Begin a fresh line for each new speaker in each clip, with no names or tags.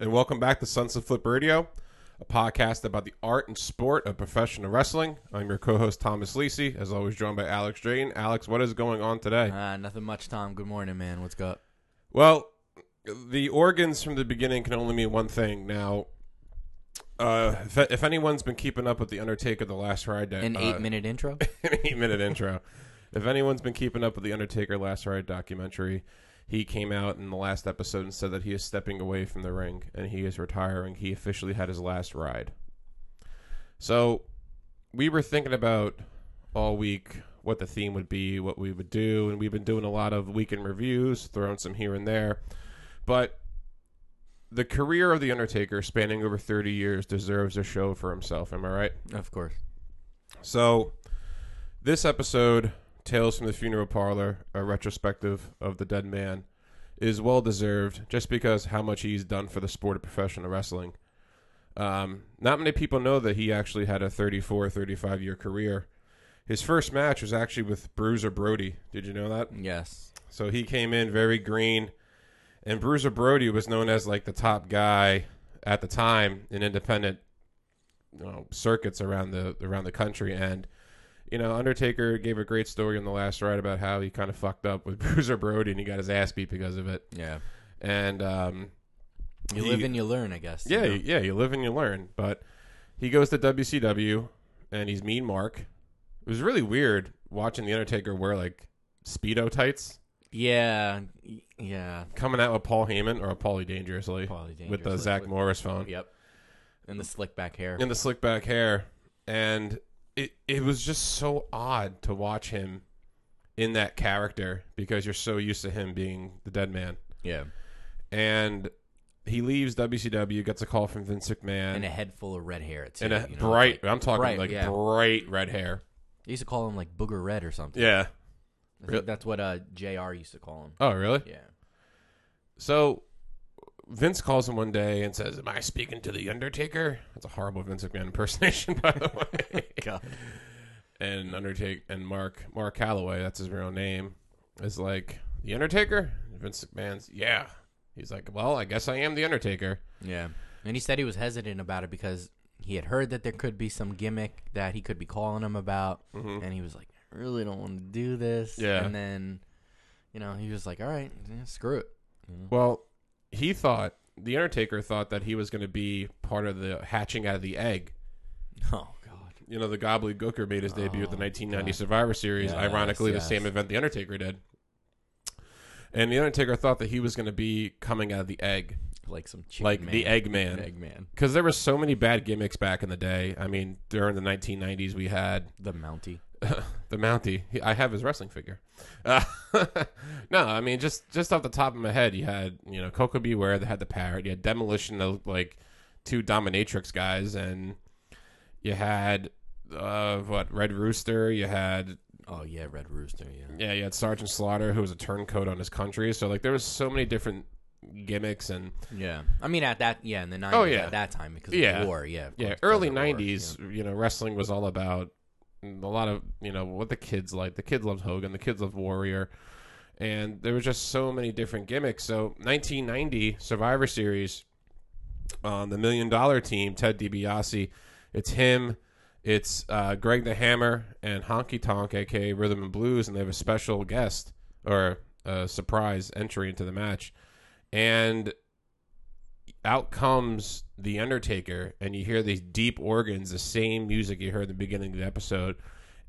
and welcome back to Sons of Flip Radio, a podcast about the art and sport of professional wrestling. I'm your co-host Thomas Lisi, as always joined by Alex Drayton. Alex, what is going on today?
Ah, nothing much, Tom. Good morning, man. What's up?
Well, the organs from the beginning can only mean one thing. Now, uh, if, if anyone's been keeping up with the Undertaker the last Friday,
An
uh,
eight-minute intro.
an eight minute intro. If anyone's been keeping up with the Undertaker Last Ride documentary, he came out in the last episode and said that he is stepping away from the ring and he is retiring. He officially had his last ride. So we were thinking about all week what the theme would be, what we would do, and we've been doing a lot of weekend reviews, throwing some here and there. But the career of The Undertaker, spanning over 30 years, deserves a show for himself. Am I right?
of course.
So, this episode, Tales from the Funeral Parlor, a retrospective of the dead man, is well deserved just because how much he's done for the sport of professional wrestling. Um, not many people know that he actually had a 34, 35 year career. His first match was actually with Bruiser Brody. Did you know that?
Yes.
So he came in very green, and Bruiser Brody was known as like the top guy at the time in independent you know, circuits around the around the country. And you know, Undertaker gave a great story in the last ride about how he kind of fucked up with Bruiser Brody and he got his ass beat because of it.
Yeah.
And um,
You
He-
live and you learn, I guess. you
yeah,
know?
you- yeah, you live and you learn. But he goes to WCW and he's mean Mark. It was really weird watching the Undertaker wear like speedo tights
Yeah. y- Yeah.
coming out with Paul Heyman or Paulie Dangerously.
Probably dangerous.
with the
Look-
Zach
look-
Morris phone
Yep. And the slick back hair.
and the slick back hair, and it it was just so odd to watch him in that character because you're so used to him being the dead man.
Yeah.
And he leaves WCW, gets a call from Vince
And a
McMahon,
head full of red hair. Too,
and a
you know,
bright.
Like,
I'm talking
bright,
like
yeah.
bright red hair.
they used to call him like Booger Red or something.
Yeah.
I think that's what uh, JR used to call him.
Oh, really?
Yeah.
So Vince calls him one day and says, "Am I speaking to the Undertaker?" That's a horrible Vince McMahon impersonation, by the way.
God.
and Undertaker and Mark Mark Calloway, that's his real name, is like the Undertaker. And Vince McMahon's yeah. He's like, well, I guess I am the Undertaker.
Yeah. And he said he was hesitant about it because he had heard that there could be some gimmick that he could be calling him about. And he was like, I really don't want to do this.
Yeah.
And then, you know, he was like, all right, yeah, screw it.
Well, he thought the Undertaker thought that he was going to be part of the hatching out of the egg.
Oh, God.
You know, the Gobbledygooker made his debut at the
Oh,
1990
God.
Survivor Series,
Yes,
ironically
yes.
the same event the Undertaker did. And the Undertaker thought that he was going to be coming out of the egg,
Like some chicken
like the
man.
Eggman.
Eggman.
Because there were so many bad gimmicks back in the day. I mean, during the 1990s, we had
The Mountie.
the Mountie. He, I have his wrestling figure. Uh, no, I mean just just off the top of my head, you had you know Coco Beware that had the parrot. You had Demolition, the like two dominatrix guys, and you had uh, what Red Rooster. You had
Oh, yeah, Red Rooster, yeah.
yeah, you had Sergeant Slaughter, who was a turncoat on his country. So like there was so many different gimmicks and
Yeah. I mean, at that, yeah, in the 90s,
Oh, yeah.
at that time, because
Yeah.
of war, yeah. of
yeah
course,
early
because of war,
90s you know wrestling was all about a lot of you know what the kids like the kids loved hogan the kids loved warrior and there was just so many different gimmicks so 1990 survivor series on the million dollar team ted DiBiase it's him it's uh, greg the hammer and honky tonk aka rhythm and blues and they have a special guest or a surprise entry into the match and out comes the Undertaker, and you hear these deep organs, the same music you heard in the beginning of the episode,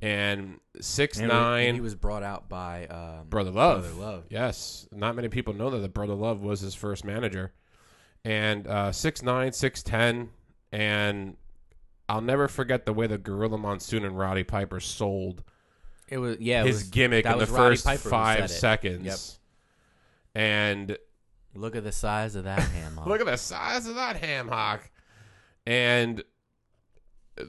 and six
And
nine
He was brought out by um,
Brother Love.
Brother Love.
Yes, not many people know that the Brother Love was his first manager, and uh, six nine, six ten, and I'll never forget the way the Gorilla Monsoon and Roddy Piper sold
It was, yeah. it
his
was-
gimmick
that
in the
was Roddy
first
Piper who said
five
it.
seconds. And
Look at the size of that ham. hock.
Look at the size of that ham hock. And uh,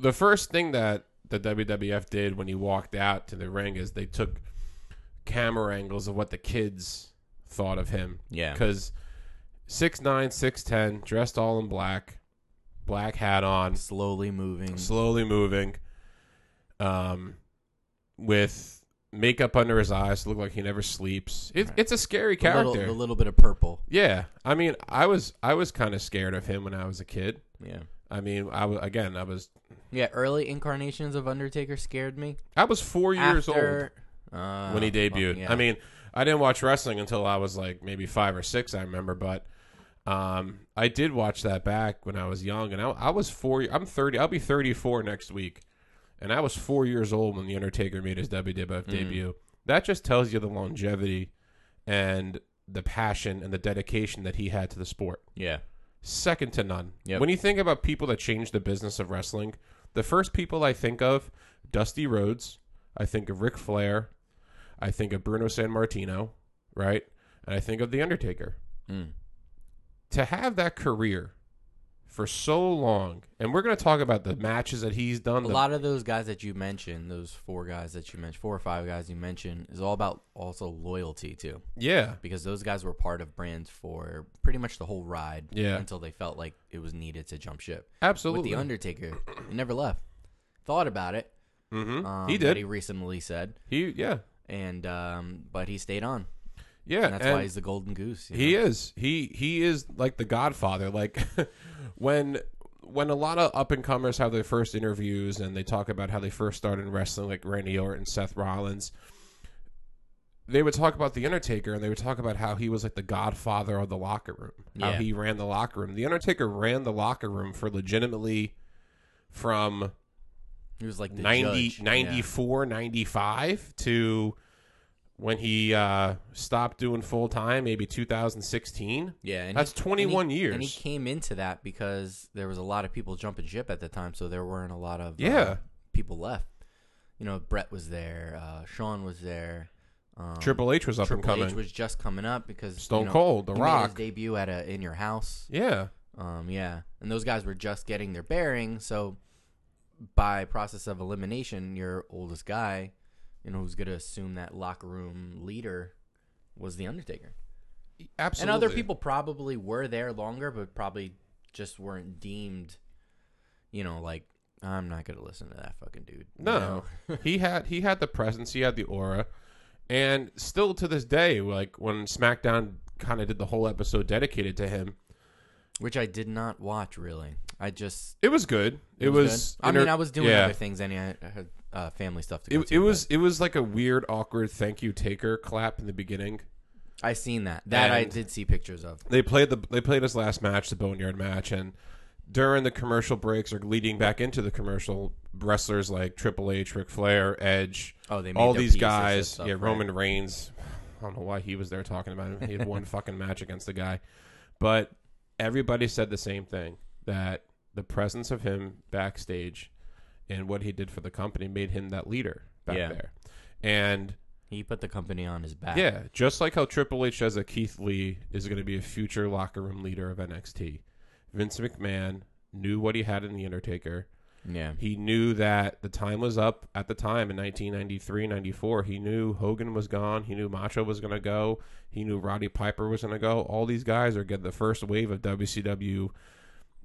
the first thing that the WWF did when he walked out to the ring is they took camera angles of what the kids thought of him.
Yeah.
Because six nine, six ten, dressed all in black, black hat on, Mm-hmm.
slowly moving.
slowly moving, um, with makeup under his eyes to look like he never sleeps. It, It's a scary
The
character.
little, the little bit of purple.
yeah, I mean, I was I was kind of scared of him when I was a kid.
Yeah.
I mean, I was again, I was
Yeah, early incarnations of Undertaker scared me.
I was four years
After,
old
uh,
when he debuted.
fuck, yeah.
I mean, I didn't watch wrestling until I was like maybe five or six. I remember, but um, I did watch that back when I was young, and I, I was four. I'm thirty. I'll be thirty four next week, and I was four years old when the Undertaker made his WWF
Mm.
debut. That just tells you the longevity and the passion and the dedication that he had to the sport
yeah,
second to none.
Yep.
When you think about people that changed the business of wrestling, the first people I think of, Dusty Rhodes, I think of Ric Flair, I think of Bruno San Martino, right? And I think of The Undertaker.
Mm.
To have that career for so long, and we're going to talk about the matches that he's done.
a
the-
lot of those guys that you mentioned, those four guys that you mentioned, four or five guys you mentioned, is all about also loyalty too,
Yeah.
because those guys were part of brands for pretty much the whole ride.
Yeah.
until they felt like it was needed to jump ship.
Absolutely.
With the Undertaker, he never left. Thought about it.
mm-hmm.
Um,
he
that
did.
He recently said,
He, yeah.
and um, but he stayed on.
Yeah.
And that's
and-
why he's the golden goose. you
He
know?
is. He he is like the godfather. Like when when a lot of up and comers have their first interviews and they talk about how they first started in wrestling, like Randy Orton, Seth Rollins, they would talk about the Undertaker and they would talk about how he was like the godfather of the locker room. How
Yeah.
he ran the locker room. The Undertaker ran the locker room for legitimately from
He was like the
90,
judge.
94, 95 to when he uh, stopped doing full time, maybe 2016.
Yeah, yeah and
That's
he- and
21
he-
years.
And he came into that because there was a lot of people jumping ship at the time, so there weren't a lot of uh,
Yeah.
people left. You know, Brett was there, uh, Sean was there, um,
Triple H was up
Triple
and coming.
H was just coming up because
Stone
you know,
Cold, The
he made
Rock.
his debut at a in your house.
yeah.
Um, yeah, and those guys were just getting their bearing. So, by process of elimination, your oldest guy, you know, who's going to assume that locker room leader, was the Undertaker.
Absolutely.
And other people probably were there longer, but probably just weren't deemed, you know, like I'm not going to listen to that fucking dude. you
No.
know?
he had he had the presence, he had the aura. And still to this day, like when SmackDown kind of did the whole episode dedicated to him,
which I did not watch really. I just
it was good. It, was,
was good. I mean,
inter-
I was doing
yeah.
other things, and I I had uh, family stuff to go
It,
to,
it was it was like a weird, awkward thank you taker clap in the beginning.
but I seen that. That I
And-
did see pictures of.
they played the they played his last match, the Boneyard match, and during the commercial breaks or leading back into the commercial, wrestlers like Triple H, Ric Flair, Edge,
Oh, they made
all
their
these
pieces and
guys,
stuff,
yeah,
right?
Roman Reigns. I don't know why he was there talking about him. He had one fucking match against the guy, but everybody said the same thing that the presence of him backstage and what he did for the company made him that leader back
Yeah.
there, and.
He put the company on his back.
Yeah, just like how Triple H says that Keith Lee is going to be a future locker room leader of NXT. Vince McMahon knew what he had in The Undertaker.
yeah.
He knew that the time was up at the time in 1993, 94. He knew Hogan was gone. He knew Macho was going to go. He knew Roddy Piper was going to go. All these guys are getting the first wave of WCW,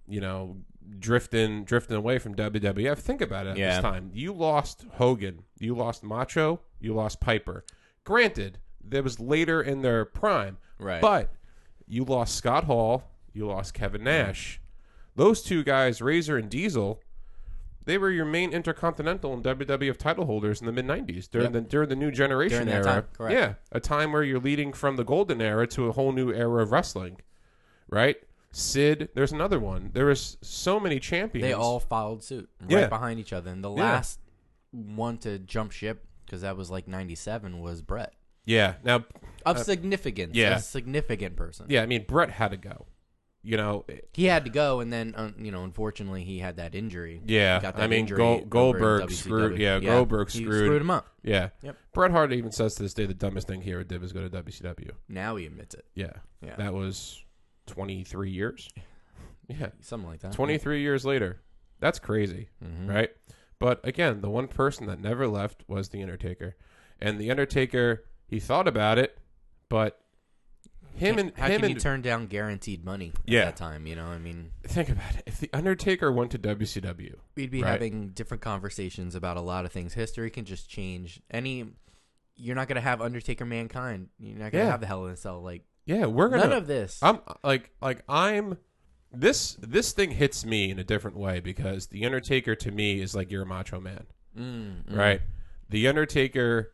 you know, drifting drifting away from WWF. Think about it at
Yeah.
this time. You lost Hogan. You lost Macho. You lost Piper. Granted, that was later in their prime.
Right.
But you lost Scott Hall. You lost
Mm.
Kevin Nash. Those two guys, Razor and Diesel, they were your main intercontinental and WWF title holders in the mid '90s during
Yep.
the during the new generation
During that
era.
time, correct.
Yeah, a time where you're leading from the golden era to a whole new era of wrestling, right? Sid, there's another one. There was so many champions.
They all followed suit right
Yeah.
behind each other. And the last one to jump ship, because that was like 97, was Brett.
yeah. Now,
Of significance.
Uh, yeah.
A significant person.
yeah, I mean Brett had to go. You know,
He had to go, and then, um, you know, unfortunately, he had that injury.
Yeah,
He got
I mean,
injury
Gol-
over in
Goldberg
WCW.
screwed- yeah, Goldberg
He
screwed-
screwed him up.
yeah.
Yep.
Bret Hart even says to this day the dumbest thing he ever did was go to WCW.
Now he admits it.
Yeah,
Yeah.
that was 23 years. Yeah,
Something like that.
23 years later. That's crazy,
Mm-hmm.
right? But again, the one person that never left was The Undertaker. And The Undertaker, he thought about it, but him and
How
him
can
and
you turn down guaranteed money at
Yeah.
that time? You know, I mean,
think about it. If The Undertaker went to WCW,
we'd be
Right.
having different conversations about a lot of things. History can just change. Any you're not gonna have Undertaker Mankind. You're not gonna
Yeah.
have the Hell in a Cell. Like
Yeah, we're gonna.
none of this.
I'm like like I'm this this thing hits me in a different way because the Undertaker to me is like you're a macho man,
Mm, mm.
right? The Undertaker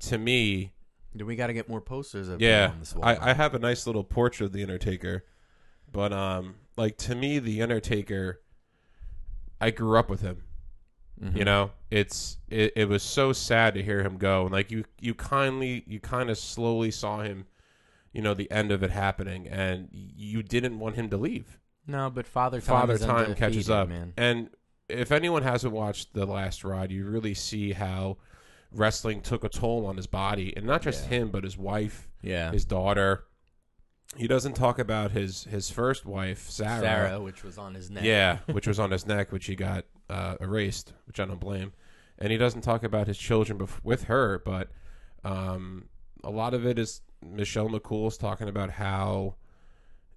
to me,
Then We got to get more posters of
yeah,
him on this wall.
I, I have a nice little portrait of the Undertaker, but um, like to me, the Undertaker, I grew up with him.
Mhm.
You know, it's it, it was so sad to hear him go, and like you you kindly you kind of slowly saw him, you know, the end of it happening, and you didn't want him to leave.
no, but Father Time
Father
is
Time catches
undefeated,
up.
man.
And if anyone hasn't watched The Last Ride, you really see how wrestling took a toll on his body, and not just
Yeah.
him, but his wife,
Yeah,
his daughter. He doesn't talk about his his first wife, Sarah.
Sarah, which was on his neck.
Yeah, which was on his neck, which he got uh, erased, which I don't blame. And he doesn't talk about his children bef- with her, but um, a lot of it is Michelle McCool's talking about how,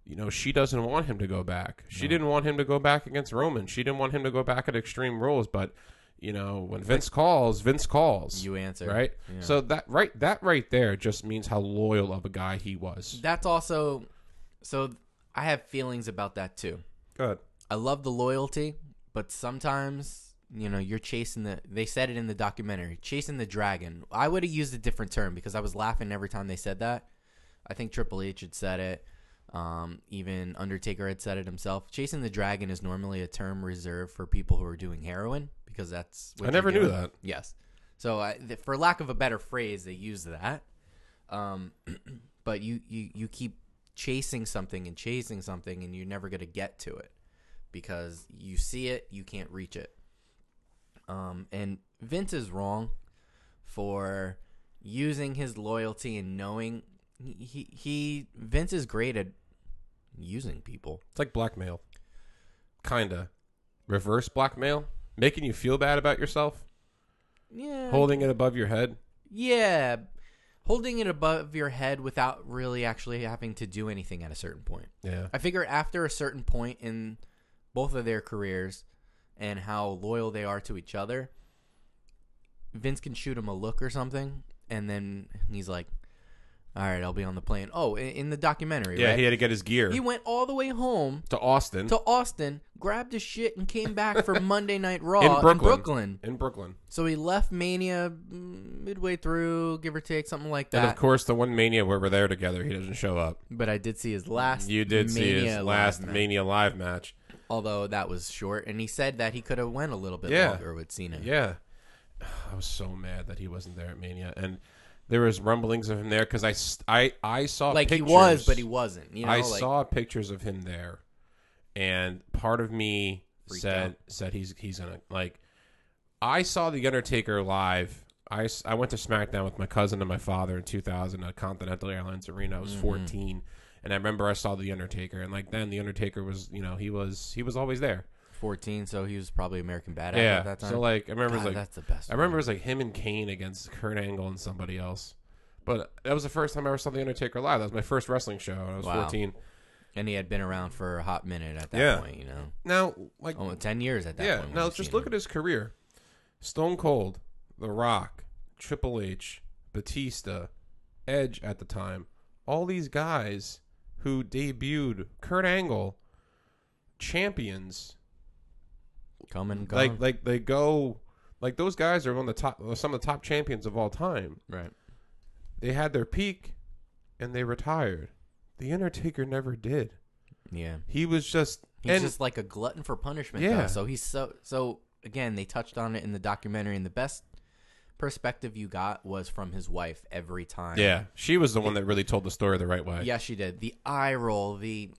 you know, she doesn't want him to go back. She didn't want him to go back against Roman. She didn't want him to go back at Extreme Rules. But you know, when Vince calls, Vince calls.
you answer
right.
Yeah.
So that right that right there just means how loyal of a guy he was.
That's also so. I have feelings about that too.
Good.
I love the loyalty, but sometimes you know you're chasing the. They said it in the documentary, chasing the dragon. I would have used a different term because I was laughing every time they said that. I think Triple H had said it. Um, even Undertaker had said it himself. Chasing the dragon is normally a term reserved for people who are doing heroin because that's.
I never
you're
knew
doing.
that.
Yes. So I, th- for lack of a better phrase, they use that. Um, but you, you you keep chasing something and chasing something, and you're never gonna get to it because you see it, you can't reach it. Um, and Vince is wrong for using his loyalty and knowing he, he he Vince is great at using people.
It's like blackmail. Kinda. Reverse blackmail? Making you feel bad about yourself?
Yeah,
Holding it above your head?
yeah, holding it above your head without really actually having to do anything at a certain point.
Yeah.
I figure after a certain point in both of their careers and how loyal they are to each other, Vince can shoot him a look or something, and then he's like, "All right, I'll be on the plane." Oh, in, in the documentary,
Yeah,
right?
he had to get his gear
he went all the way home
to Austin.
to Austin, grabbed his shit, and came back for Monday Night Raw
in Brooklyn.
Brooklyn.
In Brooklyn.
So he left Mania mm, midway through, give or take, something like
And
that.
of course the one mania where we're there together, he doesn't show up.
but I did see his last.
You did see
Mania
his
live
last
match.
mania live match.
although that was short and he said that he could have went a little bit
Yeah.
longer with cena
Yeah. I was so mad that he wasn't there at Mania and there was rumblings of him there because I, s- I- I saw
like
pictures.
he was but he wasn't you know
I
like,
saw pictures of him there, and part of me
Freaked
said
out.
said he's he's gonna like. I saw the Undertaker live. I, s- I went to SmackDown with my cousin and my father in 2000 at Continental Airlines Arena. I was
Mm-hmm.
14, and I remember I saw the Undertaker, and like then the Undertaker was you know he was he was always there.
14 so he was probably american badass
yeah.
at that time
So like I remember it was,
God,
like
that's the best
I remember it was like him and Kane against Kurt Angle and somebody else. But that was the first time I ever saw the Undertaker live. That was my first wrestling show. and I was
Wow.
14.
and he had been around for a hot minute at that
Yeah.
point you know
Now like
oh 10 years at that
yeah.
point
Now just look at his career: Stone Cold, The Rock, Triple H, Batista, Edge at the time. All these guys who debuted, Kurt Angle, champions.
at come and go
Like like they go. Like those guys are one of the top, uh, some of the top champions of all time.
right
They had their peak, and they retired. The Undertaker never did.
yeah
He was just
he's
and
just like a glutton for punishment
Yeah.
though. so he's so so again they touched on it in the documentary and the best perspective you got was from his wife every time
yeah, she was the one that really told the story the right way.
Yeah, she did. The eye roll, the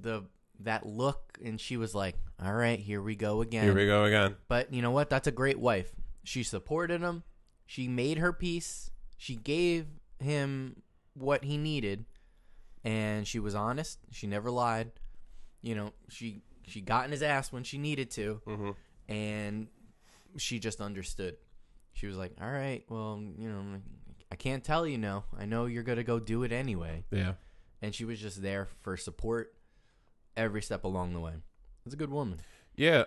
the that look, and she was like, "All right, here we go again."
Here we go again.
But you know what? That's a great wife. She supported him. She made her peace. She gave him what he needed, and she was honest. She never lied. You know, she she got in his ass when she needed to,
Mhm.
and she just understood. She was like, "All right, well, you know, I can't tell you no. I know you're gonna go do it anyway."
Yeah.
and she was just there for support every step along the way. It's a good woman.
Yeah,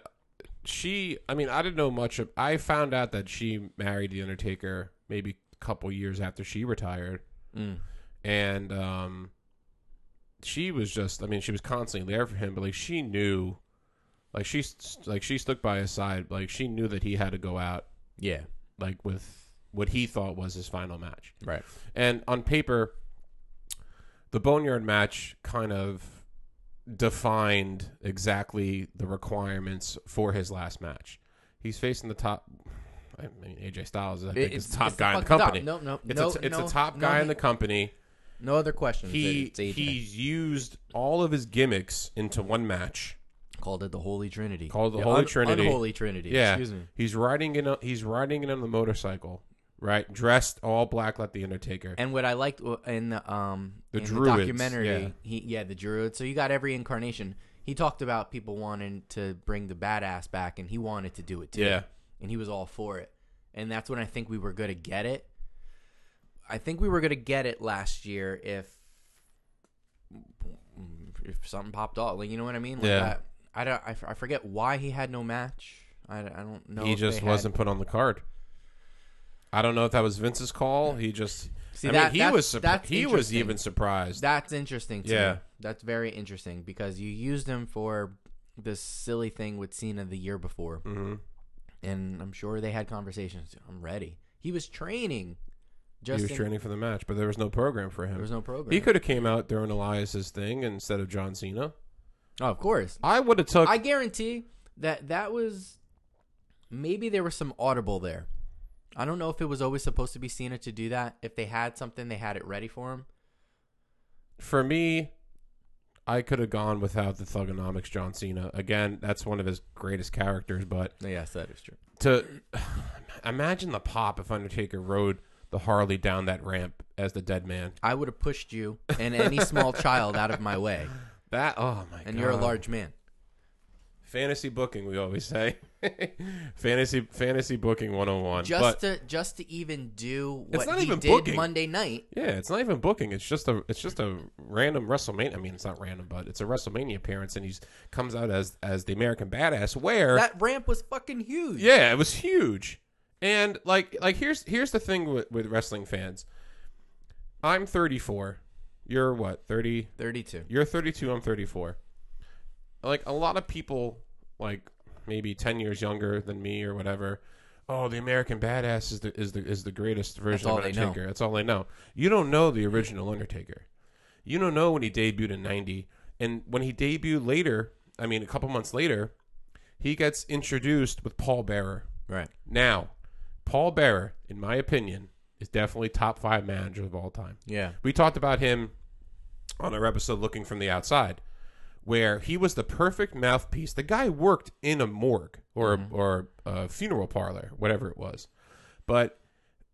she. I mean, I didn't know much of. I found out that she married the Undertaker maybe a couple years after she retired,
Mm.
and um, she was just I mean she was constantly there for him, but like she knew, like she st- like she stuck by his side, like she knew that he had to go out
Yeah.
like with what he thought was his final match.
Right.
And on paper, the Boneyard match kind of defined exactly the requirements for his last match. He's facing the top. I mean, AJ Styles is I think, is the top
it's
guy in the
fucking top.
company.
No, no,
It's,
no,
a, it's
no,
a top
no,
guy in
he-
the company.
No other questions.
He
it's AJ.
he's used all of his gimmicks into one match.
called it the Holy Trinity.
Called the
Yeah,
Holy Trinity.
Unholy Trinity.
Yeah,
Excuse me.
he's riding in a, he's riding in on the motorcycle, right? Dressed all black like the Undertaker.
And what I liked w- in the um
The
in
Druids,
documentary,
yeah.
he yeah the Druids. So you got every incarnation. He talked about people wanting to bring the badass back, and he wanted to do it too.
Yeah.
and he was all for it. And that's when I think we were gonna get it. I think we were gonna get it last year if if something popped off. Like you know what I mean? Like
Yeah.
I, I don't. I, f- I forget why he had no match. I, I don't know.
he
if
just
they had-
wasn't put on the card. I don't know if that was Vince's call. He just.
See,
I
that-
mean, he
that's-
was surpri-
that's
he was
interesting.
even surprised.
That's interesting. To
Yeah.
me. that's very interesting because you used him for this silly thing with Cena the year before,
hmm
and I'm sure they had conversations. I'm ready. He was training.
He
Just
was
in-
training for the match, but there was no program for
There
him.
was no program.
he could have came out during Elias's thing instead of John Cena.
oh, of course.
I would have took.
I guarantee that that was maybe there was some audible there. I don't know if it was always supposed to be Cena to do that. If they had something, they had it ready for him.
for me, I could have gone without the Thugonomics John Cena. Again, that's one of his greatest characters. But
Yes, that is true.
to imagine the pop if Undertaker rode the Harley down that ramp as the dead man.
I would have pushed you and any small child out of my way,
That oh my god!
and you're a large man.
fantasy booking we always say fantasy fantasy booking 101
just
but
to just to even do what
It's not
he
even
did
booking.
Monday night.
yeah it's not even booking it's just a it's just a random wrestlemania i mean it's not random but it's a wrestlemania appearance and he's comes out as as the american badass where
That ramp was fucking huge.
Er yeah it was huge and like like here's here's the thing with, with wrestling fans i'm 34 you're what 30
Thirty-two.
You're 32, I'm 34. Like a lot of people like maybe 10 years younger than me or whatever. Oh, the American Badass is the is the is the greatest version
all
of
they know.
Undertaker. That's all they know. You don't know the original Undertaker. You don't know when he debuted in 90 and when he debuted later, I mean a couple months later, he gets introduced with Paul Bearer.
Right.
Now, Paul Bearer, in my opinion, is definitely top 5 manager of all time.
Yeah.
We talked about him on our episode looking from the outside, where he was the perfect mouthpiece. The guy worked in a morgue or or a funeral parlor, whatever it was. But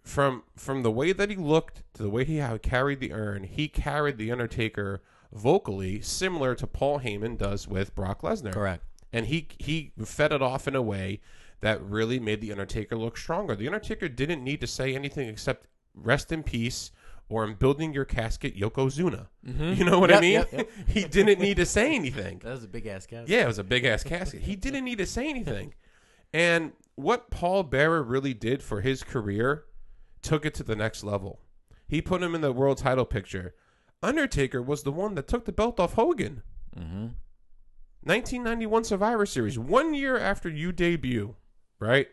from from the way that he looked to the way he how he carried the urn, he carried the Undertaker vocally, similar to Paul Heyman does with Brock Lesnar
Correct.
and he he fed it off in a way that really made the Undertaker look stronger. The Undertaker didn't need to say anything except "rest in peace" or "I'm building your casket, Yokozuna." You know what I
Mm-hmm. Yep,
mean?
yep, yep.
he didn't need to say anything.
That was a big ass cat.
Yeah, it was a big ass casket. He didn't need to say anything. And what Paul Bearer really did for his career took it to the next level. He put him in the world title picture. Undertaker was the one that took the belt off Hogan.
Mm-hmm.
1991 Survivor Series, one year after you debut, right?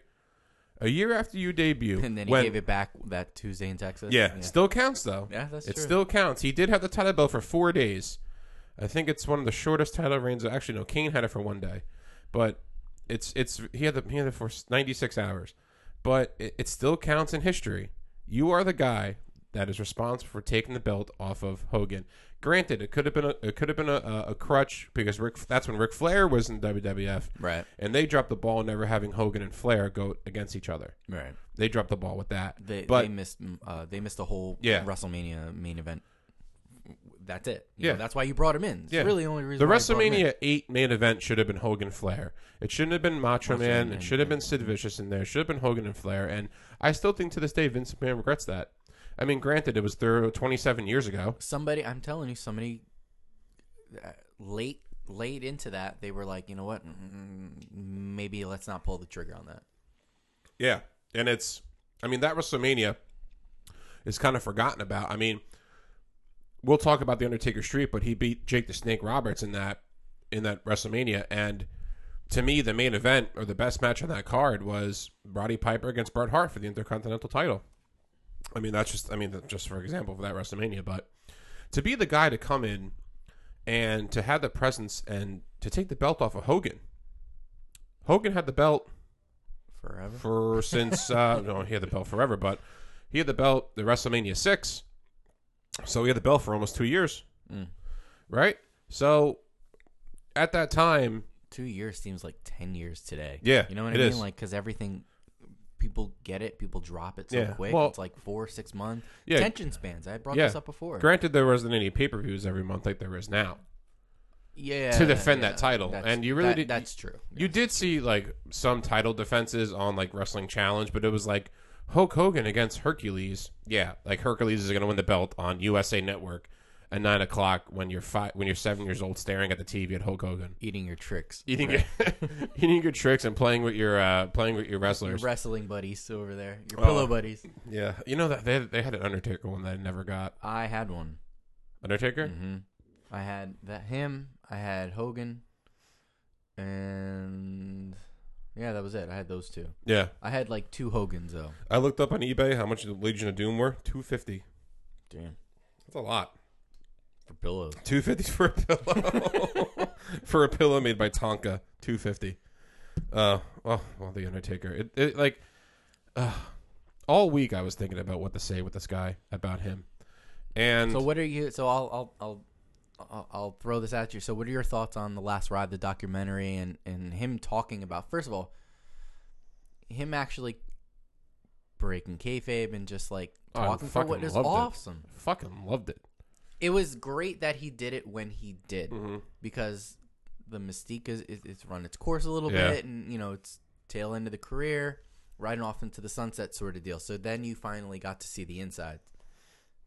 A year after you debut,
And then he
when-
gave it back that Tuesday in Texas.
Yeah, it still counts though.
Yeah, that's
it
true.
still counts. He did have the title belt for four days. I think it's one of the shortest title reigns. Actually, no, Kane had it for one day, but it's it's he had the he had it for 96 hours, but it, it still counts in history. You are the guy that is responsible for taking the belt off of Hogan. Granted, it could have been a it could have been a, a, a crutch because Rick that's when Ric Flair was in WWF,
Right.
and they dropped the ball, never having Hogan and Flair go against each other.
Right.
They dropped the ball with that.
They
but
they missed mm, uh, they missed the whole
Yeah.
WrestleMania main event. That's it. You
Yeah.
know, that's why you brought him in. It's
Yeah.
really the only reason.
The
why you brought him in.
WrestleMania 8 main event should have been Hogan Flair. It shouldn't have been Macho Man. It should have been Sid Vicious in there. It should have been Hogan and Flair. And I still think to this day Vince McMahon regrets that. I mean, granted, it was thir 27 years ago.
somebody i'm telling you somebody uh, late late into that they were like you know what Mm, maybe let's not pull the trigger on that
Yeah. And it's, I mean, that WrestleMania is kind of forgotten about. I mean, we'll talk about the Undertaker Street, but he beat Jake the Snake Roberts in that in that WrestleMania, and to me, the main event or the best match on that card was Roddy Piper against Bret Hart for the Intercontinental Title. I mean, that's just I mean, that's just for example for that WrestleMania, but to be the guy to come in and to have the presence and to take the belt off of Hogan. Hogan had the belt
forever.
for since uh, no, he had the belt forever, but he had the belt the WrestleMania six, so he had the belt for almost two years,
Mm.
right? So at that time,
Two years seems like ten years today.
Yeah,
you know what
it
I mean.
is.
Like because everything, people get it, people drop it so
Yeah,
quick.
well-
it's like four, six months.
Yeah.
Tension spans. I brought
Yeah.
this up before.
granted, there wasn't any pay per views every month like there is now.
yeah,
to defend that
yeah.
title, and you really
that-
did-
That's true.
You did see like some title defenses on like Wrestling Challenge, but it was like Hulk Hogan against Hercules. Yeah, like Hercules is going to win the belt on USA Network at nine o'clock when you're five, when you're seven years old, staring at the TV at Hulk Hogan.
Eating your tricks.
eating your eating your tricks and playing with your uh, playing with your
your
wrestlers.
wrestling buddies over there. Your
Oh.
pillow buddies.
Yeah, you know that they they had an Undertaker one that I never got.
I had one.
Undertaker.
hmm I had that him. I had Hogan, and yeah, that was it. I had those two.
Yeah,
I had like two Hogans though.
I looked up on eBay how much the Legion of Doom were. Two fifty.
Damn,
That's a lot.
for pillows.
Two fifty for a pillow. for a pillow made by Tonka. Two fifty. Uh, well, well, the Undertaker. It, it like, uh, all week I was thinking about what to say with this guy about him, and
So what are you? So I'll I'll I'll I'll, I'll throw this at you. So what are your thoughts on the Last Ride, the documentary, and and him talking about first of all, him actually breaking kayfabe and just like
Oh, I
talking for
fucking
what is
loved it.
awesome.
fucking loved it.
It. was great that he did it when he did
Mhm.
because the mystique is it, it's run its course a little
Yeah.
bit, and you know it's tail end of the career, riding off into the sunset sort of deal. So then you finally got to see the inside,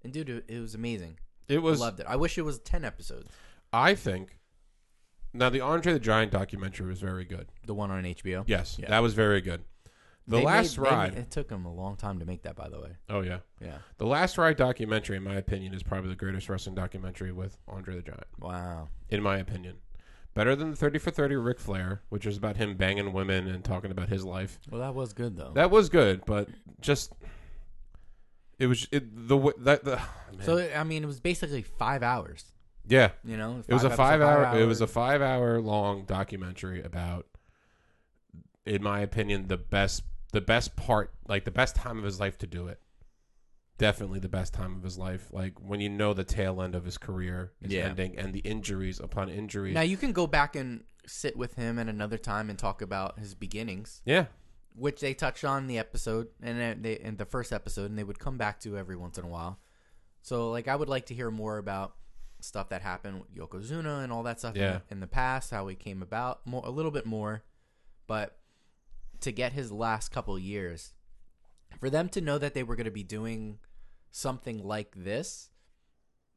and dude, it, it was amazing.
It was
Loved it. I wish it was ten episodes.
I think now the Andre the Giant documentary was very good.
The one on HBO.
Yes,
Yeah.
that was very good. The
They
last
made- they-
ride.
it took them a long time to make that, by the way.
oh yeah,
Yeah.
the last ride documentary, in my opinion, is probably the greatest wrestling documentary with Andre the Giant.
Wow.
In my opinion, better than the Thirty for Thirty Ric Flair, which is about him banging women and talking about his life.
Well, that was good though.
That was good, but just it was it, the wa- that the man.
so I mean, it was basically five hours.
yeah.
You know,
It was a
episodes,
five hour. It was a
hours.
five hour long documentary about, in my opinion, the best the best part, like the best time of his life to do it. Definitely the best time of his life. Like when you know the tail end of his career is
Yeah.
ending and the injuries upon injuries.
Now you can go back and sit with him at another time and talk about his beginnings,
yeah,
which they touched on in the episode and then they in the first episode, and they would come back to every once in a while. So like, I would like to hear more about stuff that happened with Yokozuna and all that stuff in
Yeah.
the- in the past, how he came about, more a little bit more. but to get his last couple years for them to know that they were going to be doing something like this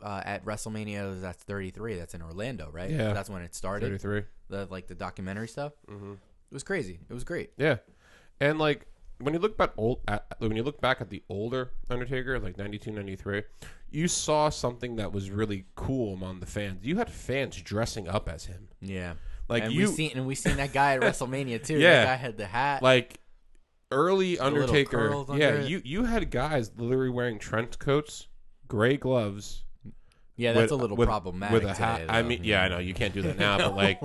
uh, at WrestleMania that's 33 that's in Orlando right
Yeah.
that's when it
thirty
started
three.
the like the documentary stuff
Mm-hmm.
it was crazy it was great
Yeah, and like when you look back old at, when you look back at the older Undertaker, like 92, 93, you saw something that was really cool among the fans. You had fans dressing up as him.
yeah
Like
and
you,
we seen and we seen that guy at WreleMania too
Yeah.
that guy had the hat
like early
little
Undertaker.
curls
yeah,
under it.
you you had guys literally wearing trench coats, gray gloves.
yeah
with-
that's a little
with-
problematic
with a hat.
today,
I
though.
mean, yeah, I know you can't do that now, but like,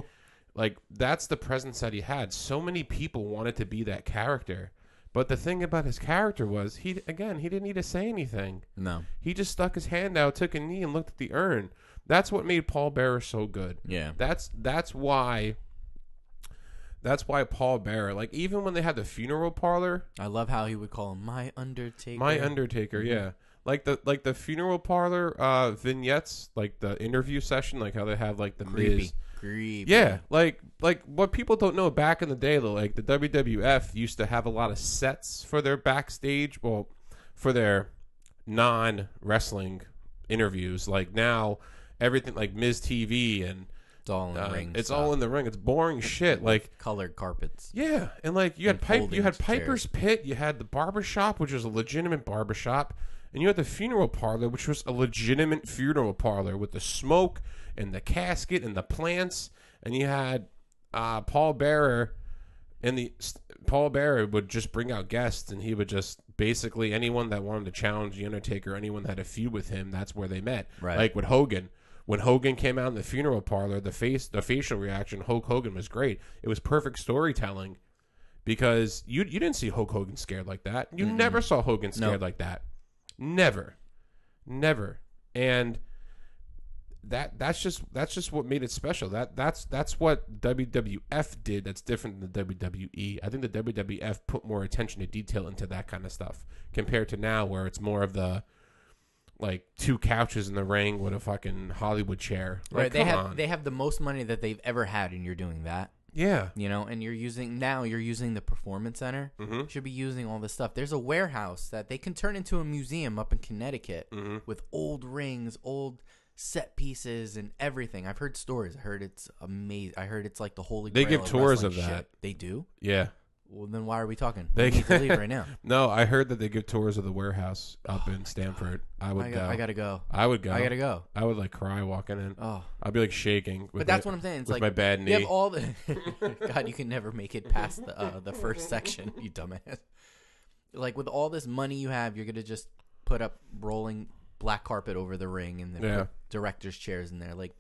like that's the presence that he had. So many people wanted to be that character, but the thing about his character was he again he didn't need to say anything.
no
He just stuck his hand out, took a knee, and looked at the urn. That's what made Paul Bearer so good.
yeah
That's that's why. That's why Paul Bearer, like even when they had the funeral parlor,
I love how he would call him my Undertaker
my Undertaker,
Mm-hmm.
yeah. Like the like the funeral parlor uh vignettes, like the interview session, like how they have like the
creepy
Miz.
creepy
Yeah, like like what people don't know back in the day though, like the WWF used to have a lot of sets for their backstage, well, for their non wrestling interviews. Like now everything like Miz TV and
it's all in the
uh,
ring
it's
stuff.
all in the ring. It's boring shit. Like
colored carpets
yeah, and like you had
And
pipe, you had
folding
Piper's Pit, you had the barber shop, which was a legitimate barber shop, and you had the funeral parlor, which was a legitimate funeral parlor with the smoke and the casket and the plants, and you had uh, Paul Bearer, and the Paul Bearer would just bring out guests, and he would just basically anyone that wanted to challenge the Undertaker, anyone that had a feud with him, that's where they met.
Right.
Like with Hogan. When Hogan came out in the funeral parlor, the face, the facial reaction, Hulk Hogan was great. It was perfect storytelling because you you didn't see Hulk Hogan scared like that. You never saw Hogan scared like that. Never. Never. And that that's just that's just what made it special. That that's that's what WWF did that's different than the WWE. I think the WWF put more attention to detail into that kind of stuff compared to now where it's more of the like two couches in the ring with a fucking Hollywood chair. Like,
right. They
come
have
on.
they have the most money that they've ever had, and you're doing that.
yeah.
You know, and you're using now you're using the performance center.
Mhm.
Should be using all this stuff. There's a warehouse that they can turn into a museum up in Connecticut
Mhm.
with old rings, old set pieces, and everything. I've heard stories. I heard it's amazing. I heard it's like the holy.
They
grail
give tours
wrestling
of
shit.
that.
They do.
Yeah.
Well, then why are we talking?
They-
They need to leave right now.
No, I heard that they give tours of the warehouse up in Stamford. I would
I,
go.
got, I gotta go.
I would go.
I gotta go.
I would like cry walking in.
Oh,
I'd be like shaking. With
but that's
my,
what I'm saying. It's
with
like
my bad knee.
You have all the God. You can never make it past the uh, the first section, you dumbass. Like with all this money you have, you're gonna just put up rolling black carpet over the ring and then
Yeah.
put directors' chairs in there. Like,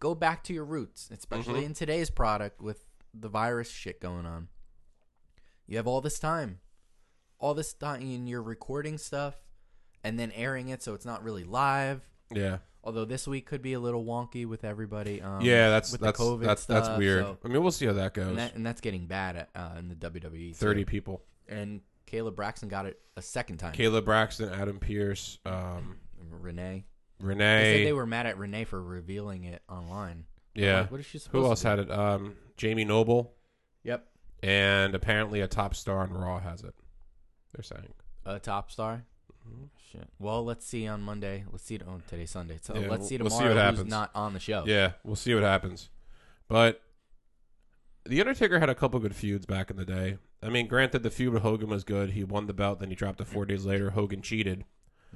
go back to your roots, especially
Mm-hmm.
in today's product with the virus shit going on. You have all this time, all this time, and you're recording stuff and then airing it, so it's not really live.
yeah,
Although this week could be a little wonky with everybody. Um,
yeah. That's
with
that's
the COVID
that's
stuff,
that's weird.
so-
I mean, we'll see how that goes.
and, that, and that's getting bad at, uh, in the WWE. too.
Thirty people:
and Caleb Braxton got it a second time.
Caleb Braxton, Adam Pierce, um,
Renee. They
Renee.
said they were mad at Renee for revealing it online.
yeah.
Like, what is she supposed
Who
to
else
do?
had it? Um, Jamie Noble,
Yep.
and apparently a top star on Raw has it. They're saying.
A top star.
Mhm.
Shit. Well, let's see on Monday. Let's see. Oh, today's Sunday. So
Yeah,
let's see
we'll- we'll see
tomorrow
what
who's
happens.
not on the show.
Yeah, we'll see what happens. But the Undertaker had a couple good feuds back in the day. I mean, granted, the feud with Hogan was good. He won the belt, then he dropped it four days later. Hogan cheated.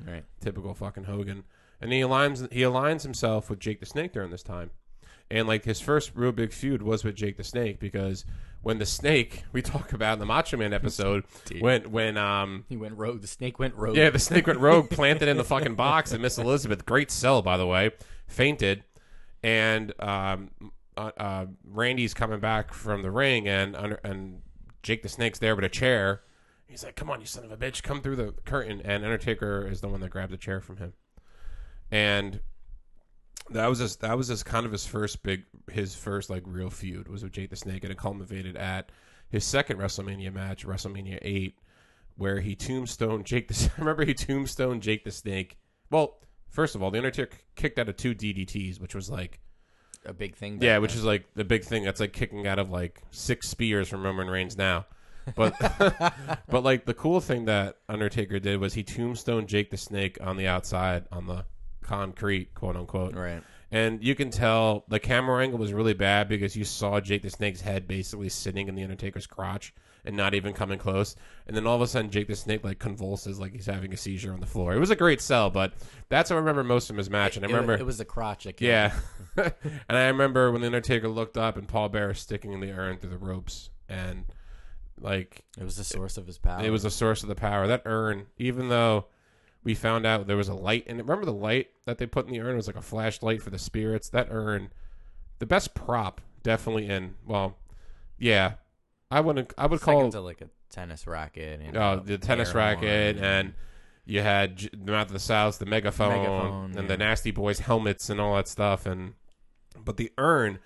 Right.
typical fucking Hogan. And he aligns he aligns himself with Jake the Snake during this time. And like his first real big feud was with Jake the Snake because when the Snake we talk about in the Macho Man episode
Dude.
when when um
He went rogue. The snake went rogue.
yeah the Snake went rogue planted in the fucking box and Miss Elizabeth great sell by the way fainted and um uh, uh, Randy's coming back from the ring and under, and Jake the Snake's there with a chair. He's like, "Come on, you son of a bitch, come through the curtain." And Undertaker is the one that grabbed the chair from him and that was his, that was his kind of his first big his first like real feud was with Jake the Snake and it culminated at his second WrestleMania match WrestleMania 8 where he tombstone Jake the remember he tombstone Jake the Snake well first of all the Undertaker kicked out of two DDTs which was like
A big thing.
yeah which is like the big thing that's like kicking out of like six spears from Roman Reigns now but but like the cool thing that Undertaker did was he tombstone Jake the Snake on the outside on the concrete quote unquote
Right.
and you can tell the camera angle was really bad because you saw Jake the Snake's head basically sitting in the Undertaker's crotch and not even coming close. And then all of a sudden, Jake the Snake like convulses like he's having a seizure on the floor. It was a great sell, but that's what I remember most of his match. And I
It wa-
remember,
it, was the crotch. That killed
yeah, and I remember when the Undertaker looked up and Paul Bearer sticking in the urn through the ropes and like
him. It was the source of his power.
it was a source of the power. That urn, even though we found out there was a light in it, remember the light that they put in the urn was like a flashlight for the spirits. That urn, the best prop, definitely in. Well, yeah, I wouldn't. I would
second
call
to like a tennis racket and
uh, the tennis
marijuana
racket and. You had J- the Mouth of the South, the megaphone,
Megaphone,
and
yeah.
the Nasty Boys helmets and all that stuff, and but the urn,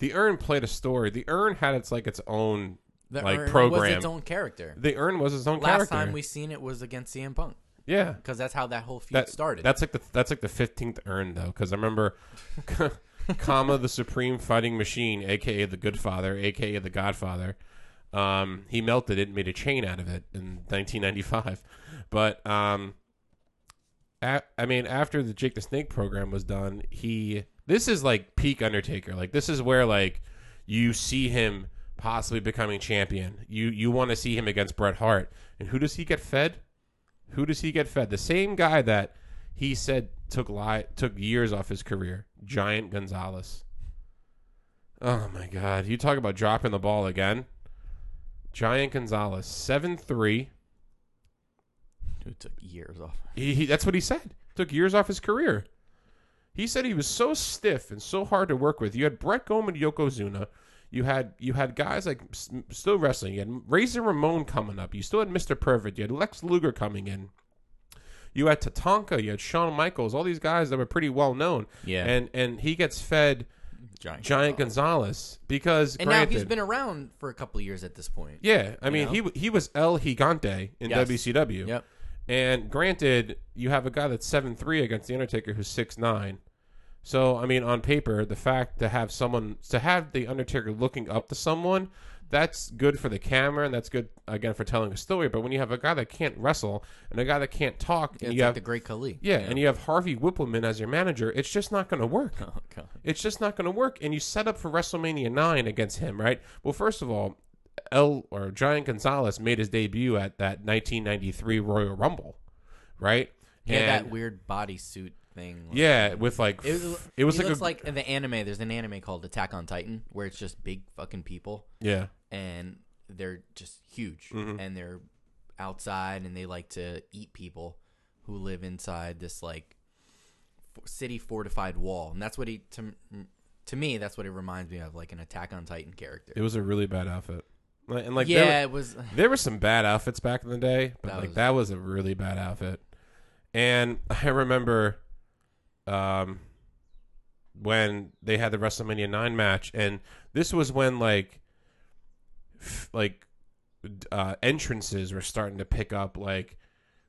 the urn played a story. The urn had its like its own.
the
like,
urn was
program.
its own character.
The urn was its own
Last
character.
time we seen it was against CM Punk
yeah,
because that's how that whole feud
that
started.
That's like the that's like the fifteenth urn though, because I remember, comma the Supreme Fighting Machine, aka the Good Father, aka the Godfather. Um, he melted it and made a chain out of it in 1995. But um, a- I mean, after the Jake the Snake program was done, he this is like peak Undertaker. Like this is where like you see him possibly becoming champion. You you want to see him against Bret Hart, and who does he get fed? Who does he get fed? The same guy that he said took li- took years off his career, Giant Gonzalez. Oh my God! You talk about dropping the ball again. Giant Gonzalez, seven three.
Dude took years off.
He, he that's what he said. Took years off his career. He said he was so stiff and so hard to work with. You had Brett Goldman, Yokozuna. You had you had guys like s- still wrestling. You had Razor Ramon coming up. You still had Mister Perfect. You had Lex Luger coming in. You had Tatanka. You had Shawn Michaels. All these guys that were pretty well known.
Yeah.
And and he gets fed
Giant.
Giant Gonzalez because
and
granted,
now he's been around for a couple of years at this point.
yeah. I mean
know?
he he was El Gigante in
Yes.
WCW.
Yep.
And granted, you have a guy that's seven three against the Undertaker who's six nine. So I mean, on paper, the fact to have someone to have the Undertaker looking up to someone, that's good for the camera and that's good again for telling a story. But when you have a guy that can't wrestle and a guy that can't talk, and
It's
you
like
have
the Great Khali.
yeah, and you have Harvey Whippleman as your manager, it's just not going to work.
Oh god.
It's just not going to work. And you set up for WrestleMania 9 against him, right? Well, first of all, El or Giant Gonzalez made his debut at that 1993 Royal Rumble, right?
He had
and
that weird bodysuit thing. like-
yeah, with like
It,
f- it was
he
like
looks
a
like in the anime. There's an anime called Attack on Titan where it's just big fucking people
yeah,
and they're just huge
Mm-hmm.
and they're outside and they like to eat people who live inside this like f- city fortified wall and that's what he to to me that's what it reminds me of like an Attack on Titan character.
it was a really bad outfit. Like- And like there were-
yeah, it was.
There were some bad outfits back in the day, but
That
like
was-
that was a really bad outfit. And I remember um when they had the WrestleMania 9 match and this was when like f- like d- uh entrances were starting to pick up like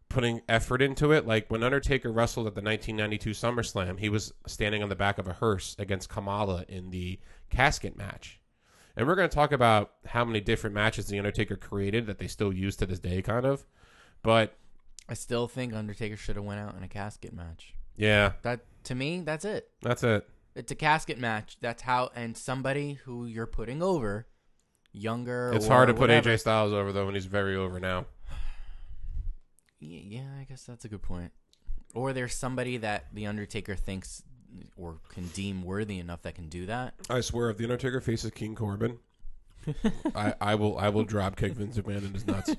putting effort into it. Like when Undertaker wrestled at the 1992 SummerSlam, he was standing on the back of a hearse against Kamala in the casket match. And we're going to talk about how many different matches The Undertaker created that they still use to this day, kind of. But
I still think Undertaker should have went out in a casket match.
yeah,
That to me, that's it.
that's it.
It's a casket match. That's how, and somebody who you're putting over, younger.
It's
or
hard to put
whatever.
AJ Styles over, though, when he's very over now.
Y- Yeah, I guess that's a good point. Or there's somebody that the Undertaker thinks or can deem worthy enough that can do that.
I swear, if The Undertaker faces King Corbin, I, I will I will drop kick Vince McMahon in his nuts.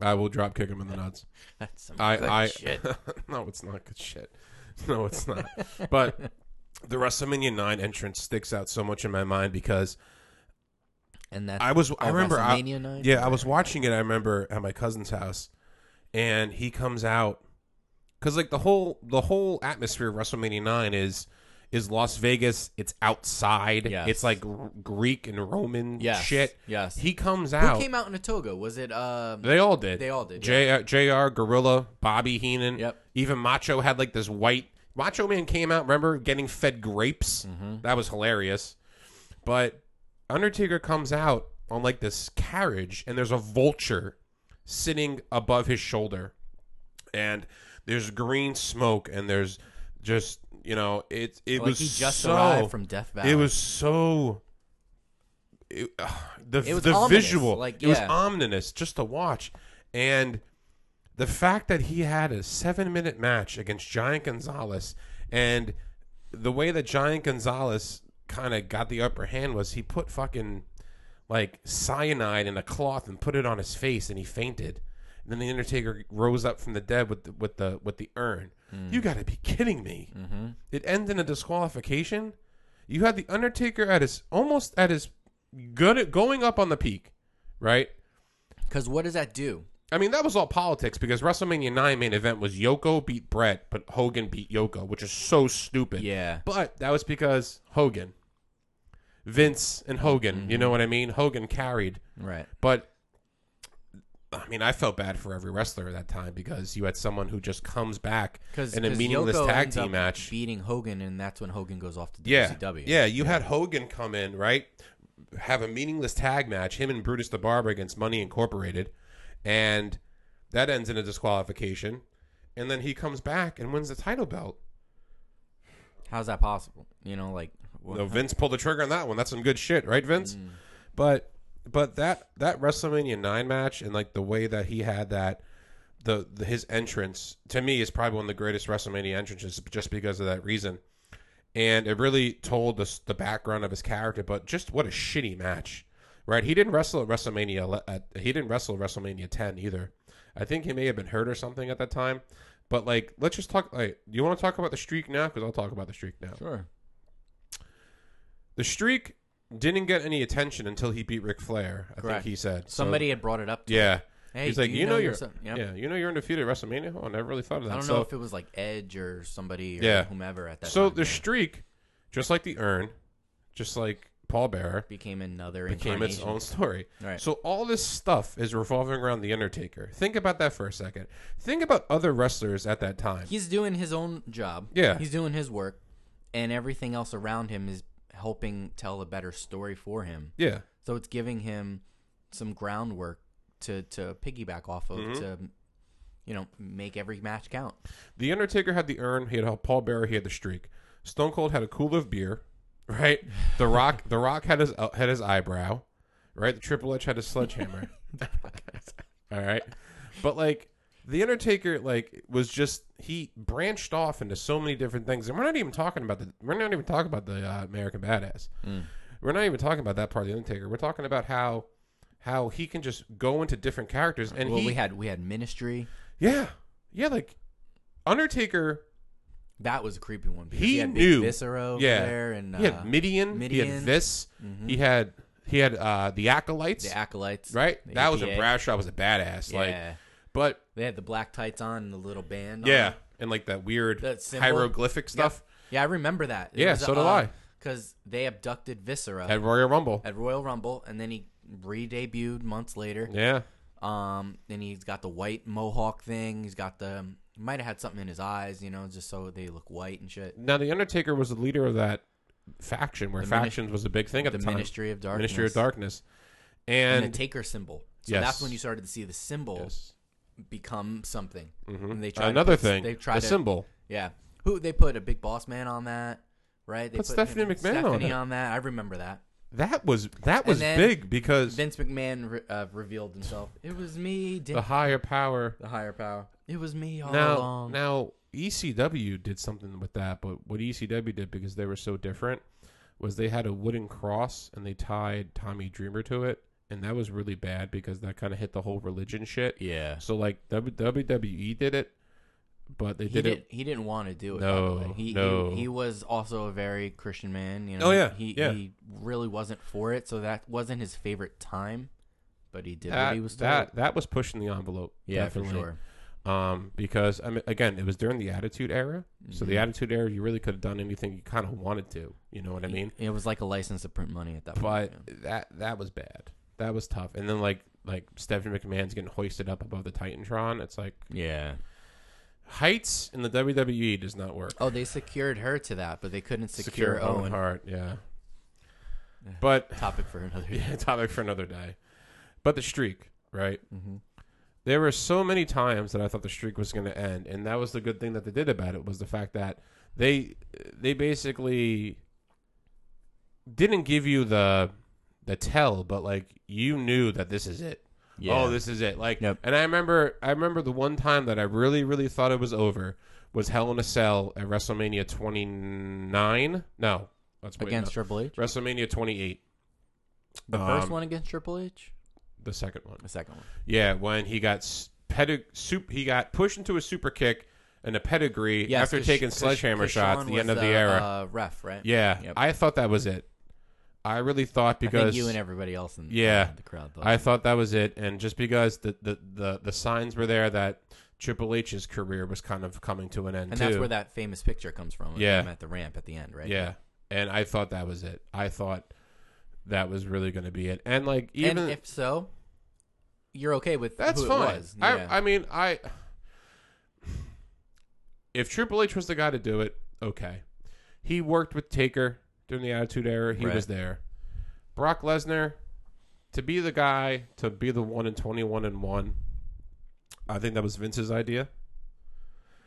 I will drop kick him in the nuts.
That's some
I,
good
I
shit.
no, it's not good shit. No, it's not. but the WrestleMania nine entrance sticks out so much in my mind because
And that's
I was I
oh,
remember I,
WrestleMania night.
yeah I was watching it. I remember at my cousin's house, and he comes out because like the whole the whole atmosphere of WrestleMania nine is is Las Vegas. It's outside.
Yes.
It's like Gr- Greek and Roman
Yes,
shit.
yes.
He comes
Who
out.
came out in a toga? Was it um?
They all did.
They all did,
J- Jr. Gorilla, Bobby Heenan.
Yep.
Even Macho had like this white. Macho Man came out. Remember getting fed grapes?
Mm-hmm.
That was hilarious. But Undertaker comes out on like this carriage, and there's a vulture sitting above his shoulder, and there's green smoke, and there's just you know it. It
like
was
he just
so,
arrived from Death Valley.
It was so. It, ugh, the
It was
the
ominous,
visual,
like,
it was
yeah.
ominous just to watch, and the fact that he had a seven minute match against Giant Gonzalez, and the way that Giant Gonzalez kind of got the upper hand was he put fucking like cyanide in a cloth and put it on his face, and he fainted. And then the Undertaker rose up from the dead with the, with the with the urn. You got to be kidding me! It ends in a disqualification. You had the Undertaker at his almost at his good going up on the peak, right?
because what does that do?
I mean, that was all politics because WrestleMania 9 main event was Yoko beat Brett, but Hogan beat Yoko, which is so stupid.
Yeah.
But that was because Hogan. Vince and Hogan, you know what I mean? Hogan carried.
Right.
But I mean, I felt bad for every wrestler at that time because you had someone who just comes back
Because
in a meaningless tag team match.
beating Hogan, and that's when Hogan goes off to
Yeah.
WCW.
Yeah, you had Hogan come in, right? Have a meaningless tag match, him and Brutus the Barber against Money Incorporated, and that ends in a disqualification. And then he comes back and wins the title belt.
How's that possible? You know, like what,
No, Vince pulled the trigger on that one. That's some good shit, right, Vince? But but that that WrestleMania nine match and like the way that he had that the, the his entrance to me is probably one of the greatest WrestleMania entrances, just because of that reason. And it really told us the background of his character, but just what a shitty match, right? He didn't wrestle at WrestleMania. ele- At, he didn't wrestle at WrestleMania 10 either. I think he may have been hurt or something at that time. But like, let's just talk. Like, do you want to talk about the streak now? Because I'll talk about the streak now.
Sure.
The streak didn't get any attention until he beat Ric Flair. I
Correct.
think he said So-
Somebody had brought it up. To
yeah,
Hey,
he's
do
like, you, know,
your
you're,
son- Yep.
yeah, you know, you're undefeated at WrestleMania. Oh, I never really thought of that.
I don't
so,
know if it was like Edge or somebody or
Yeah.
whomever at that
so
time
the streak, just like the urn, just like Paul Bearer,
became another
became its
incarnation.
own story.
Right.
So all this stuff is revolving around the Undertaker. Think about that for a second. Think about other wrestlers at that time.
He's doing his own job.
Yeah.
He's doing his work, and everything else around him is helping tell a better story for him.
yeah,
So it's giving him some groundwork to to piggyback off of
Mm-hmm.
to you know make every match count.
the Undertaker had the urn. He had Paul Bearer. He had the streak. Stone Cold had a cooler of beer. Right. The Rock. the Rock had his uh, had his eyebrow. Right. The Triple H had his sledgehammer. All right. But like the Undertaker like was just he branched off into so many different things. And we're not even talking about the we're not even talking about the uh, American Badass.
Mm.
We're not even talking about that part of the Undertaker. We're talking about how how he can just go into different characters and
well,
he
we had we had ministry.
Yeah. Yeah, like Undertaker
That was a creepy one. because
He
had Big
knew.
Viscero
Yeah.
there and
he
uh,
had Midian, he had
Midian. Mm-hmm.
this, he had he had uh the acolytes,
the acolytes.
right?
the
That was when
APA.
Bradshaw was a badass
Yeah.
like but
they had the black tights on and the little band.
yeah,
on.
and like that weird
That symbol.
hieroglyphic stuff.
Yeah, I remember that.
Yeah, so did I.
Because they abducted Viscera
at Royal Rumble.
at Royal Rumble, and then he re-debuted months later.
yeah,
Um, and he's got the white mohawk thing. He's got the he might have had something in his eyes, you know, just so they look white and shit.
Now the Undertaker was the leader of that faction, where
The minis-
factions was a big thing at
The
the, time.
Ministry of Darkness,
Ministry of Darkness,
and,
and,
the Taker symbol. So
Yes.
that's when you started to see the symbol become something. And they tried to
Mm-hmm. another
put-
thing,
They tried
the
to,
symbol.
Yeah, who they put a big boss man on that, right? They
Put Stephanie McMahon on
Stephanie
it.
on that. I remember that.
That was that was
then
big because
Vince McMahon re- uh, revealed himself. It was me,
the
Dick,
higher power.
the higher power. It was me all
Uh, Now,
along.
now ECW did something with that, but what ECW did because they were so different was they had a wooden cross and they tied Tommy Dreamer to it, and that was really bad because that kind of hit the whole religion shit.
yeah,
So like W- WWE did it, but they
he
did it
didn't. He didn't want to do it.
No,
by the way. He,
no.
he he was also a very Christian man. You know.
Oh, yeah,
He
yeah.
he really wasn't for it, so that wasn't his favorite time. But he did what
that,
he was told.
that that was pushing the envelope.
yeah,
definitely.
for sure.
Um, because I mean, again, it was during the Attitude Era. So
Mm-hmm.
the Attitude Era, you really could have done anything you kind of wanted to. You know what I mean?
it was like a license to print money at that
But
point.
that that was bad. That was tough. And then like like Stephanie McMahon's getting hoisted up above the Titantron. It's like
yeah.
heights in the WWE does not work.
Oh, they secured her to that, but they couldn't secure, Owen.
Hart, yeah. But
Topic for another.
yeah, topic for another day. But the streak, right?
Mm-hmm.
There were so many times that I thought the streak was going to end, and that was the good thing that they did about it was the fact that they they basically didn't give you the the tell, but like you knew that this is it. Oh, this is it. Like,
Yep.
and I remember I remember the one time that I really really thought it was over was Hell in a Cell at WrestleMania 29. No, that's
against Uh, Triple H.
WrestleMania 28.
The first
Um,
one against Triple H.
the second one.
The second one.
Yeah, when he got s- pedig- soup, he got pushed into a super kick and a pedigree
Yes,
after
'cause-
taking
'cause-
sledgehammer
'cause
shots
Sean
at the end
was
of the era.
Uh, ref, right?
yeah,
Yep.
I thought that was it. I really thought
I
because
think you and everybody else in
Yeah.
the crowd. Though.
I thought that was it, and just because the the, the, the signs were there that Triple H's career was kind of coming to an end,
And
too.
that's where that famous picture comes from. of
Yeah.
him at the ramp at the end, right?
yeah, and I thought that was it. I thought that was really going to be it, and like even
and if so, you're okay with
That's
who
fine.
It was. Yeah.
I I mean I if Triple H was the guy to do it, okay. He worked with Taker during the Attitude Era. He
Right.
was there. Brock Lesnar to be the guy to be the one in twenty one and one. I think that was Vince's idea.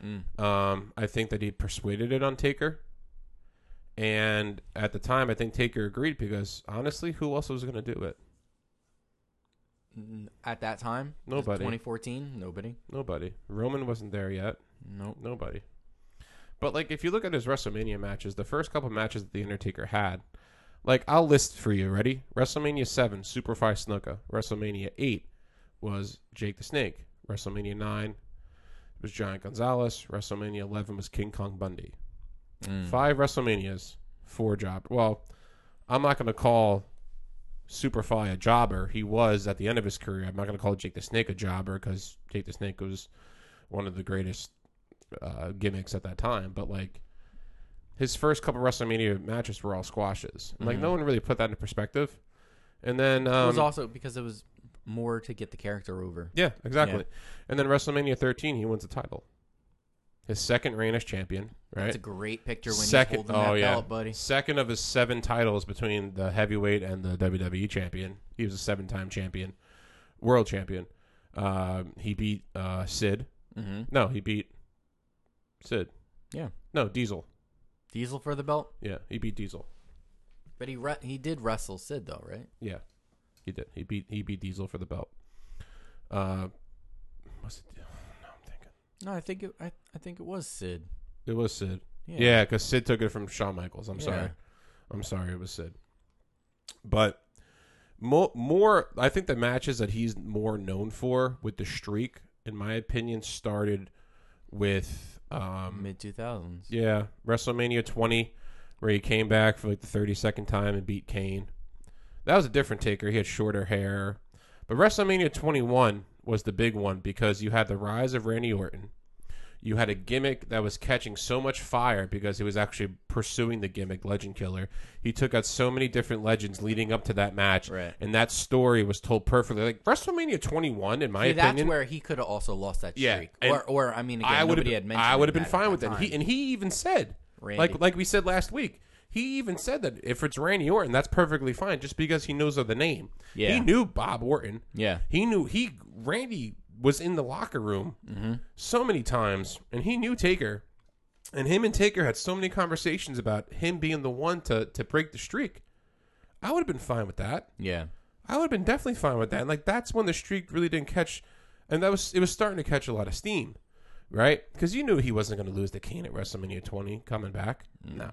Mm.
Um, I think that he persuaded it on Taker. And at the time, I think Taker agreed because honestly, who else was going to do it?
N- At that time,
Nobody.
2014, nobody.
Nobody. Roman wasn't there yet.
Nope.
Nobody. But like, if you look at his WrestleMania matches, the first couple matches that the Undertaker had, like, I'll list for you. Ready? WrestleMania seven, Superfly Snuka. WrestleMania eight was Jake the Snake. WrestleMania nine was Giant Gonzalez. WrestleMania eleven was King Kong Bundy.
Mm.
Five WrestleManias, four job. Well, I'm not going to call Superfly a jobber. He was at the end of his career. I'm not going to call Jake the Snake a jobber because Jake the Snake was one of the greatest uh, gimmicks at that time. But like his first couple WrestleMania matches were all squashes. And, Like
Mhm.
no one really put that into perspective. And then
it
um,
was also because it was more to get the character over.
yeah, exactly. And then WrestleMania 13, he wins the title. His second reign as champion, right?
It's a great picture when
Second-
he's holding
oh,
that
yeah.
belt, buddy.
Second of his seven titles between the heavyweight and the WWE champion. He was a seven-time champion, world champion. Um, he beat uh, Sid.
hmm
No, he beat Sid.
Yeah.
No, Diesel.
Diesel for the belt,
Yeah, he beat Diesel.
but he re- he did wrestle Sid though, right?
Yeah, he did. He beat he beat Diesel for the belt. Uh, what's it? No, I'm thinking
No, I think it, I I think it was Sid.
it was Sid. Yeah, because Sid took it from Shawn Michaels. I'm sorry.
Yeah.
I'm sorry, it was Sid. But more, more, I think the matches that he's more known for with the streak, in my opinion, started with, um,
mid two thousands.
yeah, WrestleMania 20, where he came back for like the 32nd time and beat Kane. That was a different taker. He had shorter hair. But WrestleMania 21 was the big one because you had the rise of Randy Orton. You had a gimmick that was catching so much fire because he was actually pursuing the gimmick, Legend Killer. He took out so many different legends leading up to that match,
Right.
and that story was told perfectly. Like WrestleMania 21, in my
See,
opinion,
that's where he could have also lost that
Yeah,
streak,
and
or or I mean, again,
I would have
nobody had
been,
mentioned
I would have
that
been
at
fine with
that.
that.
time.
He, and he even said,
Randy.
like like we said last week, he even said that if it's Randy Orton, that's perfectly fine, just because he knows of the name.
Yeah.
he knew Bob Orton.
yeah,
He knew he Randy was in the locker room
Mm-hmm.
so many times, and he knew Taker, and him and Taker had so many conversations about him being the one to to break the streak. I would have been fine with that.
yeah,
I would have been definitely fine with that. And like that's when the streak really didn't catch, and that was it was starting to catch a lot of steam, right? Because you knew he wasn't going to lose to Kane at WrestleMania 20 coming back. No,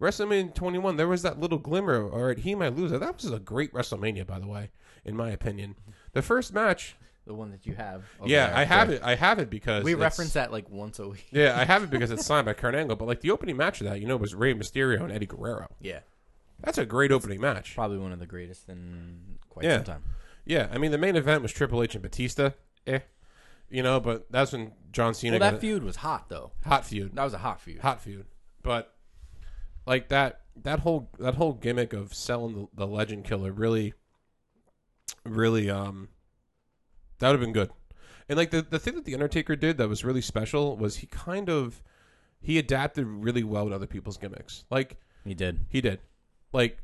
WrestleMania 21 there was that little glimmer. All right, he might lose it. That was a great WrestleMania, by the way, in my opinion. The first match,
the one that you have. over
yeah,
there,
I have
correct.
it. I have it because
Oh, We
it's-
reference that like once a week.
Yeah, I have it because it's signed by Kurt Angle. But like the opening match of that, you know, was Rey Mysterio and Eddie Guerrero.
Yeah,
That's a great opening match.
probably one of the greatest in quite
Yeah.
some time.
Yeah, I mean the main event was Triple H and Batista. Eh, you know, but that's when John Cena
Well,
got
that
a-
feud was hot though.
hot feud,
That was a hot feud.
hot feud. But like that, that whole that whole gimmick of selling the, the Legend Killer really, really, um, that would have been good. And like the the thing that the Undertaker did that was really special was he kind of he adapted really well to other people's gimmicks. Like
He did.
he did. Like,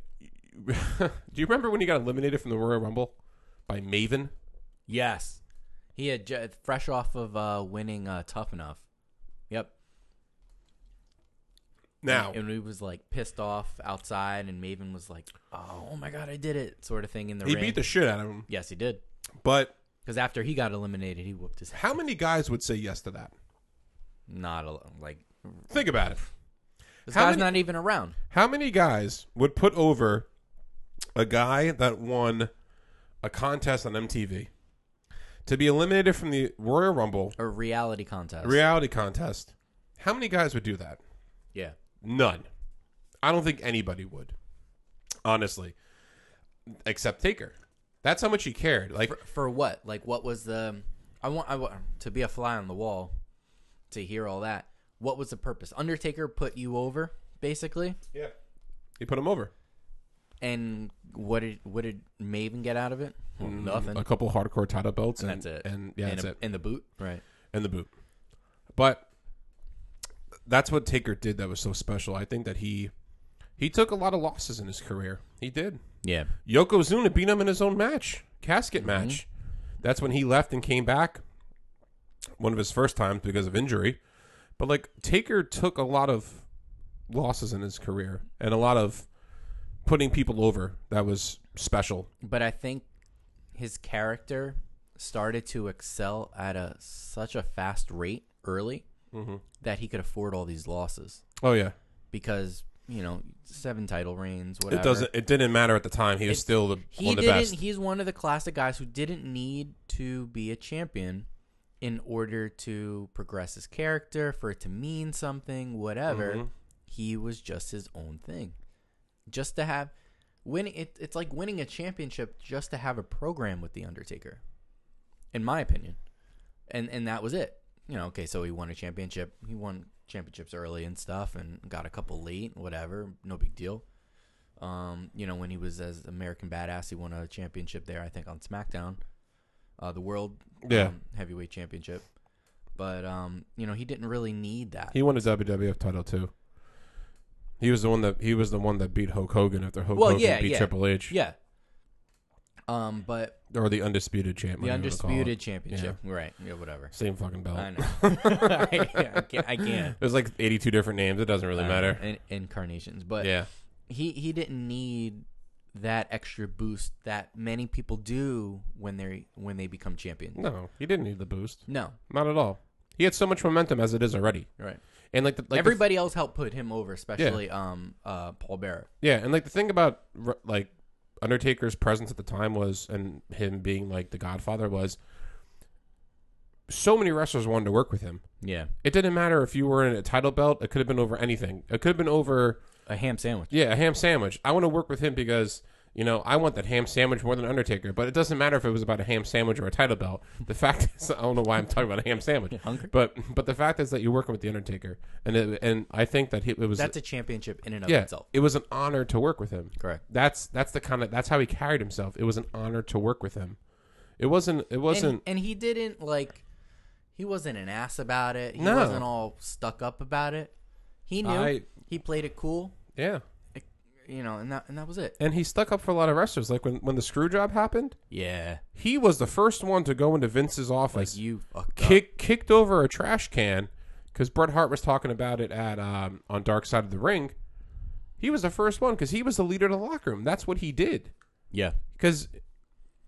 do you remember when he got eliminated from the Royal Rumble by Maven?
Yes, he had ju- fresh off of uh, winning uh, Tough Enough. Yep.
Now,
and he was like pissed off outside, and Maven was like, "Oh, oh my god, I did it!" sort of thing in the
He
ring.
beat the shit out of him.
yes, he did.
But
Because after he got eliminated, he whooped his.
how many guys would say yes to that?
Not a, like
Think about it.
this
How
guy's
many-
not even around.
How many guys would put over a guy that won a contest on MTV to be eliminated from the Royal Rumble
A reality contest.
reality contest? How many guys would do that?
yeah.
None. I don't think anybody would. Honestly. Except Taker. That's how much he cared. Like
For, for what? Like, what was the? I want. I want to be a fly on the wall to hear all that. What was the purpose? Undertaker put you over, basically.
Yeah. He put him over.
And what did what did Maven get out of it? Well, nothing.
A couple hardcore title belts and,
That's it.
And yeah,
Mm. and
that's
a-
it.
And the boot. Right.
and the boot. But that's what Taker did that was so special. I think that he he took a lot of losses in his career. He did.
Yeah.
Yokozuna beat him in his own match, casket
Mm-hmm.
match. That's when he left and came back. One of his first times because of injury. But like Taker took a lot of losses in his career and a lot of putting people over that was special.
But I think his character started to excel at a such a fast rate early
hmm
that he could afford all these losses
Oh yeah,
because you know seven title reigns. Whatever
it doesn't. It didn't matter at the time. He was
It-
still the
He
one of the
didn't.
best.
He's one of the classic guys who didn't need to be a champion in order to progress his character, for it to mean something, whatever.
Mhm.
He was just his own thing. Just to have winning. It, it's like winning a championship just to have a program with the Undertaker, in my opinion. And and that was it. You know, okay, so he won a championship. He won championships early and stuff, and got a couple late, whatever. No big deal. Um, you know, when he was as American Badass, he won a championship there, I think, on SmackDown, uh, the World
Yeah.
um, Heavyweight Championship. But um, you know, he didn't really need that.
He won a WWF title too. He was the one that he was the one that beat Hulk Hogan after Hulk
Well,
Hogan
yeah,
beat
yeah.
Triple H
yeah. Um, but
or the undisputed champ. whatever
the
you wanna call it.
undisputed championship, right? Yeah, whatever.
Same fucking belt.
I know. I, I can't. I can't.
There's like 82 different names. It doesn't really
Uh,
matter.
in- incarnations, but
Yeah.
he he didn't need that extra boost that many people do when they when they become champion.
No, he didn't need the boost.
No,
Not at all. He had so much momentum as it is already.
right.
And like the like the-
Everybody else helped put him over, especially um uh Paul Bearer.
yeah, and like the thing about r- like Undertaker's presence at the time was, and him being like the Godfather was. So many wrestlers wanted to work with him.
Yeah,
It didn't matter if you were in a title belt. It could have been over anything. It could have been over
a ham sandwich.
Yeah, a ham sandwich. I want to work with him because you know I want that ham sandwich more than Undertaker. But it doesn't matter if it was about a ham sandwich or a title belt. The fact is, I don't know why I'm talking about a ham sandwich.
Hungry?
But but the fact is that you're working with the Undertaker, and it, and I think that he, it was
That's a championship in and of
yeah,
itself.
it was an honor to work with him.
Correct.
That's that's the kind of that's how he carried himself. It was an honor to work with him. It wasn't. It
And,
wasn't.
and he didn't like. He wasn't an ass about it. He
No.
wasn't all stuck up about it. He knew.
I-
he played it cool.
yeah.
You know, and that and that was it.
And he stuck up for a lot of wrestlers. Like when when the screw job happened,
Yeah.
he was the first one to go into Vince's office.
Like you fucked up.
kick, kicked over a trash can because Bret Hart was talking about it at um, on Dark Side of the Ring. He was the first one because he was the leader of the locker room. That's what he did.
Yeah.
Because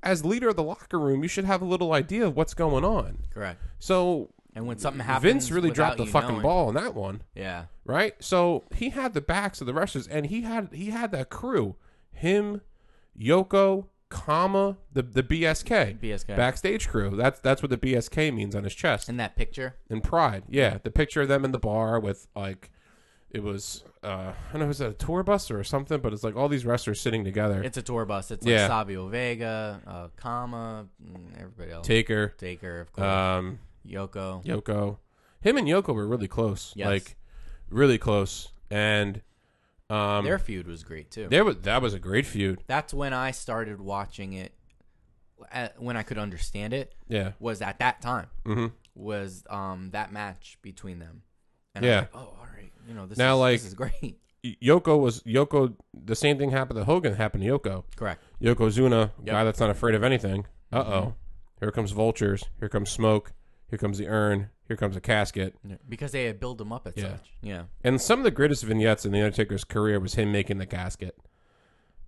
as leader of the locker room, you should have a little idea of what's going on.
Correct.
So
And when something happens,
Vince really
without
dropped the
you
fucking
knowing-
ball on that one,
Yeah.
right? So he had the backs of the wrestlers, and he had he had that crew, him, Yoko, comma the the BSK,
BSK.
backstage crew. That's that's what the BSK means on his chest.
In that picture.
and Pride. Yeah, the picture of them in the bar with like it was uh I don't know was it a tour bus or something, but it's like all these wrestlers sitting together.
It's a tour bus. It's
Yeah.
like Savio Vega, uh, Kama, mm, everybody else.
Taker,
Taker, of course.
um,
Yoko.
Yoko, him and Yoko were really close,
Yes.
like really close, and um,
Their feud was great too.
there was that was a great feud.
That's when I started watching it. At, when I could understand it
Yeah,
was at that time
hmm
was um that match between them. And
Yeah.
I was like, oh, all right. You know this.
Now,
is,
like-
this is great.
Yoko was Yoko. The same thing happened to Hogan. Happened to Yoko.
Correct.
Yokozuna, guy that's not afraid of anything. Uh oh.
Mm-hmm.
Here comes vultures. Here comes smoke. Here comes the urn. Here comes a casket.
Because they had built them up at
Yeah.
such. Yeah.
And some of the greatest vignettes in the Undertaker's career was him making the casket,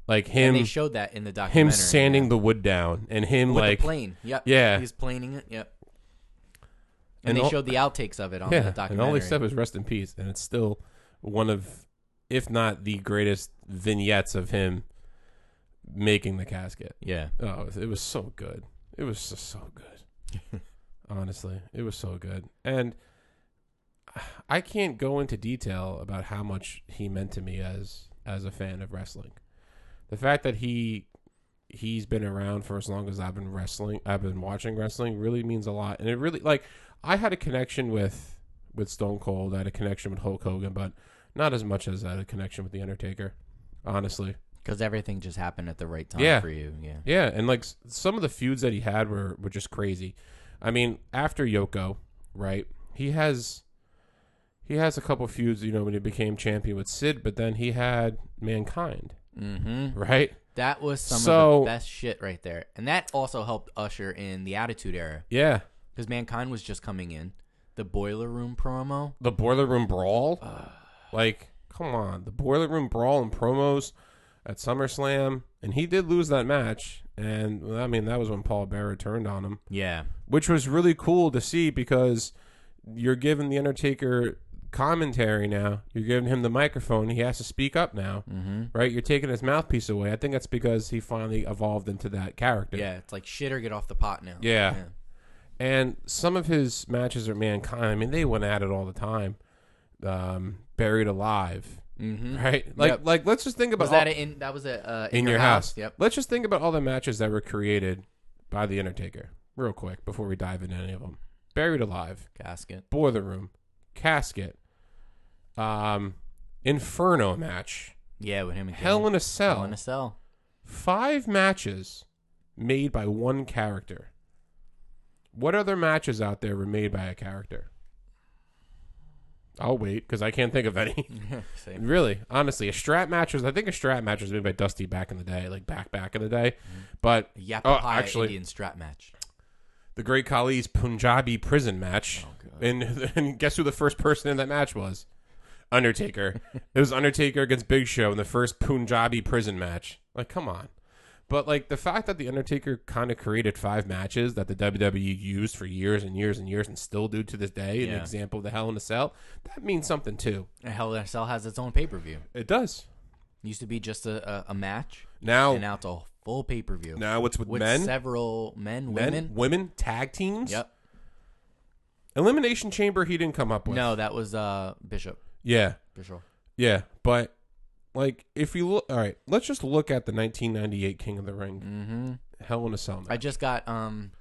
like
And they
him
showed that in the documentary.
him sanding the wood down, and him
with
like
the plane. Yep.
Yeah.
He's planing it. Yep. And,
And
they
all-
showed the outtakes of it on
yeah,
that documentary.
and all he said was rest in peace, and it's still one of, if not the greatest vignettes of him making the casket.
Yeah.
Oh, it was so good. It was just so good. Honestly, it was so good, and I can't go into detail about how much he meant to me as as a fan of wrestling. The fact that he he's been around for as long as I've been wrestling, I've been watching wrestling, really means a lot, and it really like I had a connection with with Stone Cold, I had a connection with Hulk Hogan, but not as much as I had a connection with the Undertaker. Honestly,
Because everything just happened at the right time
Yeah.
for you. Yeah.
yeah, and like s- some of the feuds that he had were were just crazy. I mean, after Yoko, right? He has he has a couple feuds, you know, when he became champion with Sid, but then he had Mankind,
Mm-hmm.
right?
That was some
So-
of the best shit right there. And that also helped usher in the Attitude Era.
Yeah.
Because Mankind was just coming in. The Boiler Room promo.
The Boiler Room Brawl? like, come on. The Boiler Room Brawl and promos at SummerSlam, and he did lose that match, And well, I mean, that was when Paul Bearer turned on him,
Yeah.
which was really cool to see because you're giving the Undertaker commentary now. You're giving him the microphone. He has to speak up now,
Mm-hmm.
right? You're taking his mouthpiece away. I think that's because he finally evolved into that character.
Yeah, it's like shit or get off the pot now.
Yeah. And some of his matches are mankind. I mean, they went at it all the time. Um, buried alive,
Mm-hmm.
right? Like,
Yep.
like let's just think about
Was that in? That was a uh,
in your house.
Yep.
Let's just think about all the matches that were created by the Undertaker, real quick, before we dive into any of them. Buried alive,
Casket.
boiler room, casket, um, inferno match,
Yeah, with him and
hell in a
Kane.
cell.
Hell in a cell.
Five matches made by one character. What other matches out there were made by a character? I'll wait because I can't think of any.
Same.
Really, honestly, a strap match was I think a strap match was made by Dusty back in the day, like back back in the day.
Mm-hmm.
But
Yappa
Oh,
pie
actually-
Indian strap match.
the Great Khali's Punjabi prison match,
Oh, God.
and and guess who the first person in that match was? Undertaker. it was Undertaker against Big Show in the first Punjabi prison match. Like, come on. But like the fact that the Undertaker kind of created five matches that the WWE used for years and years and years and still do to this day, an
Yeah.
example of the Hell in a Cell, that means something too.
And Hell in a Cell has its own pay per view.
It does.
Used to be just a, a, a match,
Now,
and now it's a full pay per view
now it's with,
with
Oh. men.
several men,
Men,
women.
women, tag teams.
Yep.
Elimination Chamber. He didn't come up with.
No, that was uh, Bishop.
Yeah,
Bishop.
yeah. But like, if you look, all right, let's just look at the 1998 King of the Ring,
Mm-hmm.
Hell in a Cell.
I
match.
just got um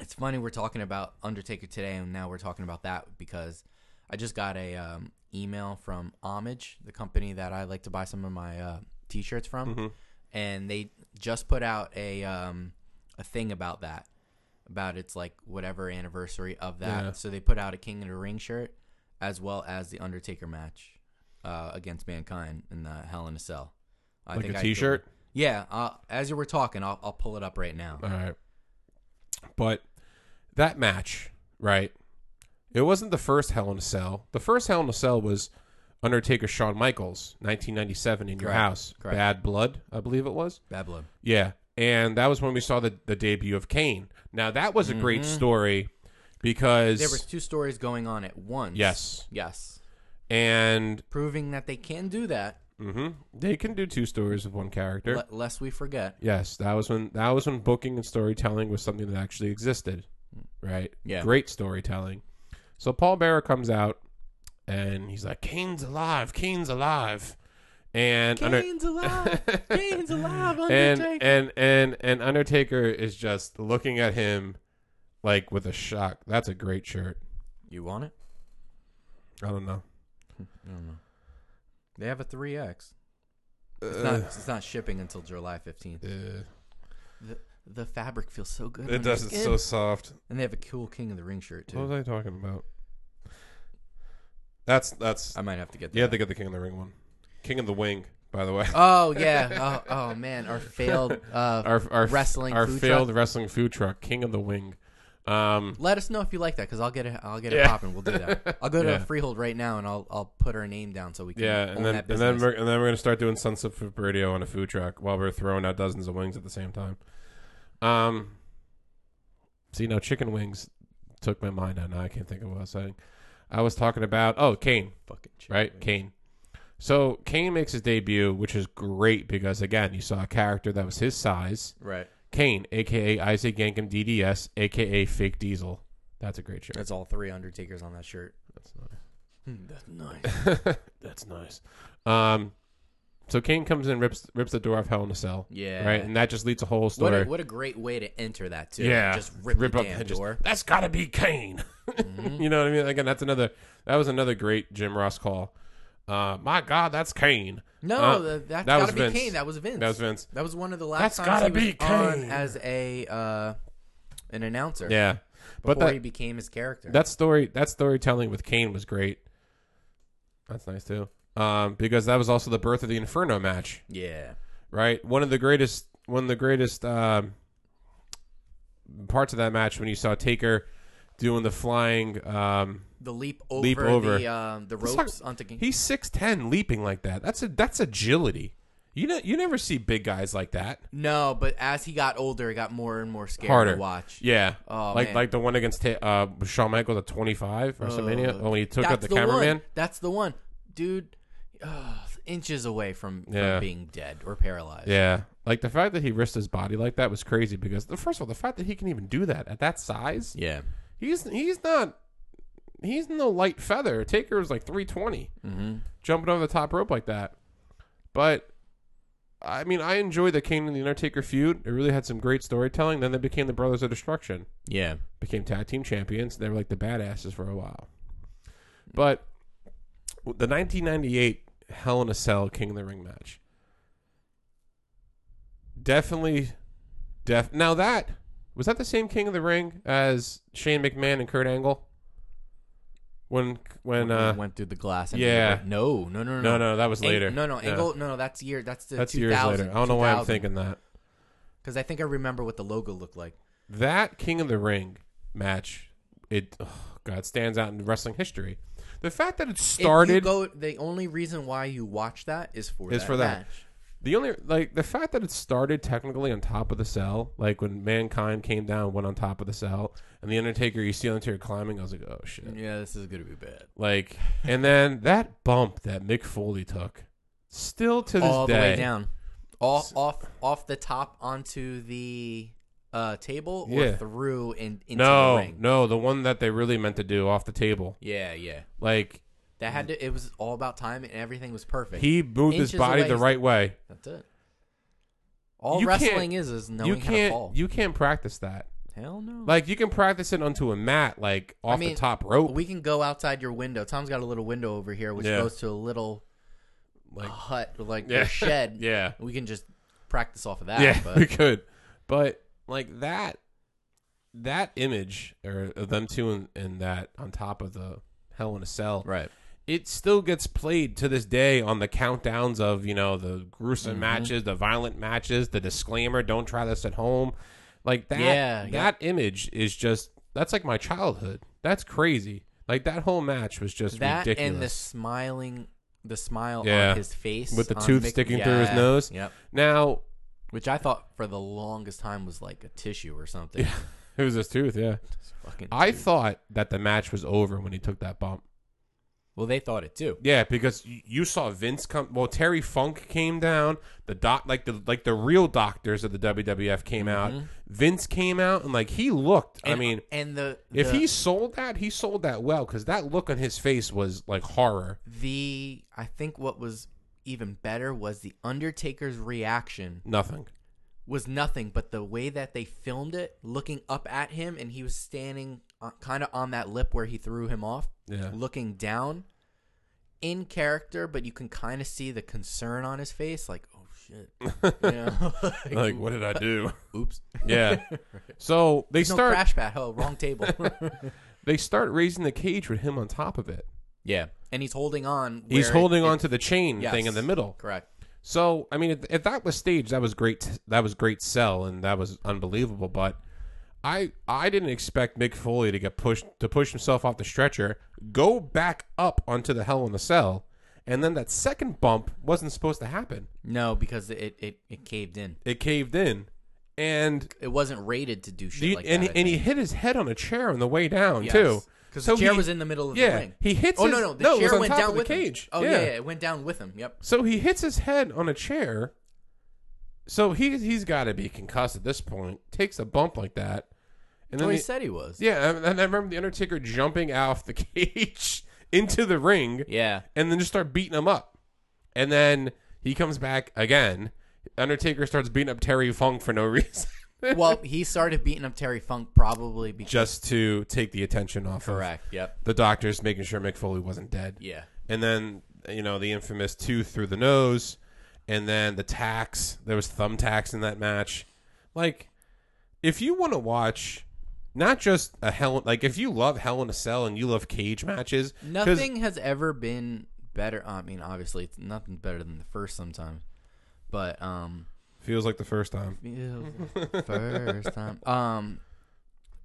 it's funny we're talking about Undertaker today and now we're talking about that because I just got a um, email from Homage, the company that I like to buy some of my uh, t-shirts from,
Mm-hmm.
and they just put out a um, a thing about that about its like whatever anniversary of that.
Yeah.
So they put out a King of the Ring shirt as well as the Undertaker match uh, against Mankind in the Hell in a Cell. I
like a
I-
T-shirt. Uh-huh.
yeah, uh, as you were talking, I'll, I'll pull it up right now.
All right. But that match, right? It wasn't the first Hell in a Cell. The first Hell in a Cell was Undertaker Shawn Michaels, 1997, in your
Correct.
house.
Correct.
Bad Blood, I believe it was.
Babylon.
Yeah. And that was when we saw the, the debut of Kane. Now, that was a great story because.
Mm-hmm. There was two stories going on at once.
Yes.
Yes.
And
Proving that they can do that,
hmm they can do two stories with one character.
le- lest we forget.
yes, that was when that was when booking and storytelling was something that actually existed, right?
Yeah.
great storytelling. So Paul Bearer comes out and he's like, "Kane's alive! Kane's alive!" And Under-
Kane's alive. Kane's alive.
and
Undertaker.
and and and Undertaker is just looking at him like with a shock. That's a great shirt.
you want it?
I don't know.
I don't know. They have a 3X. It's,
Uh,
not, it's not shipping until July 15th.
uh,
The, the fabric feels so good. on
it does.
your
It's so
skin.
soft.
And they have a cool King of the Ring shirt,
What
too.
was I talking about? That's that's.
I might have to get that.
You have to get the King of the Ring one. King of the Wing, by the way.
Oh, yeah. Oh, oh, man. Our failed. Uh,
our our
wrestling
our
food
failed wrestling food truck, King of the Wing. Um,
Let us know if you like that because I'll get it. I'll get it
Yeah.
popping. We'll do that. I'll go to
Yeah.
Freehold right now and I'll I'll put her name down so we can.
yeah,
own
and then
that
and then
business.
we're and then we're gonna start doing Sunset Flip Radio on a food truck while we're throwing out dozens of wings at the same time. Um, see now, chicken wings took my mind out. Now I can't think of what I was saying. I was talking about oh Kane,
fucking chicken
right?
wing.
Kane. So Kane makes his debut, which is great because again, you saw a character that was his size.
Right.
Kane, aka Isaac Yankem DDS, aka Fake Diesel. That's a great shirt.
That's all three Undertakers on that shirt. Hmm,
That's not
That's nice.
That's nice. Um, so Kane comes in, rips rips the door off Hell in a Cell,
Yeah.
right, and that just leads a whole
What a,
story.
what a great way to enter that too.
yeah,
Just rip, the
up
damn
and just, Uh,
door. Mm-hmm.
That's got to be Kane. you know what I mean? Again, that's another. That was another great Jim Ross call. Uh, my God, that's Kane.
No,
Uh,
that, has
that
gotta
was
be
Vince.
Kane. That was Vince.
That was Vince.
That was one of the last
That's
times
gotta
he was
be
on
Kane.
as a uh, an announcer.
Yeah, but
Before
that
he became his character.
that story that storytelling with Kane was great. That's nice too. Um, because that was also the birth of the Inferno match.
yeah.
right? One of the greatest, one of the greatest um, parts of that match when you saw Taker doing the flying. Um,
The leap over,
Leap over.
the um, the
Let's talk-
ropes onto Kane.
he's six ten, leaping like that. That's a that's agility. You know, you never see big guys like that.
No, but as he got older, it got more and more scary
Harder.
to watch.
Yeah,
Oh,
like
man.
like the one against Ta- uh, Shawn Michaels at 25 WrestleMania
Ugh.
when he took
That's
out the, cameraman.
One. That's the one, dude. ugh, inches away from, from
Yeah.
being dead or paralyzed.
Yeah, like the fact that he risked his body like that was crazy because the first of all, the fact that he can even do that at that size,
Yeah.
he's he's not he's no light feather. Taker was like 320
Mm-hmm.
jumping over the top rope like that, but. I mean, I enjoyed the Kane and the Undertaker feud. It really had some great storytelling. Then they became the Brothers of Destruction.
Yeah.
became tag team champions. They were like the badasses for a while. But the 1998 Hell in a Cell King of the Ring match definitely, def. Now that was that the same King of the Ring as Shane McMahon and Kurt Angle when when uh
went through the glass. And
yeah.
No, no, no, no,
no no that was
Ang-
later
no, no, Angle. No, no, that's year. That's the
that's
2000,
years later. I don't know why I'm thinking that.
Because I think I remember what the logo looked like.
that King of the Ring match, it oh God it stands out in wrestling history. The fact that it
If you
started,
go, the only reason why you watch that is for
Is
that
for that.
match.
the only like the fact that it started technically on top of the cell, like when mankind came down, went on top of the cell, and the Undertaker, you see Undertaker climbing. I was like, oh shit,
Yeah, this is gonna be bad.
like, and then that bump that Mick Foley took, still to this
All
day,
the way down, off, off, off the top onto the uh, table, or
Yeah.
through and into the
No,
ring.
no, the one that they really meant to do off the table,
Yeah, yeah.
like
That had to. It was all about time, and everything was perfect.
he moved his
Inches
body
away
the
is-
right way.
That's it. All
You can't-
wrestling is is knowing
you
how to
can't,
fall.
you can't practice that.
Hell no.
Like you can practice it onto a mat, like off the
mean,
top rope.
we can go outside your window. Tom's got a little window over here, which
Yeah.
goes to a little
Like-
hut, like
Yeah.
a shed.
yeah,
We can just practice off of that.
yeah, we
But
could, but like that, that image or of them two in, in that on top of the Hell in a Cell,
right.
it still gets played to this day on the countdowns of you know the
Mm-hmm.
gruesome matches, the violent matches, the disclaimer: don't try this at home. Like that,
Yeah, yeah.
that image is just that's like my childhood. That's crazy. Like that whole match was just
That
ridiculous.
and the smiling, the smile
Yeah.
on his face
With the
on
tooth
Mick-
sticking through his
Yeah.
nose.
Yep.
now
Which I thought for the longest time was like a tissue or something.
it was his tooth, yeah.
It's fucking
I
tooth.
thought that the match was over when he took that bump.
well, they thought it too.
Yeah, because y- you saw Vince come. Well, Terry Funk came down. The doc, like the like the real doctors of the WWF came out. Vince came out and like he looked. I
And- uh,
mean,
and the
if
the-
he sold that, he sold that well because that look on his face was like horror.
the I think what was even better was the Undertaker's reaction
Nothing.
was nothing but the way that they filmed it, looking up at him, and he was standing kind of on that lip where he threw him off,
Yeah.
looking down, in character, but you can kind of see the concern on his face, like oh shit, you know?
Like, what did I do?
oops,
yeah. So they
no
start
crash pad, oh wrong table,
they start raising the cage with him on top of it.
yeah, and he's holding on,
He's
where it-
holding
it-
on to the chain thing in
Yes.
the middle.
correct,
So I mean, if, if that was staged, that was great. That was great sell, and that was unbelievable. But I I didn't expect Mick Foley to get pushed to push himself off the stretcher, go back up onto the Hell in the Cell, and then that second bump wasn't supposed to happen.
no, because it it, it caved in.
It caved in, and
It wasn't rated to do shit
he,
like
and,
that.
he- and he hit his head on a chair on the way down too.
Because
So
the chair
he-
was in the middle of
yeah,
the ring.
he hits
Oh
his-
no, no, the
no, it
chair
was on
went
top
down
of the
with
cage.
Him. Oh yeah.
Yeah.
yeah, it went down with him. Yep.
So he hits his head on a chair. So he he's got to be concussed at this point. Takes a bump like that, and
No,
then
he
the-
said he was.
yeah, and and I remember the Undertaker jumping off the cage into the ring,
Yeah.
and then just start beating him up, and then he comes back again. Undertaker starts beating up Terry Funk for no reason,
Well, he started beating up Terry Funk probably because.
just to take the attention off
Correct. Yep.
of the doctors, making sure Mick Foley wasn't dead.
Yeah.
and then you know the infamous tooth through the nose, and then the tax. There was thumbtacks in that match. Like, if you want to watch, not just a hell like if you love Hell in a Cell and you love cage matches, 'cause-
Nothing has ever been better. I mean, obviously, it's nothing better than the first sometimes, but um,
feels like the first time.
feels like the first time. Um,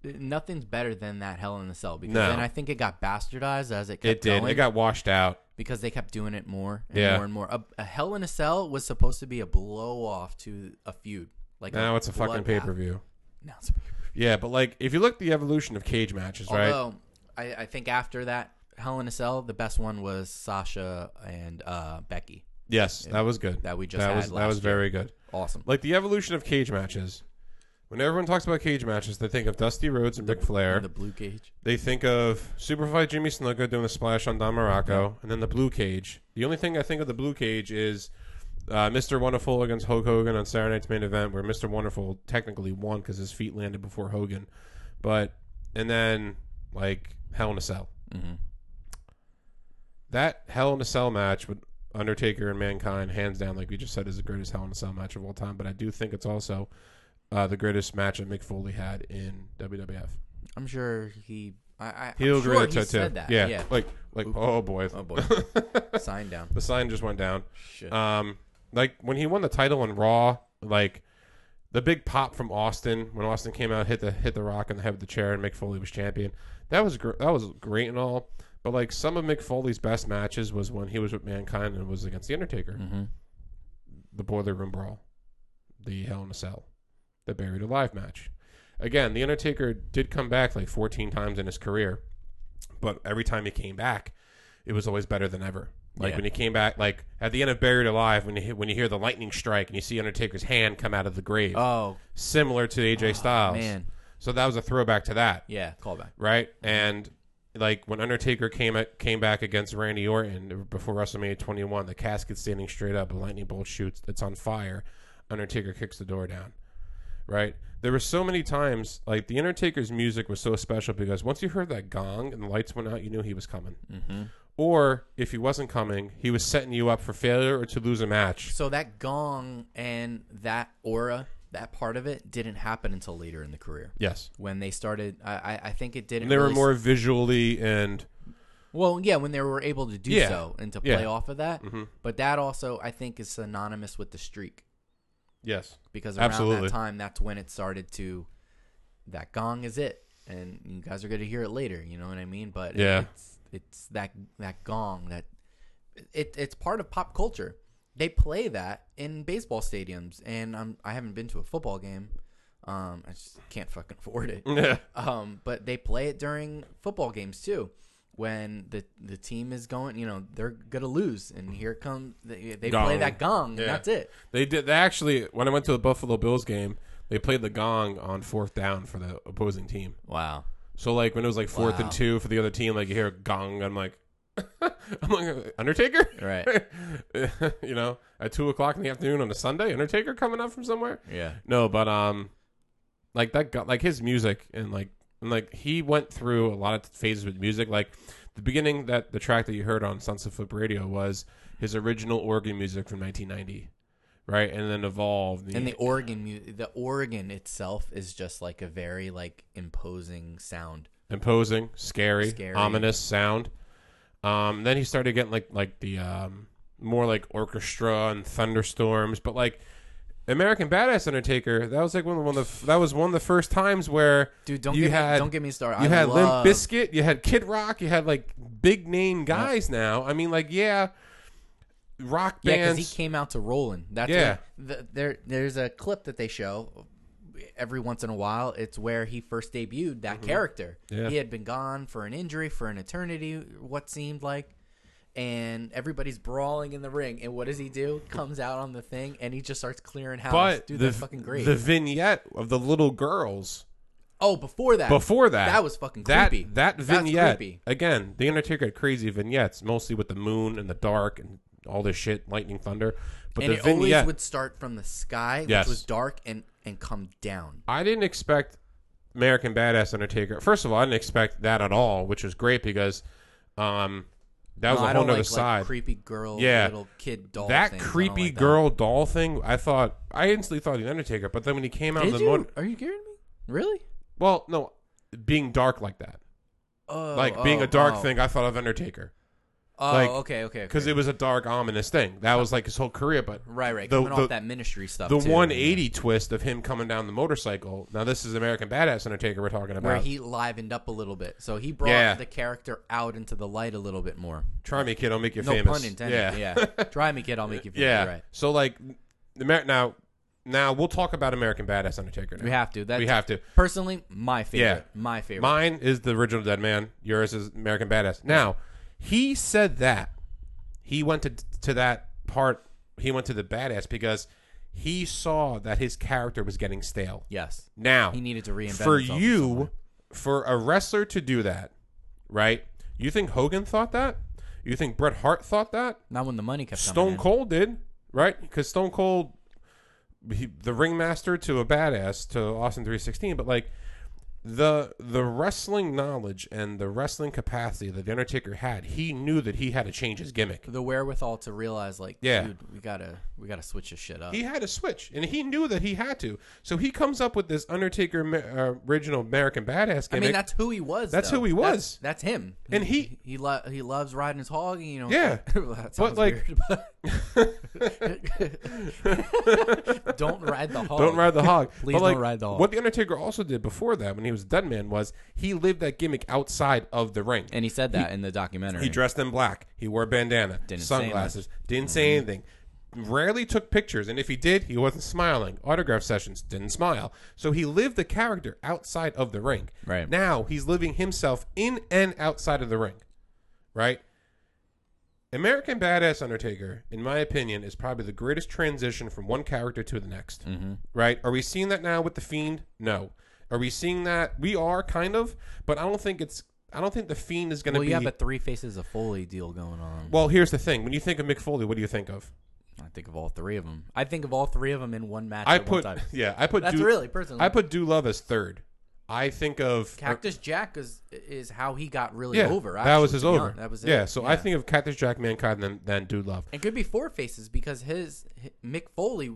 nothing's better than that Hell in a Cell because
No.
then I think it got bastardized as it kept
It did.
going
It got washed out.
because they kept doing it more and
Yeah.
more and more. A, a Hell in a Cell was supposed to be a blow off to a feud. Like
Now it's a fucking
bloodbath.
pay per view.
Now it's a pay-per-view.
Yeah, but like if you look at the evolution of cage matches, right?
Although I, I think after that Hell in a Cell, the best one was Sasha and uh, Becky
Yes, that was good.
that we just
That
had
was
last
that was
year.
very good.
awesome.
Like the evolution of cage matches. When everyone talks about cage matches, they think of Dusty Rhodes and Ric Flair.
The blue cage.
They think of Superfly Jimmy Snuka doing a splash on Don Morocco, and then the Blue Cage. The only thing I think of the Blue Cage is uh, Mr. Wonderful against Hulk Hogan on Saturday Night's main event, where Mr. Wonderful technically won because his feet landed before Hogan, but and then like Hell in a Cell.
Mm-hmm.
That Hell in a Cell match with Undertaker and Mankind, hands down, like we just said, is the greatest Hell in a Cell match of all time. But I do think it's also uh, the greatest match that Mick Foley had in WWF.
I'm sure he. I, I,
He'll
I'm
agree
sure
with
he
that too.
said that.
Yeah,
yeah.
like like oh boy,
Oh boy. Sign down.
the sign just went down.
Shit.
Um, like when he won the title on Raw, like the big pop from Austin when Austin came out, hit the hit the rock on the head with the chair, and Mick Foley was champion. That was gr- that was great and all, but like some of Mick Foley's best matches was when he was with Mankind and was against the Undertaker,
mm-hmm.
the Boiler Room Brawl, the Hell in a Cell, the Buried Alive match. Again, the Undertaker did come back like 14 times in his career, but every time he came back, it was always better than ever. Like
Yeah.
when he came back, like at the end of Buried Alive, when you, when you hear the lightning strike and you see Undertaker's hand come out of the grave,
Oh
similar to AJ Styles.
man.
So that was a throwback to that
Yeah. Callback.
right? And like when Undertaker came at, came back against Randy Orton before WrestleMania 21, the casket's standing straight up, a lightning bolt shoots, it's on fire. Undertaker kicks the door down, right? There were so many times like the Undertaker's music was so special because once you heard that gong and the lights went out, you knew he was coming.
Mm-hmm.
Or if he wasn't coming, he was setting you up for failure or to lose a match.
So that gong and that aura, that part of it, didn't happen until later in the career
Yes,
when they started. I, I, I think it didn't.
and they were
really-
more visually and
Well, yeah, when they were able to do
Yeah.
so and to
Yeah.
play off of that.
Mhm.
But that also, I think, is synonymous with the streak
yes,
because around
Absolutely.
that time, that's when it started to. That gong is it, and you guys are gonna hear it later. You know what I mean? But it-
Yeah.
it's, it's that that gong that it it's part of pop culture. They play that in baseball stadiums, and I'm I haven't been to a football game. Um, I just can't fucking afford it. Um, but they play it during football games too. When the the team is going, you know they're gonna lose, and here comes they, they play
Gong.
that gong, and
Yeah.
that's it.
They did. They actually, when I went to the Buffalo Bills game, they played the gong on fourth down for the opposing team.
Wow,
So like when it was like fourth
Wow.
and two for the other team, like you hear a gong, I'm like, I'm like Undertaker,
right?
you know, at two o'clock in the afternoon on a Sunday, Undertaker coming up from somewhere.
Yeah,
No, but um, like that, got, like his music and like and like he went through a lot of phases with music. Like the beginning that the track that you heard on Sunset Flip Radio was his original organ music from 1990, right? And then evolved.
and the organ, mu- the organ itself is just like a very like imposing sound.
imposing, scary,
Scary.
ominous sound. Um, then he started getting like like the um, more like orchestra and thunderstorms, but like American Badass Undertaker, that was like one of, one of the that was one of the first times where
Dude, don't
You
get
had-
me, don't get me started.
you
I
had
love,
Limp Biscuit, you had Kid Rock, you had like big name guys. Now, I mean, like yeah, rock
Yeah, because he
bands.
came out to Roland. That's
Yeah.
what- th- there. There's a clip that they show every once in a while. It's where he first debuted that character.
Yeah.
He had been gone for an injury for an eternity, what seemed like, and everybody's brawling in the ring. And what does he do? Comes out on the thing and he just starts clearing house.
but
Dude,
the,
that's fucking great.
the vignette of the little girls
oh, before that,
before that
that was fucking
that
creepy.
that
That's
vignette
creepy.
again the undertaker had crazy vignettes mostly with the moon and the dark and all this shit lightning thunder but
and
the
it
vignette
always would start from the sky,
Yes.
which was dark, and and come down.
i didn't expect american badass undertaker first of all i didn't expect that at all which was great because um that was
No,
a
I
whole
don't
nother
like,
side
Like creepy girl,
Yeah.
little kid doll.
that
things. I don't
creepy
like that.
girl doll thing i thought i instantly thought the undertaker but then when he came out in
Did
the
you?
morning
Are you kidding me? Really?
well no being dark like that
Oh,
like being
oh,
a dark
oh.
thing i thought of undertaker
Oh,
Like,
okay, okay.
because
okay.
it was a dark, ominous thing. That was like his whole career. But
right, right.
the-
Coming
the-
off that ministry stuff.
the
too,
180 twist of him coming down the motorcycle. Now this is American Badass Undertaker we're talking
where
about.
he livened up a little bit. So he brought
Yeah.
the character out into the light a little bit more.
Try me, kid. I'll make you
No
famous.
pun intended. Yeah. Try me, kid. I'll make you famous.
Yeah.
You're Right.
So like the Amer- now now we'll talk about American Badass Undertaker. Now.
We have to. That's
We have to.
personally my favorite.
Yeah.
My favorite.
Mine is the original Dead Man. Yours is American Badass. Now he said that he went to to that part. He went to the badass because he saw that his character was getting stale.
yes.
Now
He needed to reinvent
for
himself in some way.
you for a wrestler to do that, right? You think Hogan thought that? You think Bret Hart thought that?
Not when the money kept coming.
Stone
in.
Cold did, right? Because Stone Cold, he, the ringmaster to a badass to Austin three sixteen, but like the the wrestling knowledge and the wrestling capacity that the Undertaker had, he knew that he had to change his gimmick.
The wherewithal to realize like,
Yeah.
dude, we gotta we gotta switch this shit up.
He had to switch, and he knew that he had to. So he comes up with this Undertaker uh, original American Badass gimmick.
I mean, that's who he was.
That's
though.
who he was.
That's, that's him.
And he-
he lo- he loves riding his hog. You know.
Yeah.
that sounds
like-
weird, but- don't ride the hog.
Don't ride the hog. But,
Please don't
like,
ride the hog.
What the Undertaker also did before that, when he was Dead Man, was he lived that gimmick outside of the ring.
And he said that in the documentary.
He dressed in black. He wore a bandana,
Didn't say Mm-hmm.
sunglasses. didn't say anything. Rarely took pictures, and if he did, he wasn't smiling. Autograph sessions didn't smile. So he lived the character outside of the ring.
Right.
now, he's living himself in and outside of the ring. Right. American Badass Undertaker, in my opinion, is probably the greatest transition from one character to the next. Mm-hmm. Right? Are we seeing that now with the Fiend? No. Are we seeing that? We are kind of, but I don't think it's. I don't think the Fiend is going to
well,
be.
you have a three faces of Foley deal going on.
Well, here's the thing. When you think of Mick Foley, what do you think of?
I think of all three of them. I think of all three of them in one match.
I
at
put
one time.
yeah, I put
That's
Du-
really personal.
I put Do Love as third. I think of
Cactus Jack is is how he got really
yeah,
over.
that
actually,
was his
to be
over.
honest. That was it.
yeah. So I think of Cactus Jack, Mankind, then then Do Love.
it could be four faces because his, hi Mick Foley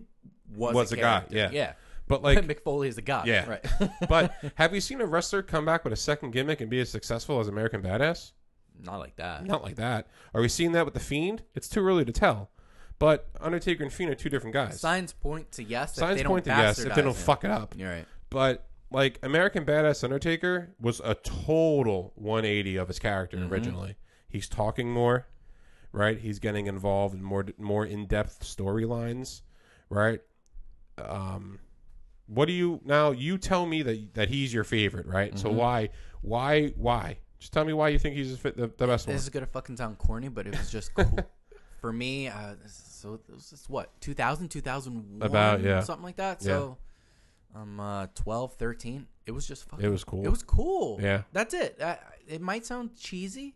was
Was
a
a guy,
character.
yeah.
yeah.
But like,
Mick Foley is a guy.
yeah.
right.
but have you seen a wrestler come back with a second gimmick and be as successful as American Badass?
Not like that.
Not like that. Are we seeing that with the Fiend? It's too early to tell. But Undertaker and Fiend are two different guys.
Signs point to yes. if
Signs
they don't
point to yes if they
bastardize
don't
him.
fuck it up.
You're right.
but like American Badass Undertaker was a total 180 of his character originally. He's talking more, right? He's getting involved in more more in-depth storylines, right? Um what do you now you tell me that that he's your favorite, right? So why why why? Just tell me why you think he's the, the, the best one.
This is gonna fucking sound corny, but it was just cool. for me. Uh, so this is what 2000, 2001,
About, yeah.
something like that. So I'm uh, 12, 13. It was just fucking.
It was cool.
It was cool.
Yeah.
that's it. Uh, it might sound cheesy.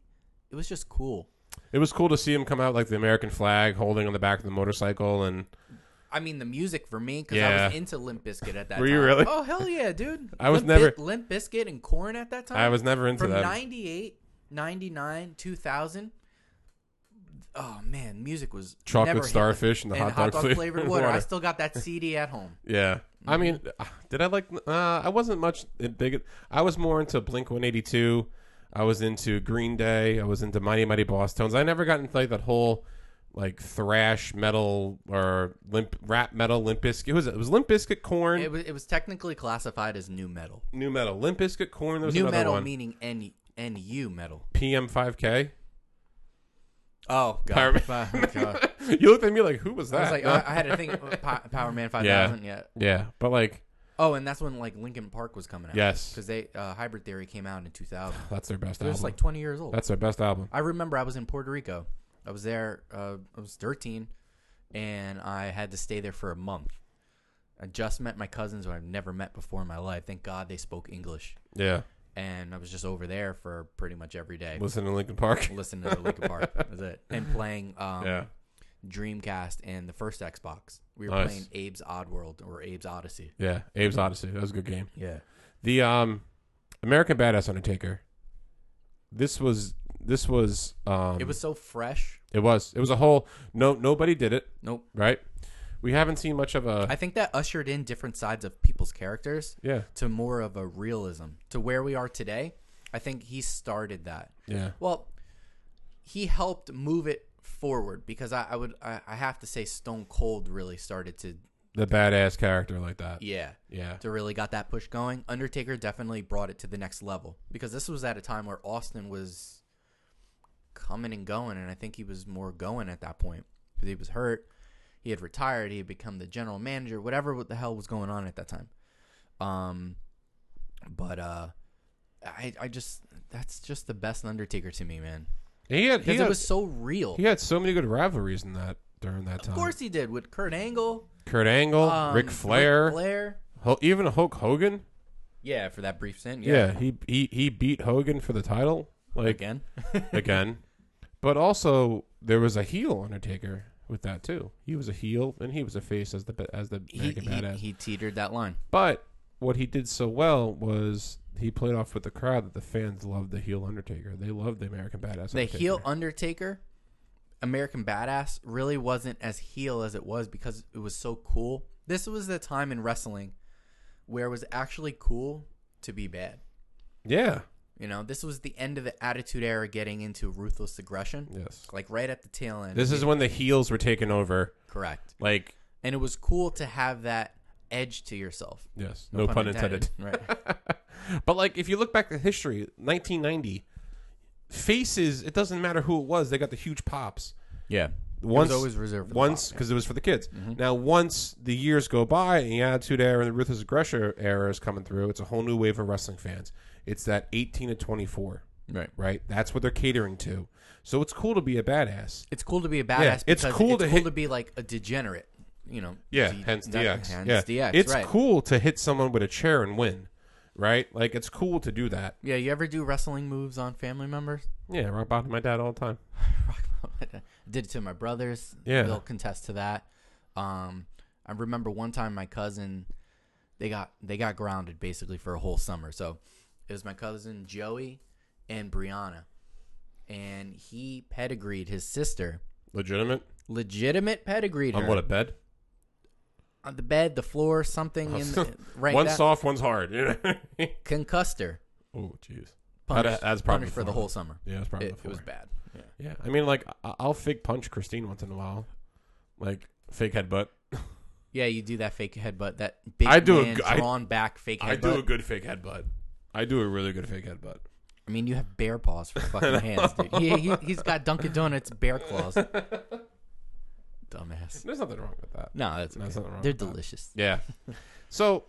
It was just cool.
it was cool to see him come out like the American flag holding on the back of the motorcycle and
I mean, the music for me because I
Yeah.
was into Limp Bizkit at that.
Were
time.
you really?
Oh hell yeah, dude!
I was
Limp
never-
Biz- Limp Bizkit and Corn at that time.
I was never into
Uh, from
that.
98 99 2000 oh man music was
Chocolate
never hit-
starfish and the hot dog flavor-
flavored water. i
water.
still got that cd at home
Yeah.
Mm-hmm.
I mean, uh, did I like? Uh, I wasn't much big. I was more into Blink One Eighty Two. I was into Green Day. I was into Mighty Mighty Boss Tones. I never got into like that whole like thrash metal or limp rap metal Limp Bizkit. Who was it? It was Limp Bizkit, Corn,
it was, it was technically classified as new metal
New Metal, Limp Bizkit, Corn. There was
new
another
metal
one.
meaning N nu metal
PM5K.
oh
Power
god,
Man.
Power- God.
you looked at me like, who was that?
i was like
No.
I, I had to think uh, Po- power man 5000 yeah.
yeah, but like
oh and that's when like linkin park was coming out
Yes.
because they uh, hybrid theory came out in 2000
that's their best
it was
album.
like 20 years old
that's their best album.
I remember I was in Puerto Rico. I was there. Uh, I was 13, and I had to stay there for a month. I just met my cousins who I've never met before in my life. Thank God they spoke English,
Yeah,
and I was just over there for pretty much every day,
listen to Linkin Park.
listening to Linkin Park. That's it, and playing um,
Yeah,
Dreamcast and the first Xbox. We were
Nice.
playing Abe's Oddworld or Abe's Odyssey.
yeah. Abe's Odyssey. That was a good game.
Yeah,
The um, American Badass Undertaker. This was this was um,
it was so fresh.
it was it was a whole no nobody did it
Nope.
right. We haven't seen much of a
I think that ushered in different sides of people's characters.
yeah
to more of a realism to where we are today. I think he started that.
yeah
Well, he helped move it forward because I, I would I, I have to say Stone Cold really started to
The badass character like that.
yeah
Yeah.
to really got that push going. Undertaker definitely brought it to the next level because this was at a time where Austin was coming and going, and I think he was more going at that point because he was hurt, he had retired, he had become the general manager, whatever what the hell was going on at that time. Um, but uh, I I just that's just the best Undertaker to me, man,
He had he
because
had,
it was so real.
he had so many good rivalries in that during that time.
of course he did with Kurt Angle,
Kurt Angle,
um,
Ric Flair,
Ric Flair.
Ho- even Hulk Hogan.
Yeah, for that brief stint.
Yeah.
Yeah,
he he he beat Hogan for the title like
again.
again. But also there was a heel Undertaker with that too. He was a heel and he was a face as the ba- as the
he,
American
he,
badass.
he teetered that line.
But what he did so well was he played off with the crowd that the fans loved the heel Undertaker. They loved the American Badass.
The
Undertaker.
heel Undertaker, American Badass, really wasn't as heel as it was because it was so cool. This was the time in wrestling where it was actually cool to be bad.
Yeah.
You know, this was the end of the Attitude Era getting into ruthless aggression,
Yes.
like right at the tail end.
This is when the heels were taken over.
correct.
Like
And it was cool to have that edge to yourself.
yes, no, pun, intended.
Right.
But like if you look back to history, 1990 faces. It doesn't matter who it was. They got the huge pops.
yeah.
Once
always reserved for the Mm-hmm.
once because it was for the kids. Now once the years go by and the Attitude Era and the Ruthless Aggression Era is coming through, it's a whole new wave of wrestling fans. It's that 18 to 24.
Right.
right? That's what they're catering to. So it's cool to be a badass.
It's cool to be a badass.
Yeah, it's
because
cool
it's
to
cool
hit-
to be like a degenerate. You know. D-
hence
that-
DX.
Hence
yeah,
DX.
it's
right.
cool to hit someone with a chair and win, right? Like it's cool to do that.
Yeah, you ever do wrestling moves on family members?
Yeah, rock bottom my dad all the time.
Did it to my brothers.
Yeah.
they'll contest to that. Um, I remember one time my cousin, they got they got grounded basically for a whole summer. So it was my cousin Joey and Brianna, and he pedigreed his sister,
Legitimate.
legitimate pedigreed
On
her
what a bed.
on the bed, the floor, something in the, right.
one's
that-
soft, one's hard.
concussed her.
oh, jeez. That-
Punished,
that's probably
punished for the
before.
whole summer.
Yeah, it's probably
It, it
before.
was bad. Yeah.
Yeah, I mean, like I- I'll fake punch Christine once in a while, like fake headbutt.
Yeah, you do that fake headbutt, that big
I do a
man
g- I-
drawn back fake headbutt.
I do a good fake headbutt. I do a really good fake headbutt.
I mean, you have bear paws for fucking hands, dude. He, he, he's got Dunkin' Donuts bear claws. Dumbass.
There's nothing wrong with that.
No, that's okay.
There's nothing wrong
They're
with that.
delicious.
Yeah. so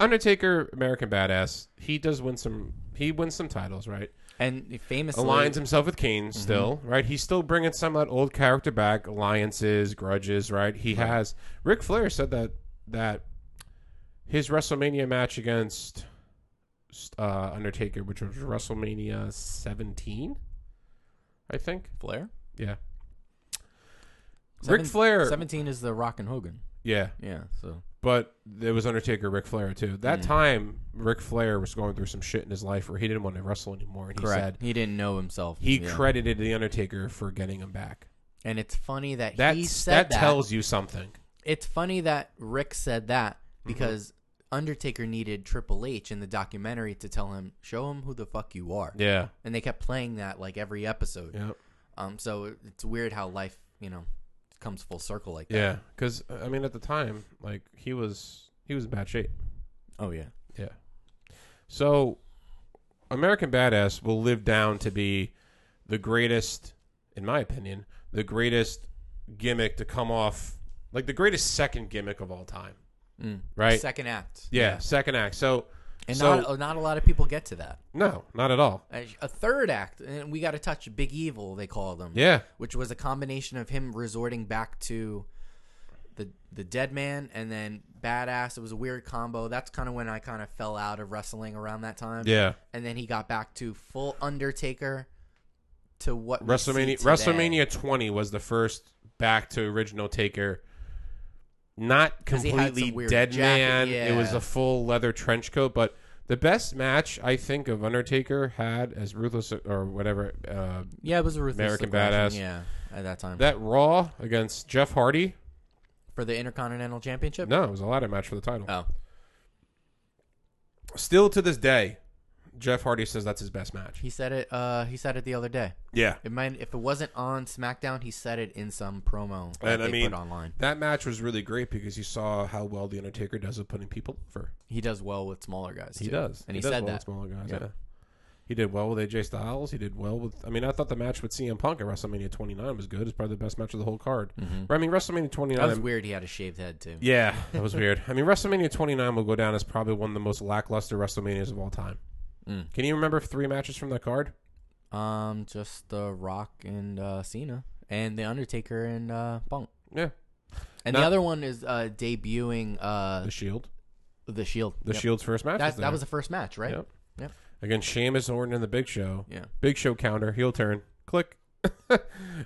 Undertaker, American Badass, he does win some. He wins some titles, right?
And famously,
Aligns himself with Kane
Mm-hmm.
still, right? He's still bringing some of that old character back, alliances, grudges, right? He has. Ric Flair said that that his WrestleMania match against uh, Undertaker, which was WrestleMania 17, I think.
Flair.
Yeah.
Seven-
Ric Flair.
Seventeen is the Rock and Hogan.
Yeah.
Yeah. So
But there was Undertaker, Ric Flair too.
Mm.
That time, Ric Flair was going through some shit in his life where he didn't want to wrestle anymore, and he said
He didn't know himself.
he
Yeah.
credited the Undertaker for getting him back.
and it's funny that
That
he said
that
that.
tells you something.
it's funny that Rick said that
Mm-hmm.
because Undertaker needed Triple H in the documentary to tell him, show him who the fuck you are.
Yeah.
And they kept playing that like every episode.
Yeah.
Um, so it- it's weird how life, you know, comes full circle like that.
Yeah. Because I mean, at the time, like he was he was in bad shape.
Oh yeah.
Yeah. So, American Badass will live down to be the greatest, in my opinion, the greatest gimmick to come off, like the greatest second gimmick of all time.
Mm.
Right.
Second act.
Yeah, second act. So,
And
so
not uh, not a lot of people get to that.
no, not at all.
A a third act, and we got to touch Big Evil. They call them.
Yeah,
Which was a combination of him resorting back to the the dead man and then badass. It was a weird combo. That's kind of when I kind of fell out of wrestling around that time.
yeah.
And then he got back to full Undertaker. To what we see
WrestleMania
today.
WrestleMania 20 was the first back to original Taker. Not
'Cause he had some
completely
weird
dead
jacket,
man. It was
yeah.
a full leather trench coat, but the best match I think of Undertaker had as ruthless or whatever uh,
Yeah, it was a ruthless
American Badass.
aggression, Yeah, at that time.
that Raw against Jeff Hardy.
for the Intercontinental Championship?
No, it was a ladder match for the title.
Oh,
Still to this day, Jeff Hardy says that's his best match.
He said it. Uh, he said it the other day.
Yeah.
It might if it wasn't on SmackDown, he said it in some promo that
And I
they
mean,
put online.
that match was really great because you saw how well the Undertaker does at putting people over.
He does well with smaller guys.
He
too.
does,
and
he,
he,
does
said
well with
that.
smaller guys.
Yeah.
Yeah. he did well with AJ Styles. He did well with. I mean, I thought the match with CM Punk at WrestleMania 29 was good. It's probably the best match of the whole card.
Mm-hmm.
I mean, WrestleMania 29.
That was weird. He had a shaved head too.
Yeah, that was weird. I mean, WrestleMania 29 will go down as probably one of the most lackluster WrestleManias of all time.
Mm.
Can you remember three matches from that card?
Um, just The Rock and uh, Cena, and The Undertaker and uh, Punk.
Yeah,
And
Not-
the other one is uh, debuting uh,
the Shield.
the Shield.
The
Yep.
Shield's first match.
That,
there.
that was the first match, right?
Yep.
Yep.
Against Sheamus, Orton, and the Big Show.
Yeah.
Big Show counter, heel turn, click.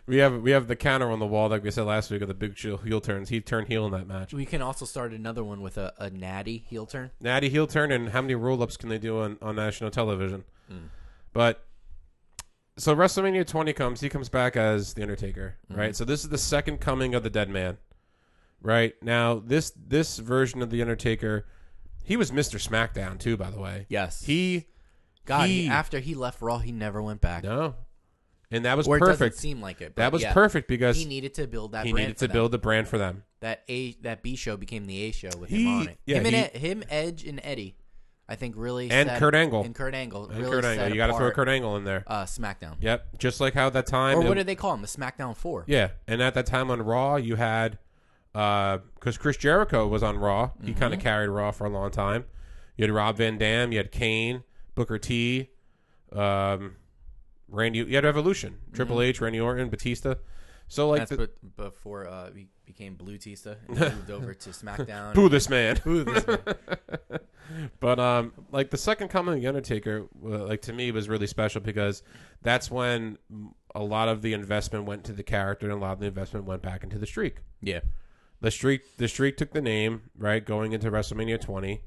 we have we have the counter on the wall, like we said last week, of the Big Show heel turns. He turned heel in that match.
We can also start another one with a, a natty heel turn.
Natty heel turn, and how many roll ups can they do on, on national television? But so WrestleMania 20 comes. He comes back as the Undertaker, right? So this is the second coming of the Dead Man, right? Now this this version of the Undertaker, he was Mister SmackDown too, by the way.
Yes.
He
God, he,
he-
after he left Raw, he never went back.
no, and that was
or it
perfect.
doesn't seem like it. But
that was
yeah,
perfect because
He needed to build that.
he
brand
needed
for
to
them.
build a brand for them.
that A that B show became the A show with
He-
him on it.
yeah,
him and
he-
Ed- him Edge and Eddie, I think really
And
set-
Kurt Angle.
and Kurt Angle
And
really
Kurt Angle,
set
you got to throw
apart,
Kurt Angle in there.
uh, SmackDown
Yep, just like how that time.
or
it-
what do they call him? The SmackDown Four.
yeah, and at that time on Raw, you had because Chris Jericho was on Raw. He kind
Mm-hmm.
of carried Raw for a long time. You had Rob Van Dam. You had Kane, Booker T, um, Randy. You had Evolution, Triple H, Randy Orton, Batista. So like,
Mm-hmm. That's
the,
but before uh, he became Blue Tista and moved over to SmackDown.
boo this man.
Boo this man.
But um, like the second coming of the Undertaker, uh, like to me was really special because that's when mm, a lot of the investment went to the character and a lot of the investment went back into the streak.
yeah.
The streak, the streak took the name right going into WrestleMania 20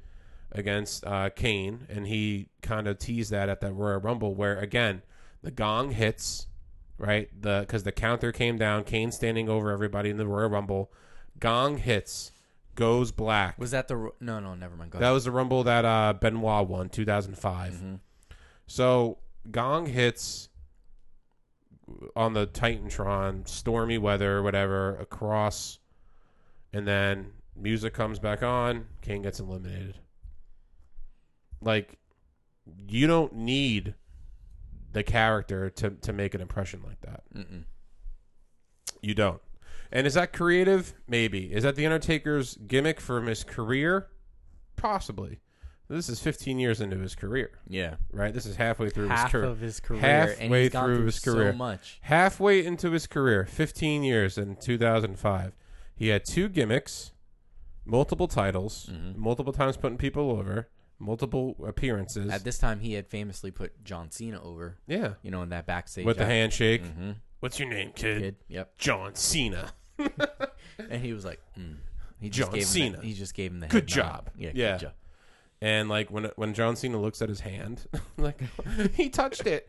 against uh, Kane, and he kind of teased that at that Royal Rumble where again the gong hits right the because the counter came down, Kane standing over everybody in the Royal Rumble, gong hits, goes black.
Was that the Ro- no no never mind. Go
That
ahead. Mm-hmm.
was the Rumble that uh, Benoit won, 2005. So Gong hits on the Titantron, stormy weather, whatever, across, and then music comes back on. Kane gets eliminated. Like, you don't need the character to to make an impression like that.
Mm-mm.
You don't. And is that creative? Maybe. Is that the Undertaker's gimmick from his career? Possibly. This is 15 years into his career,
Yeah.
right? This is halfway through his
Half
career.
of his career. and
Halfway
he's gone
through
through
his
so
career.
much.
halfway into his career, 15 years in 2005. He had two gimmicks, multiple titles,
Mm-hmm.
multiple times putting people over, multiple appearances.
At this time, he had famously put John Cena over.
yeah.
You know, in that backstage
With the
act-
handshake. What's your name, kid?
Mm-hmm. kid. Yep.
John Cena.
And he was like, mm. he
John
just gave him
Cena.
the- he just gave him the
Good
head nod.
job.
Yeah,
Yeah.
Good job.
And like when when John Cena looks at his hand, like he touched it.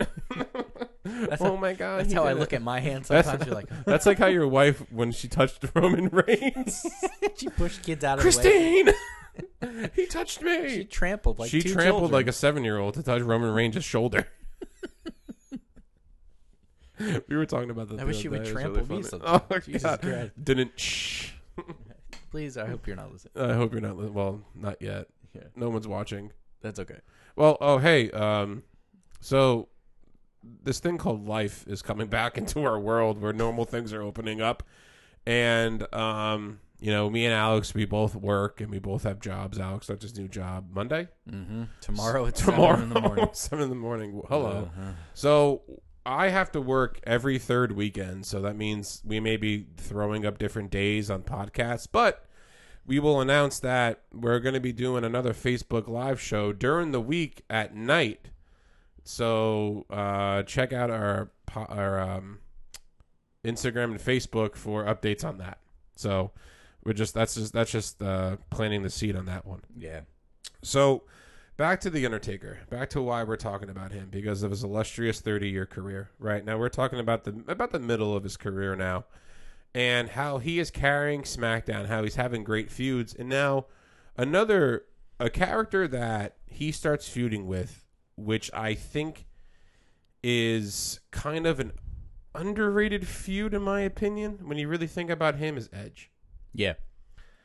oh my god!
That's
he
how I
did
look
it.
at my hand
That's-
sometimes. You're like,
That's like how your wife when she touched Roman Reigns.
she pushed kids out of the way.
Christine, he touched
She
me.
trampled like
she
two
trampled
children.
like a seven year old to touch Roman Reigns' shoulder. we were talking about that.
I
the
wish
other
you would
day. It was
trample
really
me
funny.
sometime.
Oh,
Jesus
God.
Christ.
Didn't. Shh.
Please, I hope you're not listening.
I hope you're not. li- Well, not yet.
Yeah.
No one's watching.
That's okay.
Well, oh hey, um, so this thing called life is coming back into our world where normal things are opening up, and um, you know, me and Alex, we both work and we both have jobs. Alex starts his new job Monday
Mm-hmm. Tomorrow it's
tomorrow
in the morning. Uh-huh.
seven in the morning. Hello. So I have to work every third weekend, so that means we may be throwing up different days on podcasts, but we will announce that we're going to be doing another Facebook live show during the week at night. So uh, check out our po- our um, Instagram and Facebook for updates on that. So we're just that's just that's just uh, planting the seed on that one.
Yeah.
So, back to the Undertaker. Back to why we're talking about him because of his illustrious 30-year career. Right now, we're talking about the about the middle of his career now, and how he is carrying SmackDown. How he's having great feuds, and now another a character that he starts feuding with which I think is kind of an underrated feud in my opinion. When you really think about him, is Edge.
Yeah.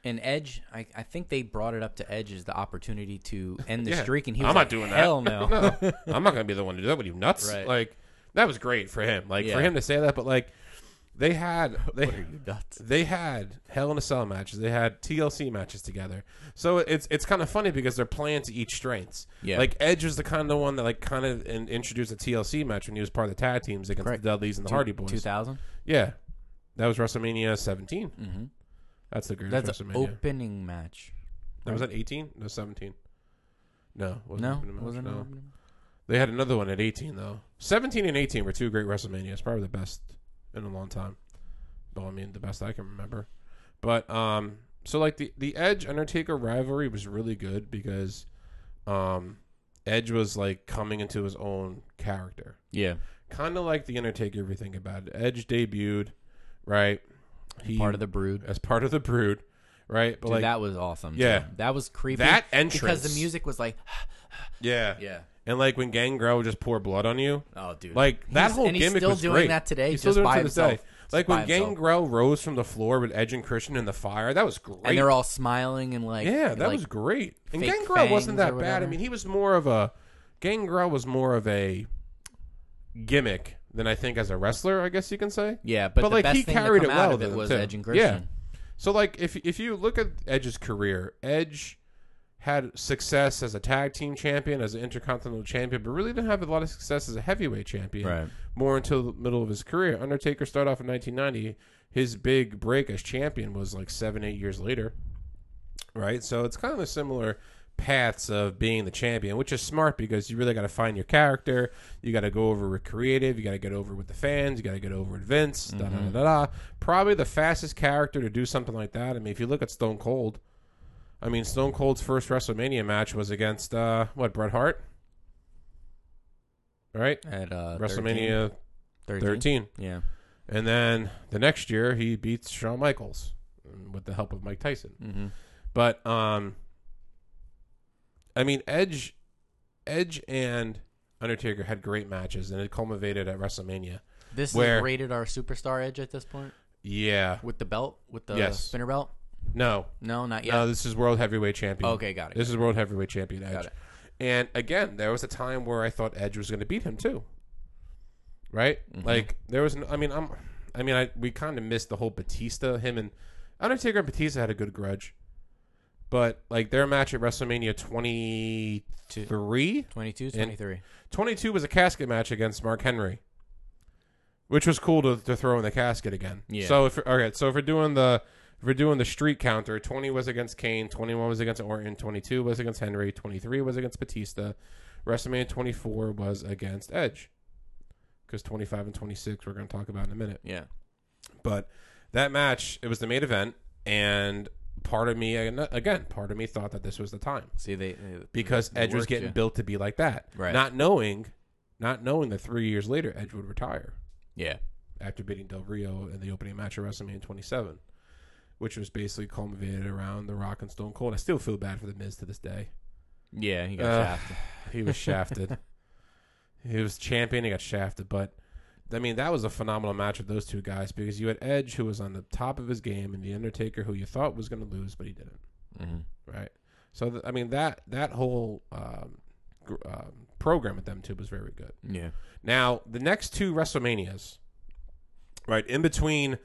And Edge, I, I think they brought it up to Edge as the opportunity to end the
Yeah.
streak, and he was
I'm
like,
not doing that.
Hell no.
no, I'm not going to be the one to do that. What are you nuts?
Right.
Like that was great for him. Like
Yeah.
for him to say that, but like they had they
What are you nuts?
they had Hell in a Cell matches. They had TLC matches together. So it's it's kind of funny because they're playing to each strengths.
Yeah.
Like Edge was the kind of one that like kind of in, introduced the TLC match when he was part of the tag teams against
Correct.
the Dudleys and the Hardy Boys.
Two thousand.
Yeah, that was WrestleMania 17.
Mm-hmm.
That's the greatest
That's an
WrestleMania.
opening match.
That was at 18? No, 17. No, wasn't
No,
opening match,
wasn't it?
no. They had another one at 18 though. 17 and 18 were two great WrestleManias, probably the best in a long time. Well, I mean, the best I can remember. But um, so like the the Edge Undertaker rivalry was really good because um, Edge was like coming into his own character,
Yeah,
kind of like the Undertaker. If you think about it, Edge debuted, right? He
part of the Brood.
as part of the Brood, right? But
Dude,
like that,
that was awesome.
Yeah.
too. that was creepy.
entrance,
because the music was like,
yeah,
yeah.
and like when Gangrel would just pour blood on you,
Oh, dude.
Like that
He's-
whole
and he's
gimmick
still
was
doing
great.
that today,
He's still
just
doing it
by
to this day.
himself. Just
Like
by
when
himself.
Gangrel rose from the floor with Edge and Christian in the fire, that was great.
and they're all smiling and like,
yeah, that
like,
was great. And
fake
Gangrel
fangs
wasn't
or
that bad.
whatever.
I mean, he was more of a Gangrel was more of a gimmick than I think as a wrestler. I guess you can say.
yeah. But,
but,
the
like,
best
he
thing
carried
to come
it
out
well
of it
then,
was
too.
Edge and
Yeah.
Christian.
So like if if you look at Edge's career, Edge had success as a tag team champion, as an intercontinental champion, but really didn't have a lot of success as a heavyweight champion.
Right.
More until the middle of his career. Undertaker started off in 1990. His big break as champion was like seven, eight years later. Right. So it's kind of a similar paths of being the champion, which is smart because you really got to find your character. You got to go over with creative. You got to get over with the fans. You got to get over with Vince. Da, da, da, da, da. Probably the fastest character to do something like that. I mean, if you look at Stone Cold, I mean, Stone Cold's first WrestleMania match was against uh, what Bret Hart, right?
At uh,
WrestleMania
13.
13.
Yeah.
And then the next year, he beats Shawn Michaels um, with the help of Mike Tyson.
Mm-hmm.
But um, I mean, Edge, Edge and Undertaker had great matches, and it culminated at WrestleMania.
This
Where-
is rated our superstar edge at this point
Yeah.
with the belt, with the
Yes.
spinner belt.
No.
No, not yet.
No, this is World Heavyweight Champion.
okay, got it.
This is World Heavyweight Champion Edge.
Got it.
And again, there was a time where I thought Edge was going to beat him too. Right?
Mm-hmm.
Like there was. An, I mean, I'm. I mean, I we kind of missed the whole Batista. Him and Undertaker and Batista had a good grudge, but like their match at WrestleMania 23,
22,
And-
23.
22 was a casket match against Mark Henry, which was cool to, to throw in the casket again.
Yeah.
So if okay, so if we're doing the if we're doing the street counter, 20 was against Kane, 21 was against Orton, 22 was against Henry, 23 was against Batista, WrestleMania 24 was against Edge. Because 25 and 26 we're going to talk about in a minute.
Yeah.
But that match, it was the main event, and part of me again, part of me thought that this was the time
See, they, they
because
It
Edge was
worked,
getting
yeah.
built to be like that.
Right.
Not knowing, not knowing that three years later Edge would retire
yeah,
after beating Del Rio in the opening match of WrestleMania 27, which was basically culminated around The Rock and Stone Cold. I still feel bad for The Miz to this day.
yeah, he got
Uh,
shafted.
He was shafted. he was champion. He got shafted, but. I mean, that was a phenomenal match with those two guys because you had Edge, who was on the top of his game, and The Undertaker, who you thought was going to lose, but he didn't.
Mhm.
right? So th- I mean that that whole um, gr- um, program at them too was very good.
Yeah,
Now the next two WrestleManias, right in between,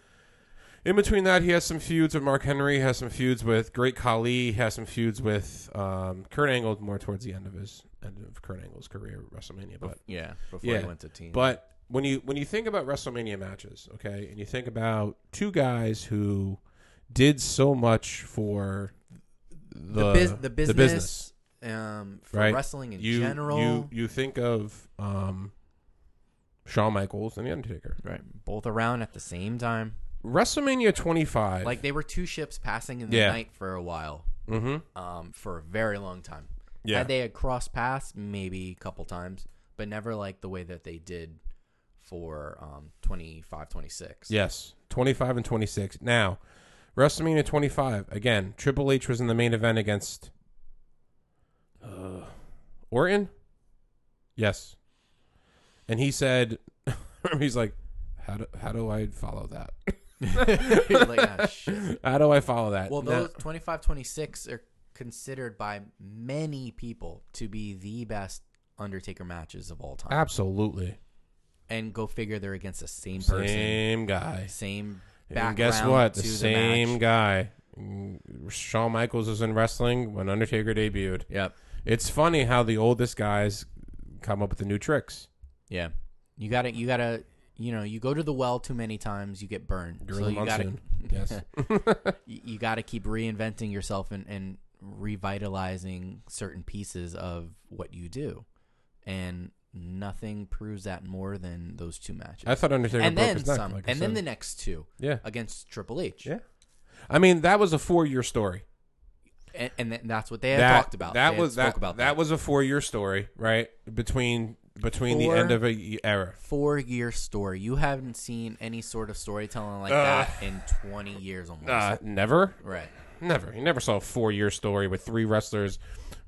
in between that he has some feuds with Mark Henry, he has some feuds with Great Khali, he has some feuds with um, Kurt Angle more towards the end of his end of Kurt Angle's career at WrestleMania, but
yeah. Before
Yeah.
he went to team,
but when you when you think about WrestleMania matches, okay, and you think about two guys who did so much for the
the, bus the business,
the business
um, for
Right.
wrestling in
you,
general,
You you think of um, Shawn Michaels and The Undertaker.
right? Both around at the same time,
WrestleMania 25.
like they were two ships passing in the
Yeah.
night for a while,
mm-hmm.
um, for a very long time.
Yeah.
Had they had crossed paths, maybe a couple times, but never like the way that they did for um 25, 26.
yes. 25 and 26. Now, WrestleMania 25. Again, Triple H was in the main event against uh, Orton. Yes. And he said, he's like, how do, how do I follow that?
like, ah, shit.
How do I follow that?
Well,
No.
those 25, 26 are considered by many people to be the best Undertaker matches of all time.
absolutely.
And go figure they're against the same person, same,
Same guy.
background.
And guess what?
To
The
the
same
match.
guy. Mm, Shawn Michaels was in wrestling when Undertaker debuted.
Yep.
It's funny how the oldest guys come up with the new tricks.
Yeah. You gotta. You gotta. You know, you go to the well too many times, you get burned.
During the
you gotta.
monsoon. Yes.
y- you got to keep reinventing yourself and, and revitalizing certain pieces of what you do. And nothing proves that more than those two matches.
I thought Undertaker
and
broke
then
his neck.
some.
like I
and then the
said.
next two
yeah,
against Triple H.
yeah. I mean, that was a four-year story.
And, and th- that's what they had
that,
talked about.
That
They had
was
spoke
that,
about
that. was a four-year story, right? Between between the
Four.
end of a y- era.
Four year story. You haven't seen any sort of storytelling like
Uh,
that in 20 years almost.
Uh, never,
right.
never. You never saw a four-year story with three wrestlers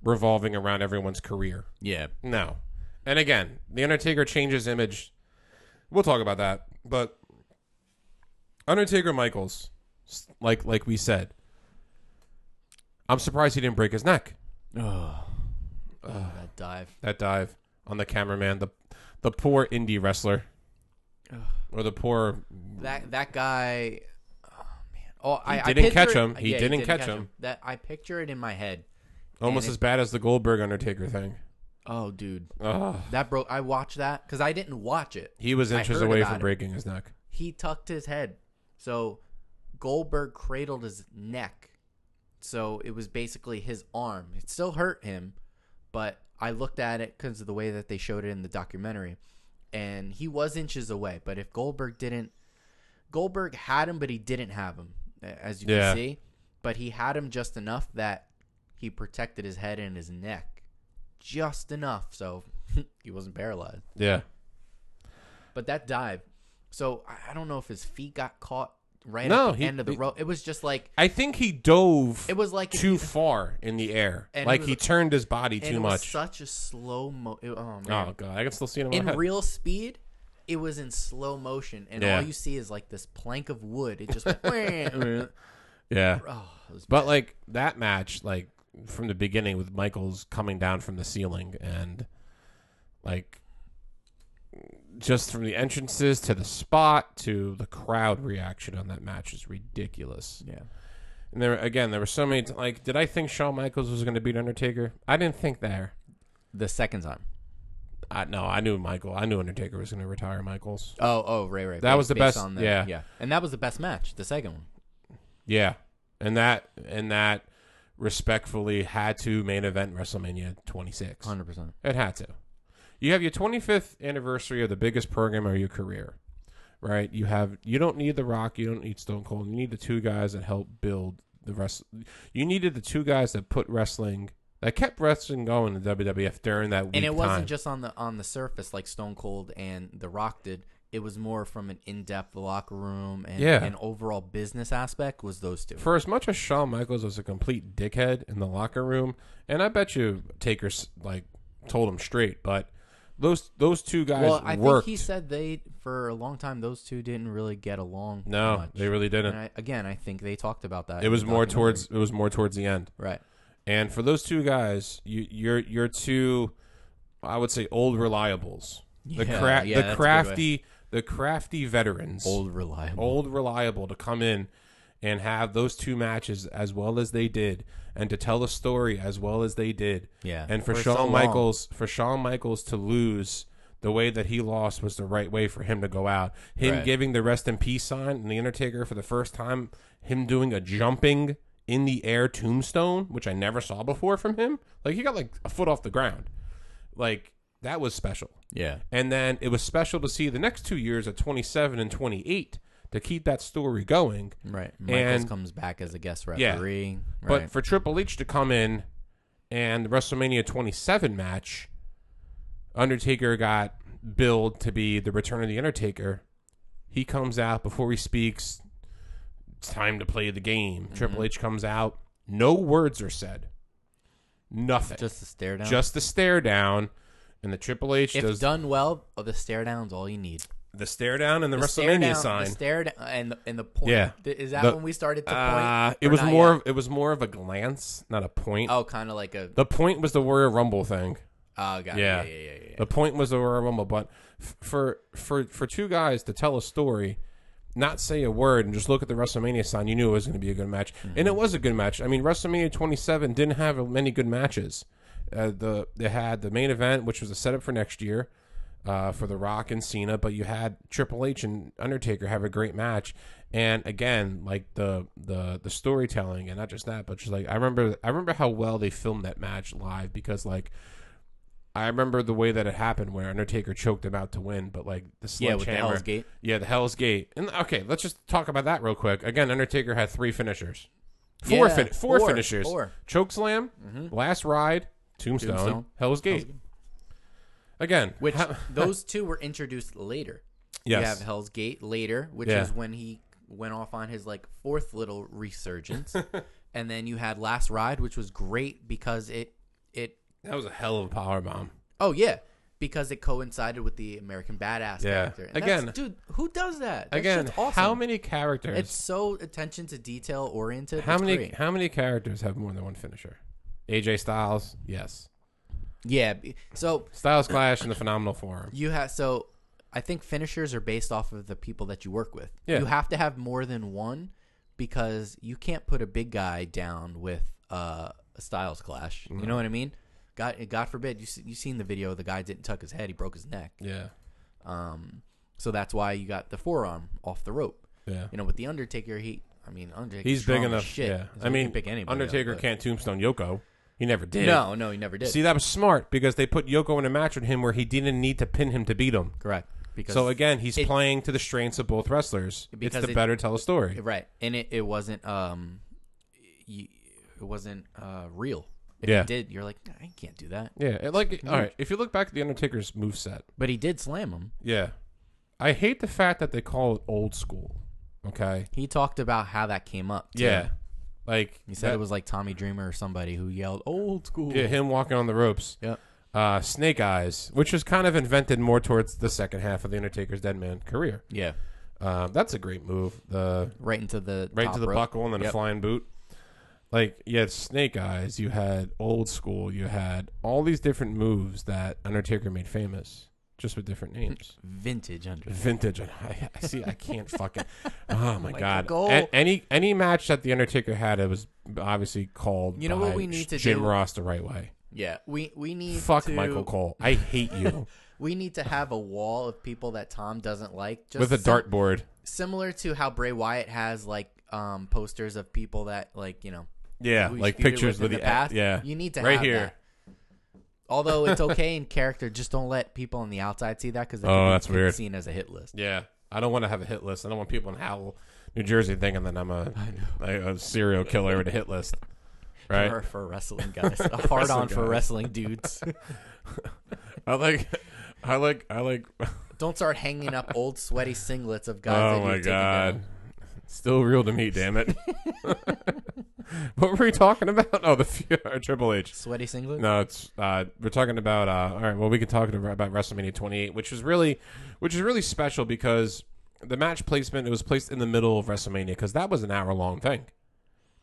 revolving around everyone's career.
Yeah.
No. And again, The Undertaker changes image. We'll talk about that. But Undertaker Michaels, s- like like we said, I'm surprised he didn't break his neck.
Oh. that dive.
That dive on the cameraman, the the poor indie wrestler. Or the poor
That that guy. Oh man! Oh, I I
didn't catch
picture-
him. He didn't catch him.
That I picture it in my head.
almost
And it-
as bad as the Goldberg Undertaker thing.
Oh, dude,
Ugh.
that broke. I watched that because I didn't watch it.
He was
I
inches
heard
away
about
from
it.
breaking his neck.
He tucked his head, so Goldberg cradled his neck. So it was basically his arm. It still hurt him, but I looked at it because of the way that they showed it in the documentary, and he was inches away. But if Goldberg didn't, Goldberg had him, but he didn't have him, a- as you
Yeah.
can see. But he had him just enough that he protected his head and his neck, just enough, so he wasn't paralyzed.
Yeah.
But that dive, so I- I don't know if his feet got caught right
No,
at the
he-
end of the
he-
rope. It was just like
I think he dove
it was like if
too
he-
far in the air.
And it
Like
was-
he turned his body
and
too
it was
much.
such a slow mo. it- oh man,
Oh god, I can still see it in my
in
head.
real speed. It was in slow motion, and
Yeah.
all you see is like this plank of wood. It just went, oh,
yeah,
it was
but like that match, like from the beginning with Michaels coming down from the ceiling and like just from the entrances to the spot to the crowd reaction on that match is ridiculous.
yeah.
And there again, there were so many. T- like, did I think Shawn Michaels was going to beat Undertaker? I didn't think there.
The second time.
I no, I knew Michael. I knew Undertaker was going to retire Michaels.
Oh, oh, right, right.
That
Ba-
was the
based
best- yeah.
yeah. And that was the best match. The second one.
Yeah, and that and that respectfully had to main event WrestleMania 26.
Hundred percent.
It had to. You have your 25th anniversary of the biggest program of your career, right? You have you don't need The Rock, you don't need Stone Cold. You need the two guys that helped build the rest. You needed the two guys that put wrestling that kept wrestling going in WWF during that week.
And it wasn't
time.
just on the on the surface like Stone Cold and The Rock did. It was more from an in depth locker room and
Yeah.
and overall business aspect was those two.
for as much as Shawn Michaels was a complete dickhead in the locker room, and I bet you Taker s- like told him straight, but those those two guys
Well, I
worked.
think he said they for a long time those two didn't really get along.
no,
much.
they really
And
didn't.
I, again, I think they talked about that.
It
in
was
the
more
documentary.
towards it was more towards the end.
right.
And for those two guys, you, you're you're two, I would say, old reliables. The
Yeah,
cra-
yeah,
the
that's a good way.
crafty the crafty veterans,
Old reliable.
old reliable to come in and have those two matches as well as they did, and to tell the story as well as they did.
Yeah.
And for,
For so
Shawn
long.
Michaels, for Shawn Michaels to lose the way that he lost was the right way for him to go out. Him
Right.
giving the rest in peace sign and the Undertaker for the first time, him doing a jumping in the air tombstone, which I never saw before from him. Like he got like a foot off the ground. Like that was special.
Yeah.
And then it was special to see the next two years at 27 and 28 to keep that story going.
Right. Michaels
And-
comes back as a guest
Yeah.
referee.
But
Right.
for Triple H to come in and the WrestleMania 27 match, Undertaker got billed to be the return of the Undertaker. He comes out before he speaks. It's time to play the game.
Mm-hmm.
Triple H comes out. No words are said. Nothing. Just,
just a stare down.
the stare down. And the Triple H
If
does
done well, oh, the stare down's all you need.
the stare down and the,
stare
WrestleMania
down-
sign.
The stare down and the, and the point.
Yeah.
Th- Is that
The-
when we started to point?
Uh, it
Or
was
not
more.
yet?
Of, it was more of a glance, not a point.
Oh, kind of like a.
The point was the Warrior Rumble thing.
Oh, God.
Yeah.
Yeah, yeah, yeah, yeah. yeah.
The point was the Royal Rumble, but f- for for for two guys to tell a story, not say a word, and just look at the WrestleMania sign, you knew it was going to be a good match, and
Mm-hmm.
it was a good match. I mean, WrestleMania 27 didn't have many good matches. Uh, the they had the main event, which was a setup for next year. Uh, for The Rock and Cena, but you had Triple H and Undertaker have a great match, and again, like the the the storytelling, and not just that, but just like I remember, I remember how well they filmed that match live because like I remember the way that it happened where Undertaker choked him out to win, but like the
Yeah, with the
sledgehammer-
Hell's Gate.
Yeah, the Hell's Gate. And okay, let's just talk about that real quick. Again, Undertaker had three finishers. Four
Yeah,
fin- four,
four,
finishers.
four. Mm-hmm.
Choke slam, last ride, tombstone,
Tombstone.
Hell's Gate. Again,
Which
ha-
those two were introduced later.
Yes.
You have Hell's Gate later, which
Yeah.
is when he went off on his like fourth little resurgence. and then you had Last Ride, which was great because it it
that was a hell of a power bomb.
oh yeah, because it coincided with the American Badass
Yeah.
character. And that's-
Again-
dude, who does that? That
Again,
shit's awesome.
how many characters?
It's so attention to detail oriented.
how
It's
many
great.
how many characters have more than one finisher? AJ Styles, yes.
Yeah. b- So
Styles Clash and the Phenomenal Forum.
you have so I think finishers are based off of the people that you work with.
Yeah.
You have to have more than one because you can't put a big guy down with uh, a Styles clash.
Mm-hmm.
You know what I mean? God, God forbid you se- you seen the video. The guy didn't tuck his head; he broke his neck.
Yeah.
Um, so that's why you got the forearm off the rope.
Yeah.
You know, with the Undertaker, he I mean Undertaker,
He's big enough.
Shit,
Yeah,
So
I
he
mean,
can pick anybody up,
Undertaker
but-
can't tombstone Yoko. He never did.
No, no, he never did.
See, that was smart because they put Yoko in a match with him where he didn't need to pin him to beat him.
Correct. Because
So again, he's
It-
playing to the strengths of both wrestlers. It's
Because
the
it-
better tell a story.
Right, and it, it wasn't um, y it wasn't uh real. If
Yeah.
he did, you're like, I can't do that.
yeah, it, like all right. If you look back at the Undertaker's moveset,
But he did slam him.
yeah, I hate the fact that they call it old school. Okay,
He talked about how that came up. too.
yeah, like
he said
that-
it was like Tommy Dreamer or somebody who yelled old school.
yeah, him walking on the ropes.
Yeah.
Uh, Snake Eyes, which was kind of invented more towards the second half of the Undertaker's Dead Man career.
Yeah.
Um, that's a great move. The
right into the
right
top
to the
rope.
buckle and then a
Yep.
flying boot. Like you had Snake Eyes, you had Old School, you had all these different moves that Undertaker made famous, just with different names.
Vintage under.
Vintage. and I, I see. I can't fucking. Oh my
Like a
god!
goal.
A- any any match that the Undertaker had, it was obviously called.
You know what
by
we need to
Jim
do?
Ross the right way.
Yeah, we we need
Fuck
to,
Michael Cole. I hate you
We need to have a wall of people that Tom doesn't like. Just
with a
sim-
dartboard.
similar to how Bray Wyatt has like um posters of people that like you know
Yeah,
we
like
feuded
pictures with
with in
the,
the past,
yeah.
you need to
right
have
here.
that. Although it's okay in character, just don't let people on the outside see that because
Oh, that's weird.
Seen as a hit list.
Yeah, I don't want to have a hit list. I don't want people in Howell, New Jersey, thinking that I'm a, like a serial killer with a hit list. Right?
For, for wrestling guys, a hard on for
guys.
wrestling dudes.
I like, I like, I like.
Don't start hanging up old sweaty singlets of guys.
Oh
that
my
you've taken
god,
down.
still real to me, damn it. what were we talking about? Oh, the few, uh, Triple H.
sweaty singlet.
No, it's uh, we're talking about. Uh, all right, well, we can talk about WrestleMania 28, which is really, which is really special because the match placement it was placed in the middle of WrestleMania because that was an hour long thing.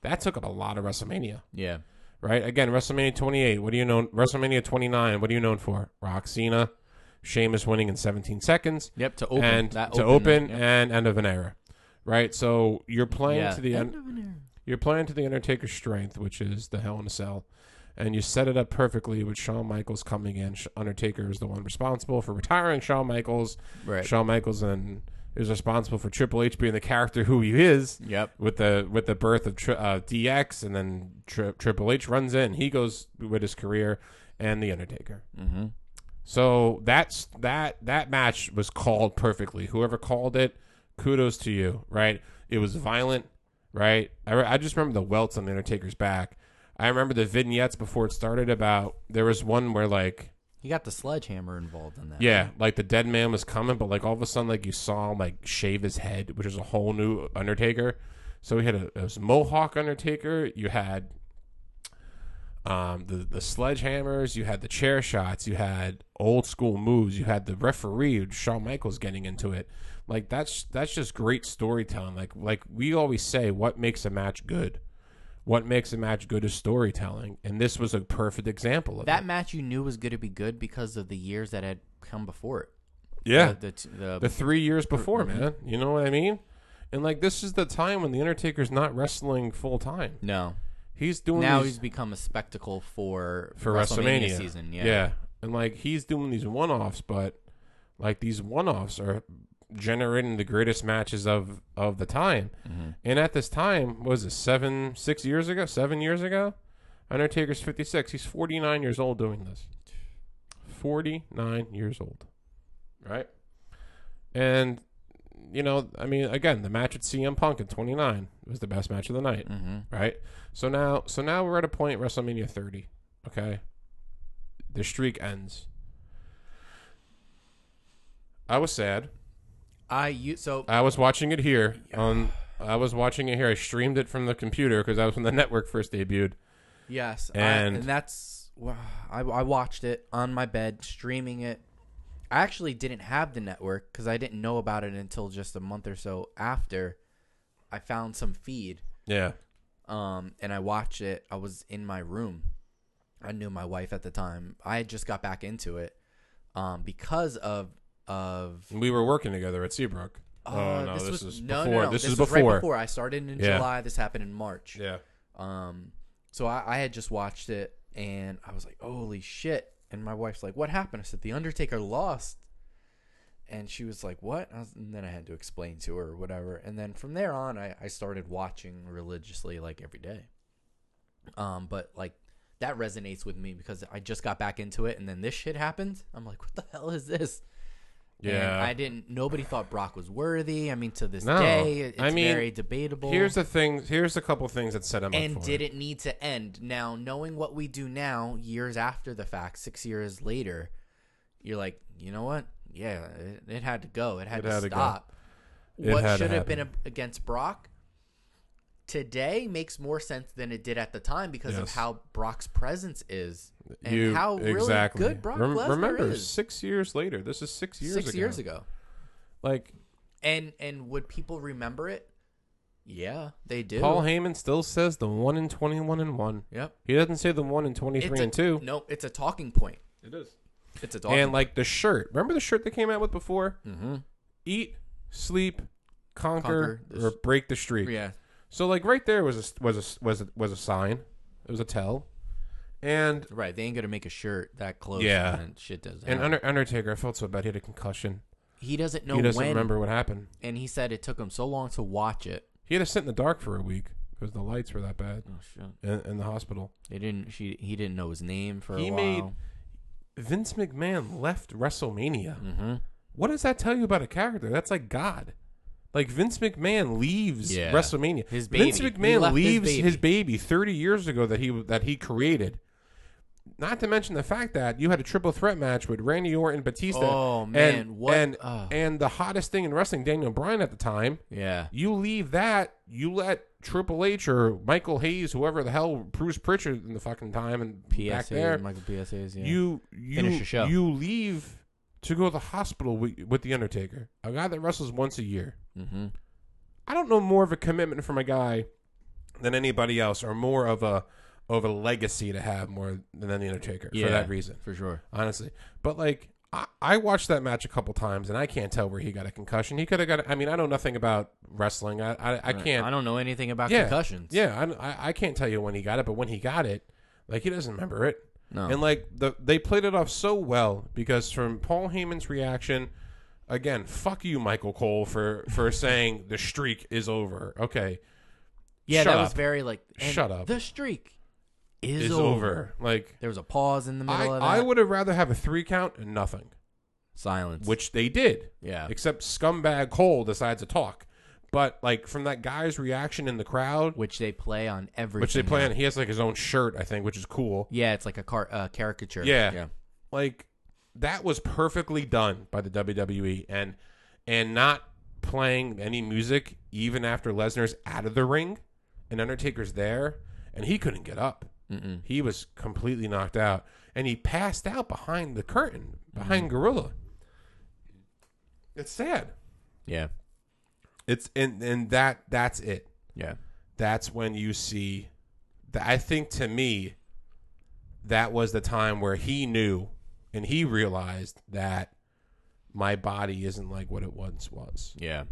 That took up a lot of WrestleMania.
Yeah,
right? Again, WrestleMania 28. What do you know? WrestleMania 29. What are you known for? Rock Cena, Sheamus winning in 17 seconds,
yep. To open
and
that
to open
opened- yep.
and end of an era, right? So you're playing
Yeah.
to the end. You're playing to the Undertaker's strength, which is the Hell in a Cell, and you set it up perfectly with Shawn Michaels coming in. Sh- Undertaker is the one responsible for retiring Shawn Michaels.
Right.
Shawn Michaels and is responsible for Triple H being the character who he is
Yep.
with the with the birth of tri- uh, DX, and then tri- Triple H runs in. He goes with his career and the Undertaker. Mm-hmm. So that's that that match was called perfectly. Whoever called it, kudos to you. Right? It was violent. Right? I, re- I just remember the welts on the Undertaker's back. I remember the vignettes before it started about there was one where like
You got the sledgehammer involved in that.
yeah, like the dead man was coming, but like all of a sudden, like you saw him like shave his head, which is a whole new Undertaker. So we had a, it was Mohawk Undertaker. You had um, the the sledgehammers. You had the chair shots. You had old school moves. You had the referee Shawn Michaels getting into it. Like that's that's just great storytelling. Like like we always say, what makes a match good? What makes a match good is storytelling, and this was a perfect example of
That
it.
match you knew was going to be good because of the years that had come before it.
Yeah,
The, the, the,
the three years before,
mm-hmm.
man. You know what I mean? And like this is the time when the Undertaker's not wrestling full time.
no.
He's doing
Now
these,
he's become a spectacle for
for WrestleMania,
season. Yeah.
and like he's doing these one offs, but like these one offs are generating the greatest matches of of the time.
Mm-hmm.
And at this time, what was it seven, six years ago, seven years ago? Undertaker's fifty six. He's forty nine years old doing this. Forty nine years old, right? And you know, I mean, again, the match with CM Punk in twenty nine was the best match of the night
Mm-hmm.
right? So now, so now we're at a point WrestleMania 30. Okay, the streak ends. I was sad.
I you so
I was watching it here on. I was watching it here. I streamed it from the computer because that was when the network first debuted.
yes,
And-
I, and that's wow, I, I watched it on my bed streaming it. I actually didn't have the network because I didn't know about it until just a month or so after. I found some feed
Yeah,
um, and I watched it. I was in my room. I knew my wife at the time. I had just got back into it um, because of of
we were working together at Seabrook. oh
uh,
no, this, is
no, no,
before.
no.
This, is
was
before.
right before I started in
Yeah.
July. This happened in March.
Yeah,
Um, so I, I had just watched it and I was like, "Holy shit!" And my wife's like, "What happened?" I said, "The Undertaker lost." And she was like, "What?" I was, and then I had to explain to her or whatever. And then from there on, I, I started watching religiously, like every day. Um, but like that resonates with me because I just got back into it, and then this shit happened. I'm like, "What the hell is this?" And
yeah.
I didn't. Nobody thought Brock was worthy. I mean, to this
No.
day, it's
I mean,
very debatable
Here's the thing. Here's a couple things that set him
and
up for
did
it.
it need to end now knowing what we do now years after the fact six years later you're like you know what yeah it, it had to go it had
It
to
had to go.
stop
It
what
had to
should have been a, against brock today makes more sense than it did at the time because of
Yes.
how brock's presence is and
You-
how
exactly.
really good brock
Rem-
Lesnar
remember,
is
six years later. This is six years
six
ago.
years ago
Like
and and would people remember it yeah they do
Paul Heyman still says the one in twenty one and one.
yep
He doesn't say the one in twenty
It's
three
a-
and two.
no it's a talking point
It is.
it's a talking
And like the shirt. Remember the shirt they came out with before?
mm-hmm.
Eat, sleep, conquer,
Conquer the
or
s-
break the streak.
Yeah.
So like right there was a was a was a, was a sign. It was a tell. And
Right. They ain't gonna make a shirt that close.
Yeah.
And shit doesn't.
and
happen.
Under, Undertaker, I felt so bad. He had a concussion.
he doesn't know
he doesn't
when.
remember what happened.
And he said it took him so long to watch it.
He had to sit in the dark for a week because the lights were that bad
Oh shit.
in, in the hospital.
They didn't. She. He didn't know his name for
He
a
made-
while.
Vince McMahon left WrestleMania.
Mm-hmm.
What does that tell you about a character? That's like God. Like Vince McMahon leaves
Yeah.
WrestleMania.
His
Vince
baby. He
McMahon
left his
leaves
baby.
his baby. thirty years ago that he that he created. Not to mention the fact that you had a triple threat match with Randy Orton, Batista,
Oh,
and-
man, what-
and
ugh.
and the hottest thing in wrestling, Daniel Bryan at the time.
Yeah.
You leave that, you let Triple H or Michael Hayes, whoever the hell, Bruce Pritchard in the fucking time and back
PSA.
there,
Michael PSA's. Yeah.
you you
Finish the show.
you leave to go to the hospital with, with the Undertaker, a guy that wrestles once a year.
Mm-hmm.
I don't know more of a commitment from a guy than anybody else, or more of a of a legacy to have more than the Undertaker
Yeah.
for that reason,
For sure.
honestly. But like. I- I watched that match a couple times, and I can't tell where he got a concussion. He could have got. A, I mean, I know nothing about wrestling. I I, I can't.
I don't know anything about
Yeah.
concussions.
Yeah, I, I- I can't tell you when he got it, but when he got it, like he doesn't remember it.
No.
And like the they played it off so well because from Paul Heyman's reaction, again, fuck you, Michael Cole for for saying the streak is over. Okay,
Yeah.
Shut
that
up.
was very like. and
Shut up.
The streak is,
is
over.
over. Like
There was a pause in the
I,
middle of that.
I would have rather have a three count and nothing,
silence.
which they did.
Yeah.
Except scumbag Cole decides to talk. But like from that guy's reaction in the crowd,
Which they play on everything.
which they play
now.
on, he has like his own shirt, I think, which is cool.
Yeah, it's like a car uh, caricature.
Yeah.
Yeah.
Like that was perfectly done by the WWE and and not playing any music even after Lesnar's out of the ring and Undertaker's there and he couldn't get up.
Mm-mm.
He was completely knocked out, and he passed out behind the curtain, behind Gorilla. It's sad.
Yeah.
It's and and that that's it.
Yeah.
That's when you see. That I think to me, that was the time where he knew and he realized that my body isn't like what it once was.
Yeah.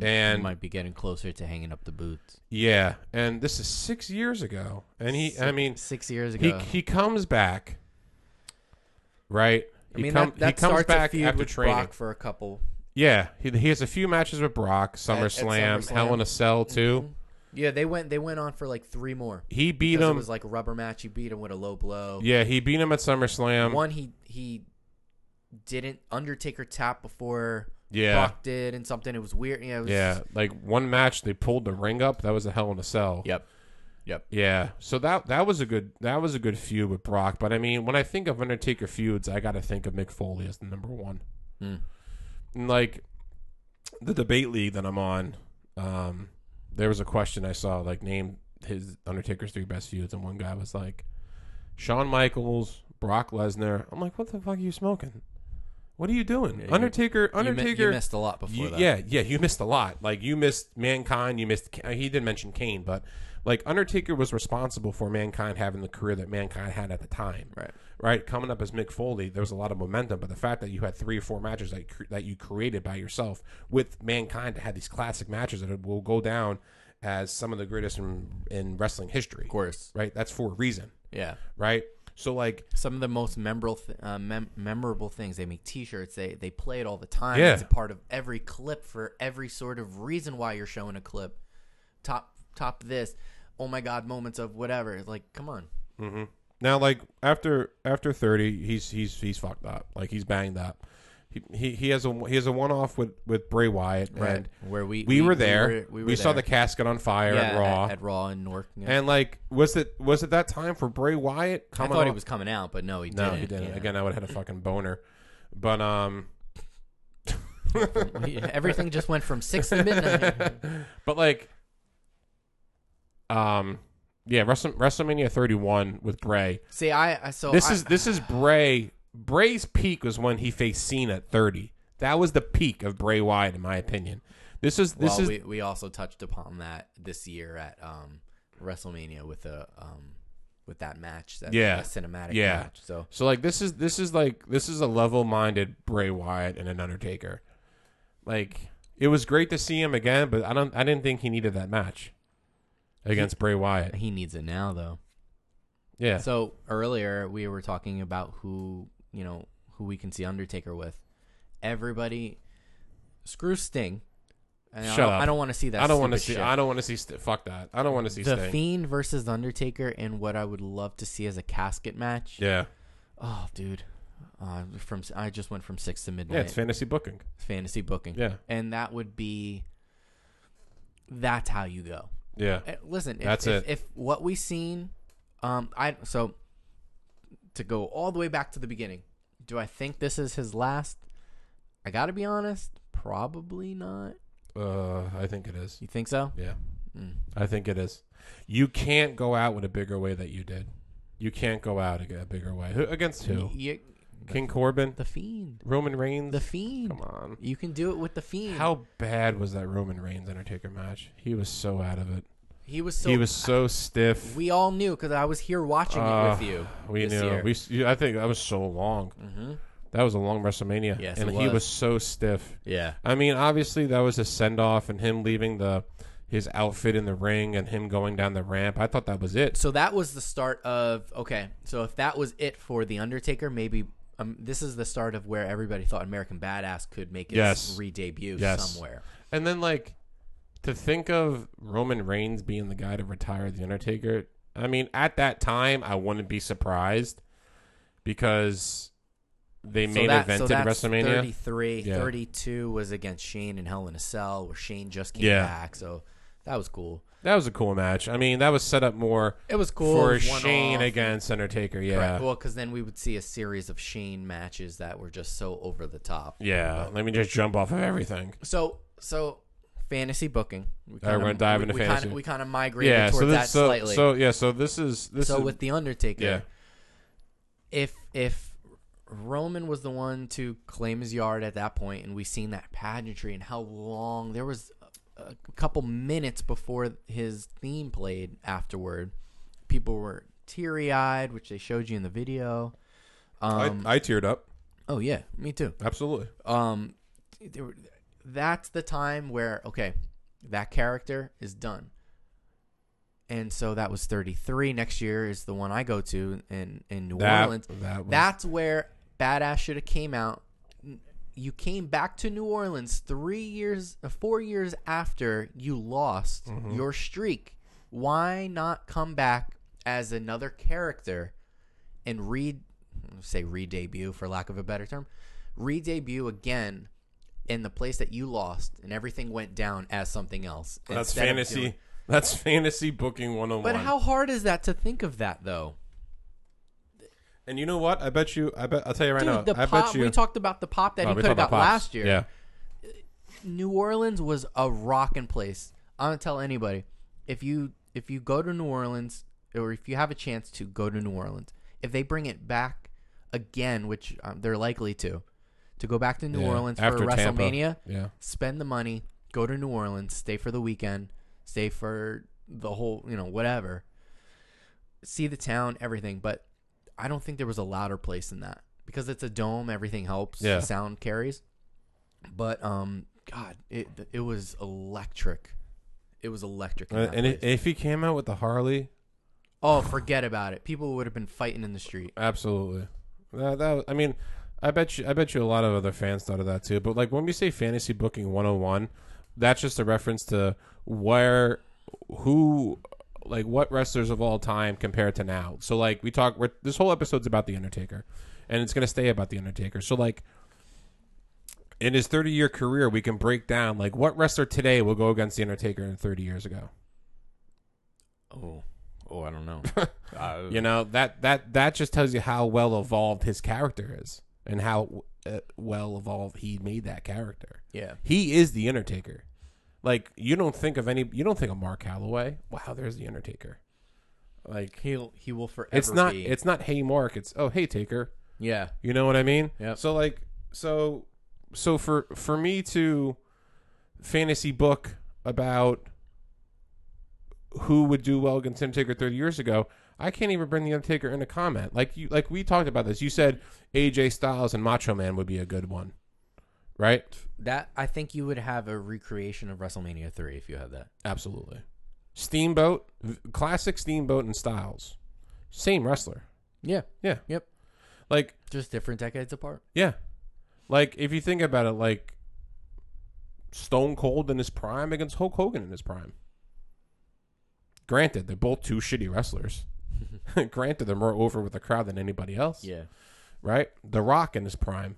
And
Mm, might be getting closer to hanging up the boots.
yeah, and this is six years ago, and he, I mean,
six years
he
ago.
he comes back, right?
I
He
mean,
come-
that, that
he comes
starts
back
a feud
after
with
training.
Brock for a couple.
Yeah, he, he has a few matches with Brock, SummerSlam,
SummerSlam.
Hell in a Cell too.
Yeah, they went. They went on for like three more.
He beat
Because
him.
It was like a rubber match. He beat him with a low blow.
yeah, he beat him at SummerSlam.
One he he didn't Undertaker tap before
yeah,
Brock did and something. It was weird. Yeah. It was,
yeah, like one match they pulled the ring up. That was a Hell in a Cell.
Yep.
Yeah, so that that was a good that was a good feud with Brock. But I mean, when I think of Undertaker feuds, I got to think of Mick Foley as the number one.
Mm.
And like the debate league that I'm on, um, there was a question I saw like name his Undertaker's three best feuds, and one guy was like Shawn Michaels, Brock Lesnar. I'm like, what the fuck are you smoking? What are you doing,
Yeah, you-
Undertaker?
You mi-
Undertaker.
You, missed a lot before
You-
that.
Yeah, yeah, you missed a lot. Like you missed Mankind, you missed. Ca- He didn't mention Kane, but like Undertaker was responsible for Mankind having the career that Mankind had at the time.
Right.
Right, coming up as Mick Foley, there was a lot of momentum, but the fact that you had three or four matches that cr- that you created by yourself with Mankind that had these classic matches that will go down as some of the greatest in, in wrestling history.
Of course.
Right, that's for a reason.
Yeah.
Right, so like
Some of the most memorable th- uh, mem- memorable things. They make T-shirts. They they play it all the time.
Yeah.
It's a part of every clip for every sort of reason why you're showing a clip. Top top this. Oh my God! Moments of whatever. It's like, come on.
Now, like after after thirty, he's he's he's fucked up. Like he's banged up. He he, he has a he has a one off with with Bray Wyatt, and
Where we
we, were there. We,
were-
saw the
there.
casket on fire
yeah,
at Raw.
at, Raw and Nork. Yeah.
and like, was it was it that time for Bray Wyatt?
I
Coming
thought he
off-
was coming out, but no, he
No,
didn't.
he didn't.
Yeah.
Again, I would have had a fucking boner. But um,
Yeah, Everything just went from six to midnight.
but like, um, yeah, Wrestle- WrestleMania thirty one with Bray.
See, I, I so
This
Oh, I-
is this is Bray. Bray's peak was when he faced Cena at 30. That was the peak of Bray Wyatt, in my opinion. This is this
well,
is
we, we also touched upon that this year at um, WrestleMania with a um, with that match, that
Yeah.
that cinematic
Yeah.
match. So
so like this is this is like this is a level-minded Bray Wyatt and an Undertaker. Like it was great to see him again, but I don't I didn't think he needed that match against Bray Wyatt.
he needs it now, though.
Yeah,
So earlier we were talking about who you know who we can see Undertaker with. Everybody, screw Sting. And I
Shut
don't,
up.
I don't want to see that.
I don't want to
stupid
see
shit.
I don't want to see St- fuck that. I don't want to see
the
Sting.
Fiend versus Undertaker and what I would love to see as a casket match.
yeah,
Oh, dude. Uh, from I just went from six to midnight.
yeah, it's fantasy booking.
fantasy booking.
Yeah,
and that would be that's how you go.
yeah,
Eh, Listen, if,
That's
if,
it.
if what we seen, um, I so to go all the way back to the beginning. Do I think this is his last? I got to be honest, probably not.
uh, I think it is.
You think so?
Yeah.
Mm.
I think it is. You can't go out with a bigger way that you did. You can't go out ag- a bigger way. Who, against who?
You-
King Corbin?
the fiend,
Roman Reigns?
the fiend.
Come on.
You can do it with the fiend.
How bad was that Roman Reigns Undertaker match? He was so out of it.
he was so.
he was so stiff.
We all knew because I was here watching
Uh,
it with you.
We
this
knew.
year.
We, s- yeah, I think that was so long.
Mm-hmm.
That was a long WrestleMania.
Yes,
and
it
he
was.
was so stiff.
Yeah.
I mean, obviously that was his send off and him leaving the his outfit in the ring and him going down the ramp. I thought that was it.
so that was the start of okay so if that was it for the undertaker maybe um, this is the start of where everybody thought american badass could make its
Yes.
re-debut
Yes.
somewhere
And then like to think of Roman Reigns being the guy to retire the Undertaker. I mean, at that time, I wouldn't be surprised because they
so
main
that,
evented
so that's
WrestleMania.
33
Yeah.
32 was against shane and hell in a cell where shane just came
Yeah.
back so that was cool
That was a cool match. I mean, that was set up more
it was cool
for
It was one
Shane
off.
against Undertaker. Yeah,
Correct. well because then we would see a series of shane matches that were just so over the top
yeah. Let me just jump off of everything.
so so fantasy booking. We
All right, Uh, we're gonna dive into
we
fantasy.
Kinda, we kind of migrated
yeah.
toward
So
that
this, so,
slightly.
so yeah. So this is this
so
is
with the Undertaker,
yeah.
if if Roman was the one to claim his yard at that point, and we seen that pageantry and how long there was a, a couple minutes before his theme played afterward, people were teary eyed, which they showed you in the video. Um,
I, I teared up.
oh yeah, me too.
Absolutely.
Um, there, were- that's the time where okay, that character is done. And so that was 33. Next year is the one I go to in in New
That-
Orleans.
that was-
that's where Badass should have came out. You came back to New Orleans three years, uh, four years after you lost
Mm-hmm.
your streak. Why not come back as another character and re say re-debut for lack of a better term re-debut again in the place that you lost and everything went down as something else
That's
instead of
fantasy.
doing-
that's fantasy booking one on
but
one.
how hard is that to think of that though
And you know what? I bet you. I bet. I'll tell you right
dude
now.
the
I
pop
bet you.
we talked about the pop that
Oh,
he
we
could have
talked
got
about pops.
last year
Yeah.
new orleans was a rocking place i don't tell anybody if you if you go to new orleans or if you have a chance to go to new orleans if they bring it back again which um, they're likely to to go back to new
Yeah.
orleans
After
for
Tampa.
wrestlemania
Yeah.
spend the money, go to New Orleans, stay for the weekend, stay for the whole, you know, whatever. See the town, everything. But I don't think there was a louder place than that because it's a dome. Everything helps.
Yeah.
The sound carries. But um, God, it it was electric. It was electric. in
Uh,
that
and i-
place.
if he came out with the Harley,
oh, forget about it. People would have been fighting in the street.
absolutely. That, that. I mean, I bet you. I bet you a lot of other fans thought of that too. But like when we say fantasy booking one on one, that's just a reference to where, who, like what wrestlers of all time compared to now. So like we talk. We're, this whole episode's about the Undertaker, and it's gonna stay about the Undertaker. So like. In his 30 year career, we can break down like what wrestler today will go against the Undertaker in 30 years ago.
Oh, oh, I don't know.
You know that that that just tells you how well evolved his character is and how uh, well evolved he made that character.
yeah.
He is the Undertaker. Like you don't think of any, you don't think of Mark Calloway. Wow, there's the Undertaker. Like
He'll he will forever.
it's not
be-
it's not hey Mark, it's oh hey Taker.
yeah.
You know what I mean?
Yep.
So like so so for for me to fantasy book about who would do well against Undertaker 30 years ago, I can't even bring the Undertaker in a comment. Like you like we talked about this. You said AJ Styles and Macho Man would be a good one. Right?
That I think you would have a recreation of WrestleMania three if you had that.
Absolutely. Steamboat, v- classic Steamboat and Styles. Same wrestler.
Yeah.
Yeah.
Yep.
Like
Just different decades apart.
Yeah. Like if you think about it, like Stone Cold in his prime against Hulk Hogan in his prime. Granted, they're both two shitty wrestlers. Granted, they're more over with the crowd than anybody else.
Yeah.
Right? The Rock in his prime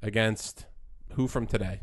against who from today?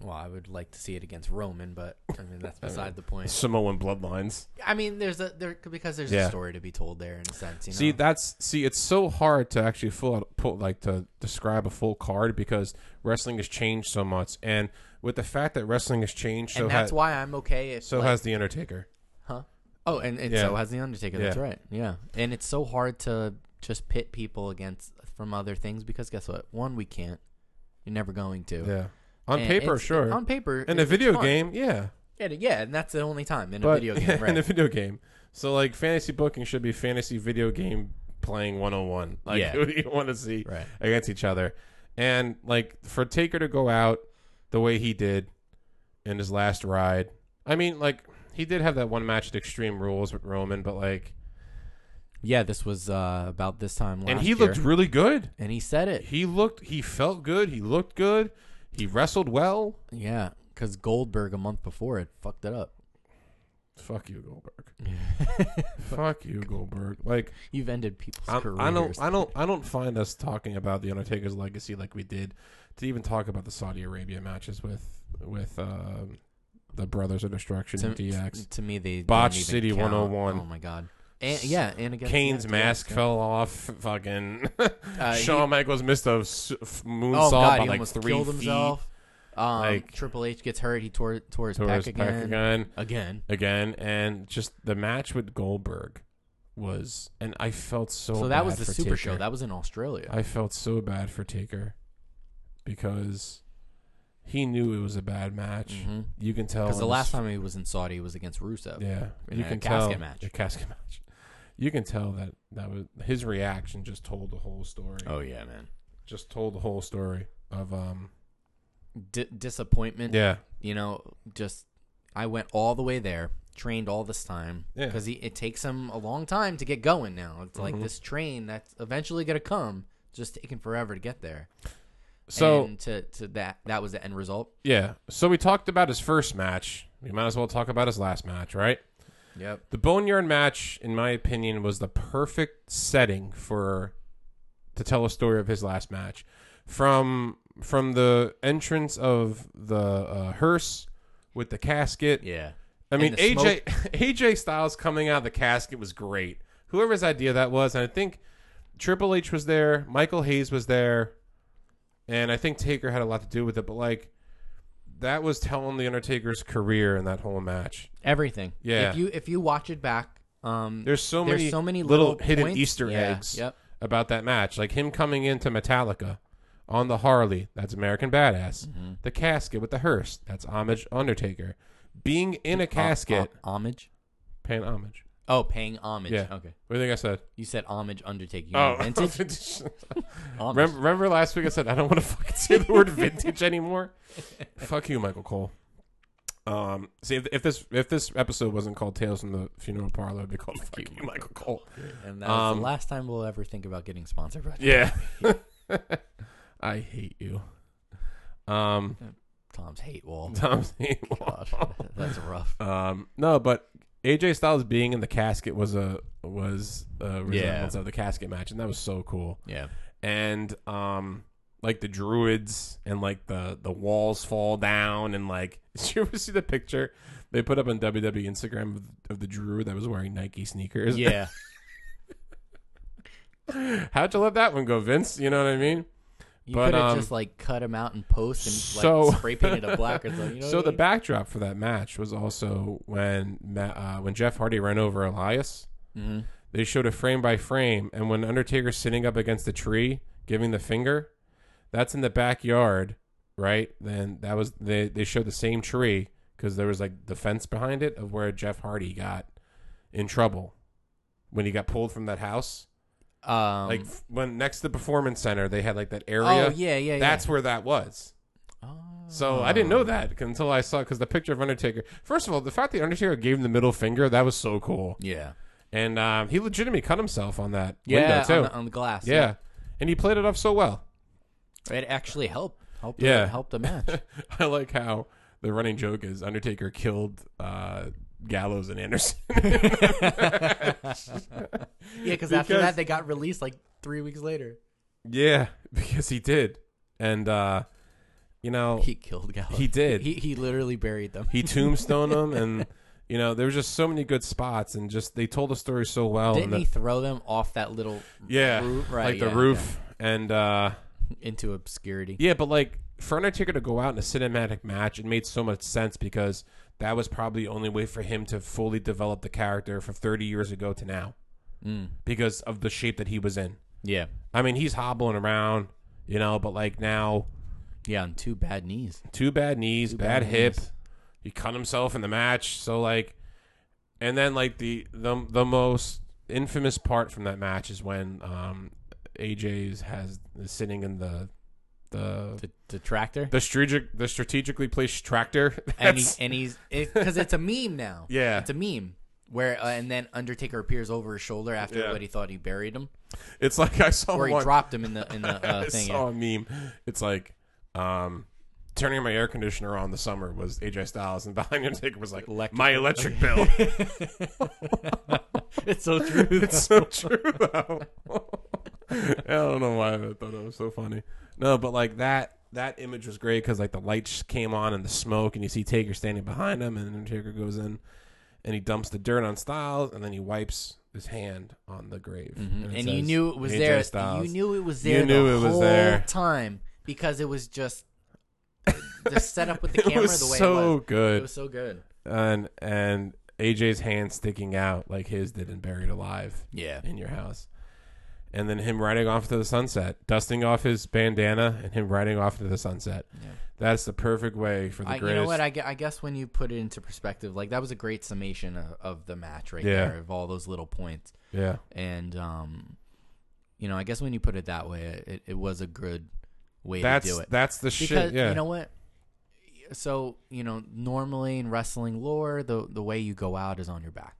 Well, I would like to see it against Roman, but I mean that's beside the point.
Samoan bloodlines.
I mean, there's a there because there's
Yeah.
a story to be told there in a sense. You know?
See, that's see, it's so hard to actually full out, pull like to describe a full card because wrestling has changed so much, and with the fact that wrestling has changed, so
and that's
ha-
why I'm okay. If,
so
like-
has the Undertaker.
huh? Oh, and, and
Yeah.
so has the Undertaker. That's
Yeah.
right. Yeah, and it's so hard to just pit people against from other things because guess what? One, we can't. You're never going to.
Yeah. On
And
paper,
it's-
sure.
On paper,
in
it-
a
it's
video
fun.
game, yeah.
And, yeah, and that's the only time in
But
a video game, right?
in a video game. So like fantasy booking should be fantasy video game playing 101. Like
Yeah.
who do you want to see
Right.
against each other? And like for Taker to go out the way he did in his last ride. I mean, like he did have that one match at Extreme Rules with Roman, but like
Yeah, this was uh, about this time last
and he
year.
looked really good.
and he said it.
He looked he felt good, he looked good. He wrestled well.
Yeah, because Goldberg a month before it fucked it up.
Fuck you, Goldberg. Fuck you, Goldberg. Like
You've ended people's
I'm-
careers.
I don't, I don't, I don't find us talking about the Undertaker's legacy like we did to even talk about the Saudi Arabia matches with with um, the Brothers of Destruction,
to,
DX.
to me, they
Botch
don't even
City
count.
101.
Oh my god, And, yeah, and against
Kane's
yeah,
mask
yeah.
fell off. Fucking
Uh, he-
Shawn Michaels missed a s- f- moonsault
Oh God,
by
he
like
almost
three
killed
feet.
himself. Um,
Like-
Triple H gets hurt. He tore tore his,
Tore
pec,
his pec
again.
again.
Again.
again, and just the match with Goldberg was, and I felt so.
So
bad
that was the
for
Super
Taker.
Show. That was in Australia.
I felt so bad for Taker because he knew it was a bad match.
Mhm.
You can tell
Because the
in
last
s-
time he was in Saudi was against Rusev.
yeah,
in
you
a
can
casket
tell
match.
a casket match. You can tell that that was his reaction. Just told the whole story.
Oh yeah, man.
Just told the whole story of um.
D- disappointment.
Yeah,
You know, just I went all the way there, trained all this time.
Yeah.
Because it takes him a long time to get going now. It's like
Mhm.
this train that's eventually gonna come, just taking forever to get there.
so.
and to to that that was the end result.
Yeah. So we talked about his first match. We might as well talk about his last match, right?
Yep.
The Boneyard match, in my opinion, was the perfect setting for to tell a story of his last match. From from the entrance of the uh, hearse with the casket.
Yeah.
I mean,
and the
AJ AJ Styles coming out of the casket was great. Whoever's idea that was, and I think Triple H was there, Michael Hayes was there, and I think Taker had a lot to do with it. But like, that was telling the Undertaker's career in that whole match.
Everything.
Yeah.
If you if you watch it back, um,
There's so
There's
many,
so many
little,
little
hidden
points.
Easter
Yeah,
eggs
yep.
about that match, like him coming into Metallica on the Harley. That's American Badass.
Mm-hmm.
The casket with the hearse. That's homage Undertaker. Being in
uh,
a casket,
Ho- ho- homage.
paying homage.
Oh, paying homage.
Yeah.
Okay.
What do you think I said?
You said homage Undertaker. You
Oh,
mean vintage. Homage.
remember, remember last week I said I don't want to fucking say the word vintage anymore. Fuck you, Michael Cole. Um, see if, if this if this episode wasn't called Tales from the Funeral Parlor, it'd be called Fuck, you, Michael Cole.
And that was
Um,
the last time we'll ever think about getting sponsored by
Yeah, I hate you. Oh Um,
Tom's Hate Wall.
Tom.
God, that's rough.
um, no, but AJ Styles being in the casket was a was a resemblance of the casket match, and that was so cool.
Yeah.
and um like the druids and like the the walls fall down and like did you ever see the picture they put up on WWE Instagram of, of the druid that was wearing Nike sneakers?
Yeah.
How'd you let that one go, Vince? You know what I mean?
You
But,
could have
um,
just like cut him out in post and
so-
like spray painted a black or something. You know
so
what
the
I mean?
backdrop for that match was also when Ma- uh, when Jeff Hardy ran over Elias.
Mhm.
They showed a frame by frame, and when Undertaker's sitting up against the tree giving the finger, that's in the backyard, right? Then that was they they showed the same tree because there was like the fence behind it of where Jeff Hardy got in trouble when he got pulled from that house.
um,
like f- when next to the performance center, they had like that area.
oh yeah yeah Ah.
That's where that was.
yeah.
So I didn't know that until I saw because the picture of Undertaker. First of all, the fact that Undertaker gave him the middle finger that was so cool,
Yeah.
and um, he legitimately cut himself on that
Yeah.
window too.
On the, on the glass.
yeah. and he played it off so well.
It actually helped. Helped.
Yeah.
The, helped the match.
I like how the running joke is Undertaker killed uh, Gallows and Anderson.
Yeah, because after
Because-
that they got released like three weeks later.
yeah, because he did, and uh, you know
He killed Gallows.
He did.
He he literally buried them.
he tombstone him, and you know there was just so many good spots, and just they told the story so well.
Didn't
and the-
he throw them off that little
Yeah,
roof, right,
like the
yeah,
roof and uh
into obscurity?
yeah, but like for Undertaker to go out in a cinematic match, it made so much sense because that was probably the only way for him to fully develop the character from 30 years ago to now
Mm.
because of the shape that he was in.
Yeah,
I mean, he's hobbling around, you know, but like now,
yeah, on two bad knees.
two bad knees, bad,
bad
hip.
knees.
He cut himself in the match, so like, and then like the the the most infamous part from that match is when um AJ's has is sitting in the the
The, the tractor,
the strategic the strategically placed tractor.
and he
That's-
and he's because it's a meme now.
Yeah.
it's a meme where uh, and then Undertaker appears over his shoulder after
Yeah.
everybody thought he buried him
it's like I saw
or he
one.
dropped him in the in the uh,
I
thing.
saw a meme. It's like um. Turning my air conditioner on this summer was AJ Styles, and behind Undertaker was like
Electric-
my electric bill.
it's so true.
it's so true though. I don't know why I thought that was so funny. No, but like that that image was great because like the lights came on and the smoke, and you see Taker standing behind him, and Undertaker goes in and he dumps the dirt on Styles, and then he wipes his hand on the grave, it
Mhm. And you
says,
knew it was
AJ
there.
Styles.
You knew it was
You
there
knew
the
it was
whole
there.
time because it was just the setup with the
It
camera
was
the way
so
it was.
good.
It was so good.
and and AJ's hand sticking out like his did in Buried Alive
Yeah.
in your house. And then him riding off to the sunset, dusting off his bandana and him riding off into the sunset.
Yeah.
That's the perfect way for the
I, you
greatest.
know what? I, gue- I guess when you put it into perspective, like that was a great summation of, of the match right
Yeah.
there of all those little points.
yeah.
And um, you know, I guess when you put it that way, it, it was a good way
That's
to do it.
that's the
because
shit. Yeah.
you know what so you know normally in wrestling lore the the way you go out is on your back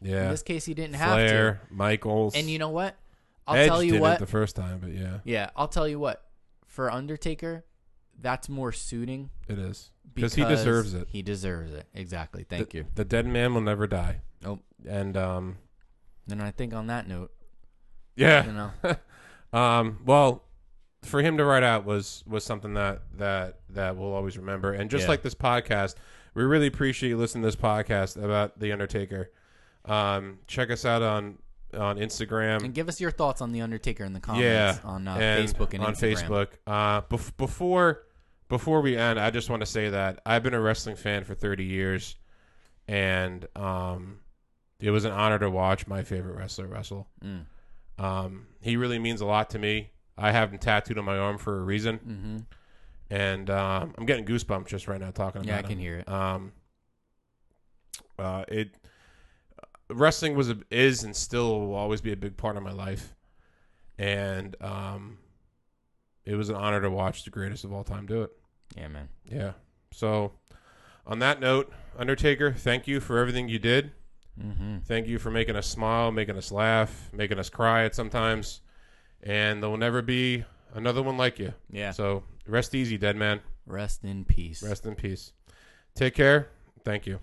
in
yeah.
this case he didn't have
Flair, Michaels,
to and you know what i'll
Edge
tell you
did
what
it the first time, but yeah,
yeah i'll tell you what for undertaker that's more suiting
it is because
because
he deserves it.
he deserves it exactly thank
the,
you
The dead man will never die.
Nope.
And um,
and i think on that note
yeah,
you know
Um, well, for him to write out was was something that that that we'll always remember. And just
Yeah.
like this podcast, we really appreciate you listening to this podcast about the Undertaker. Um, check us out on on
and
Instagram,
give us your thoughts on the undertaker in the
yeah,
comments on uh, facebook and
on
Instagram.
Facebook. Uh, bef- before before we end, I just want to say that I've been a wrestling fan for thirty years, and um, it was an honor to watch my favorite wrestler wrestle.
Mm.
Um, he really means a lot to me. I have him tattooed on my arm for a reason,
hmm
and um, I'm getting goosebumps just right now talking about
yeah i
him.
can hear it
Um, uh, it uh, wrestling was a, is and still will always be a big part of my life, and um, it was an honor to watch the greatest of all time do it.
yeah man
Yeah. So, on that note, Undertaker, thank you for everything you did.
hmm
Thank you for making us smile, making us laugh, making us cry at sometimes. And there will never be another one like you.
yeah
So rest easy, dead man.
rest in peace
Rest in peace. Take care. Thank you.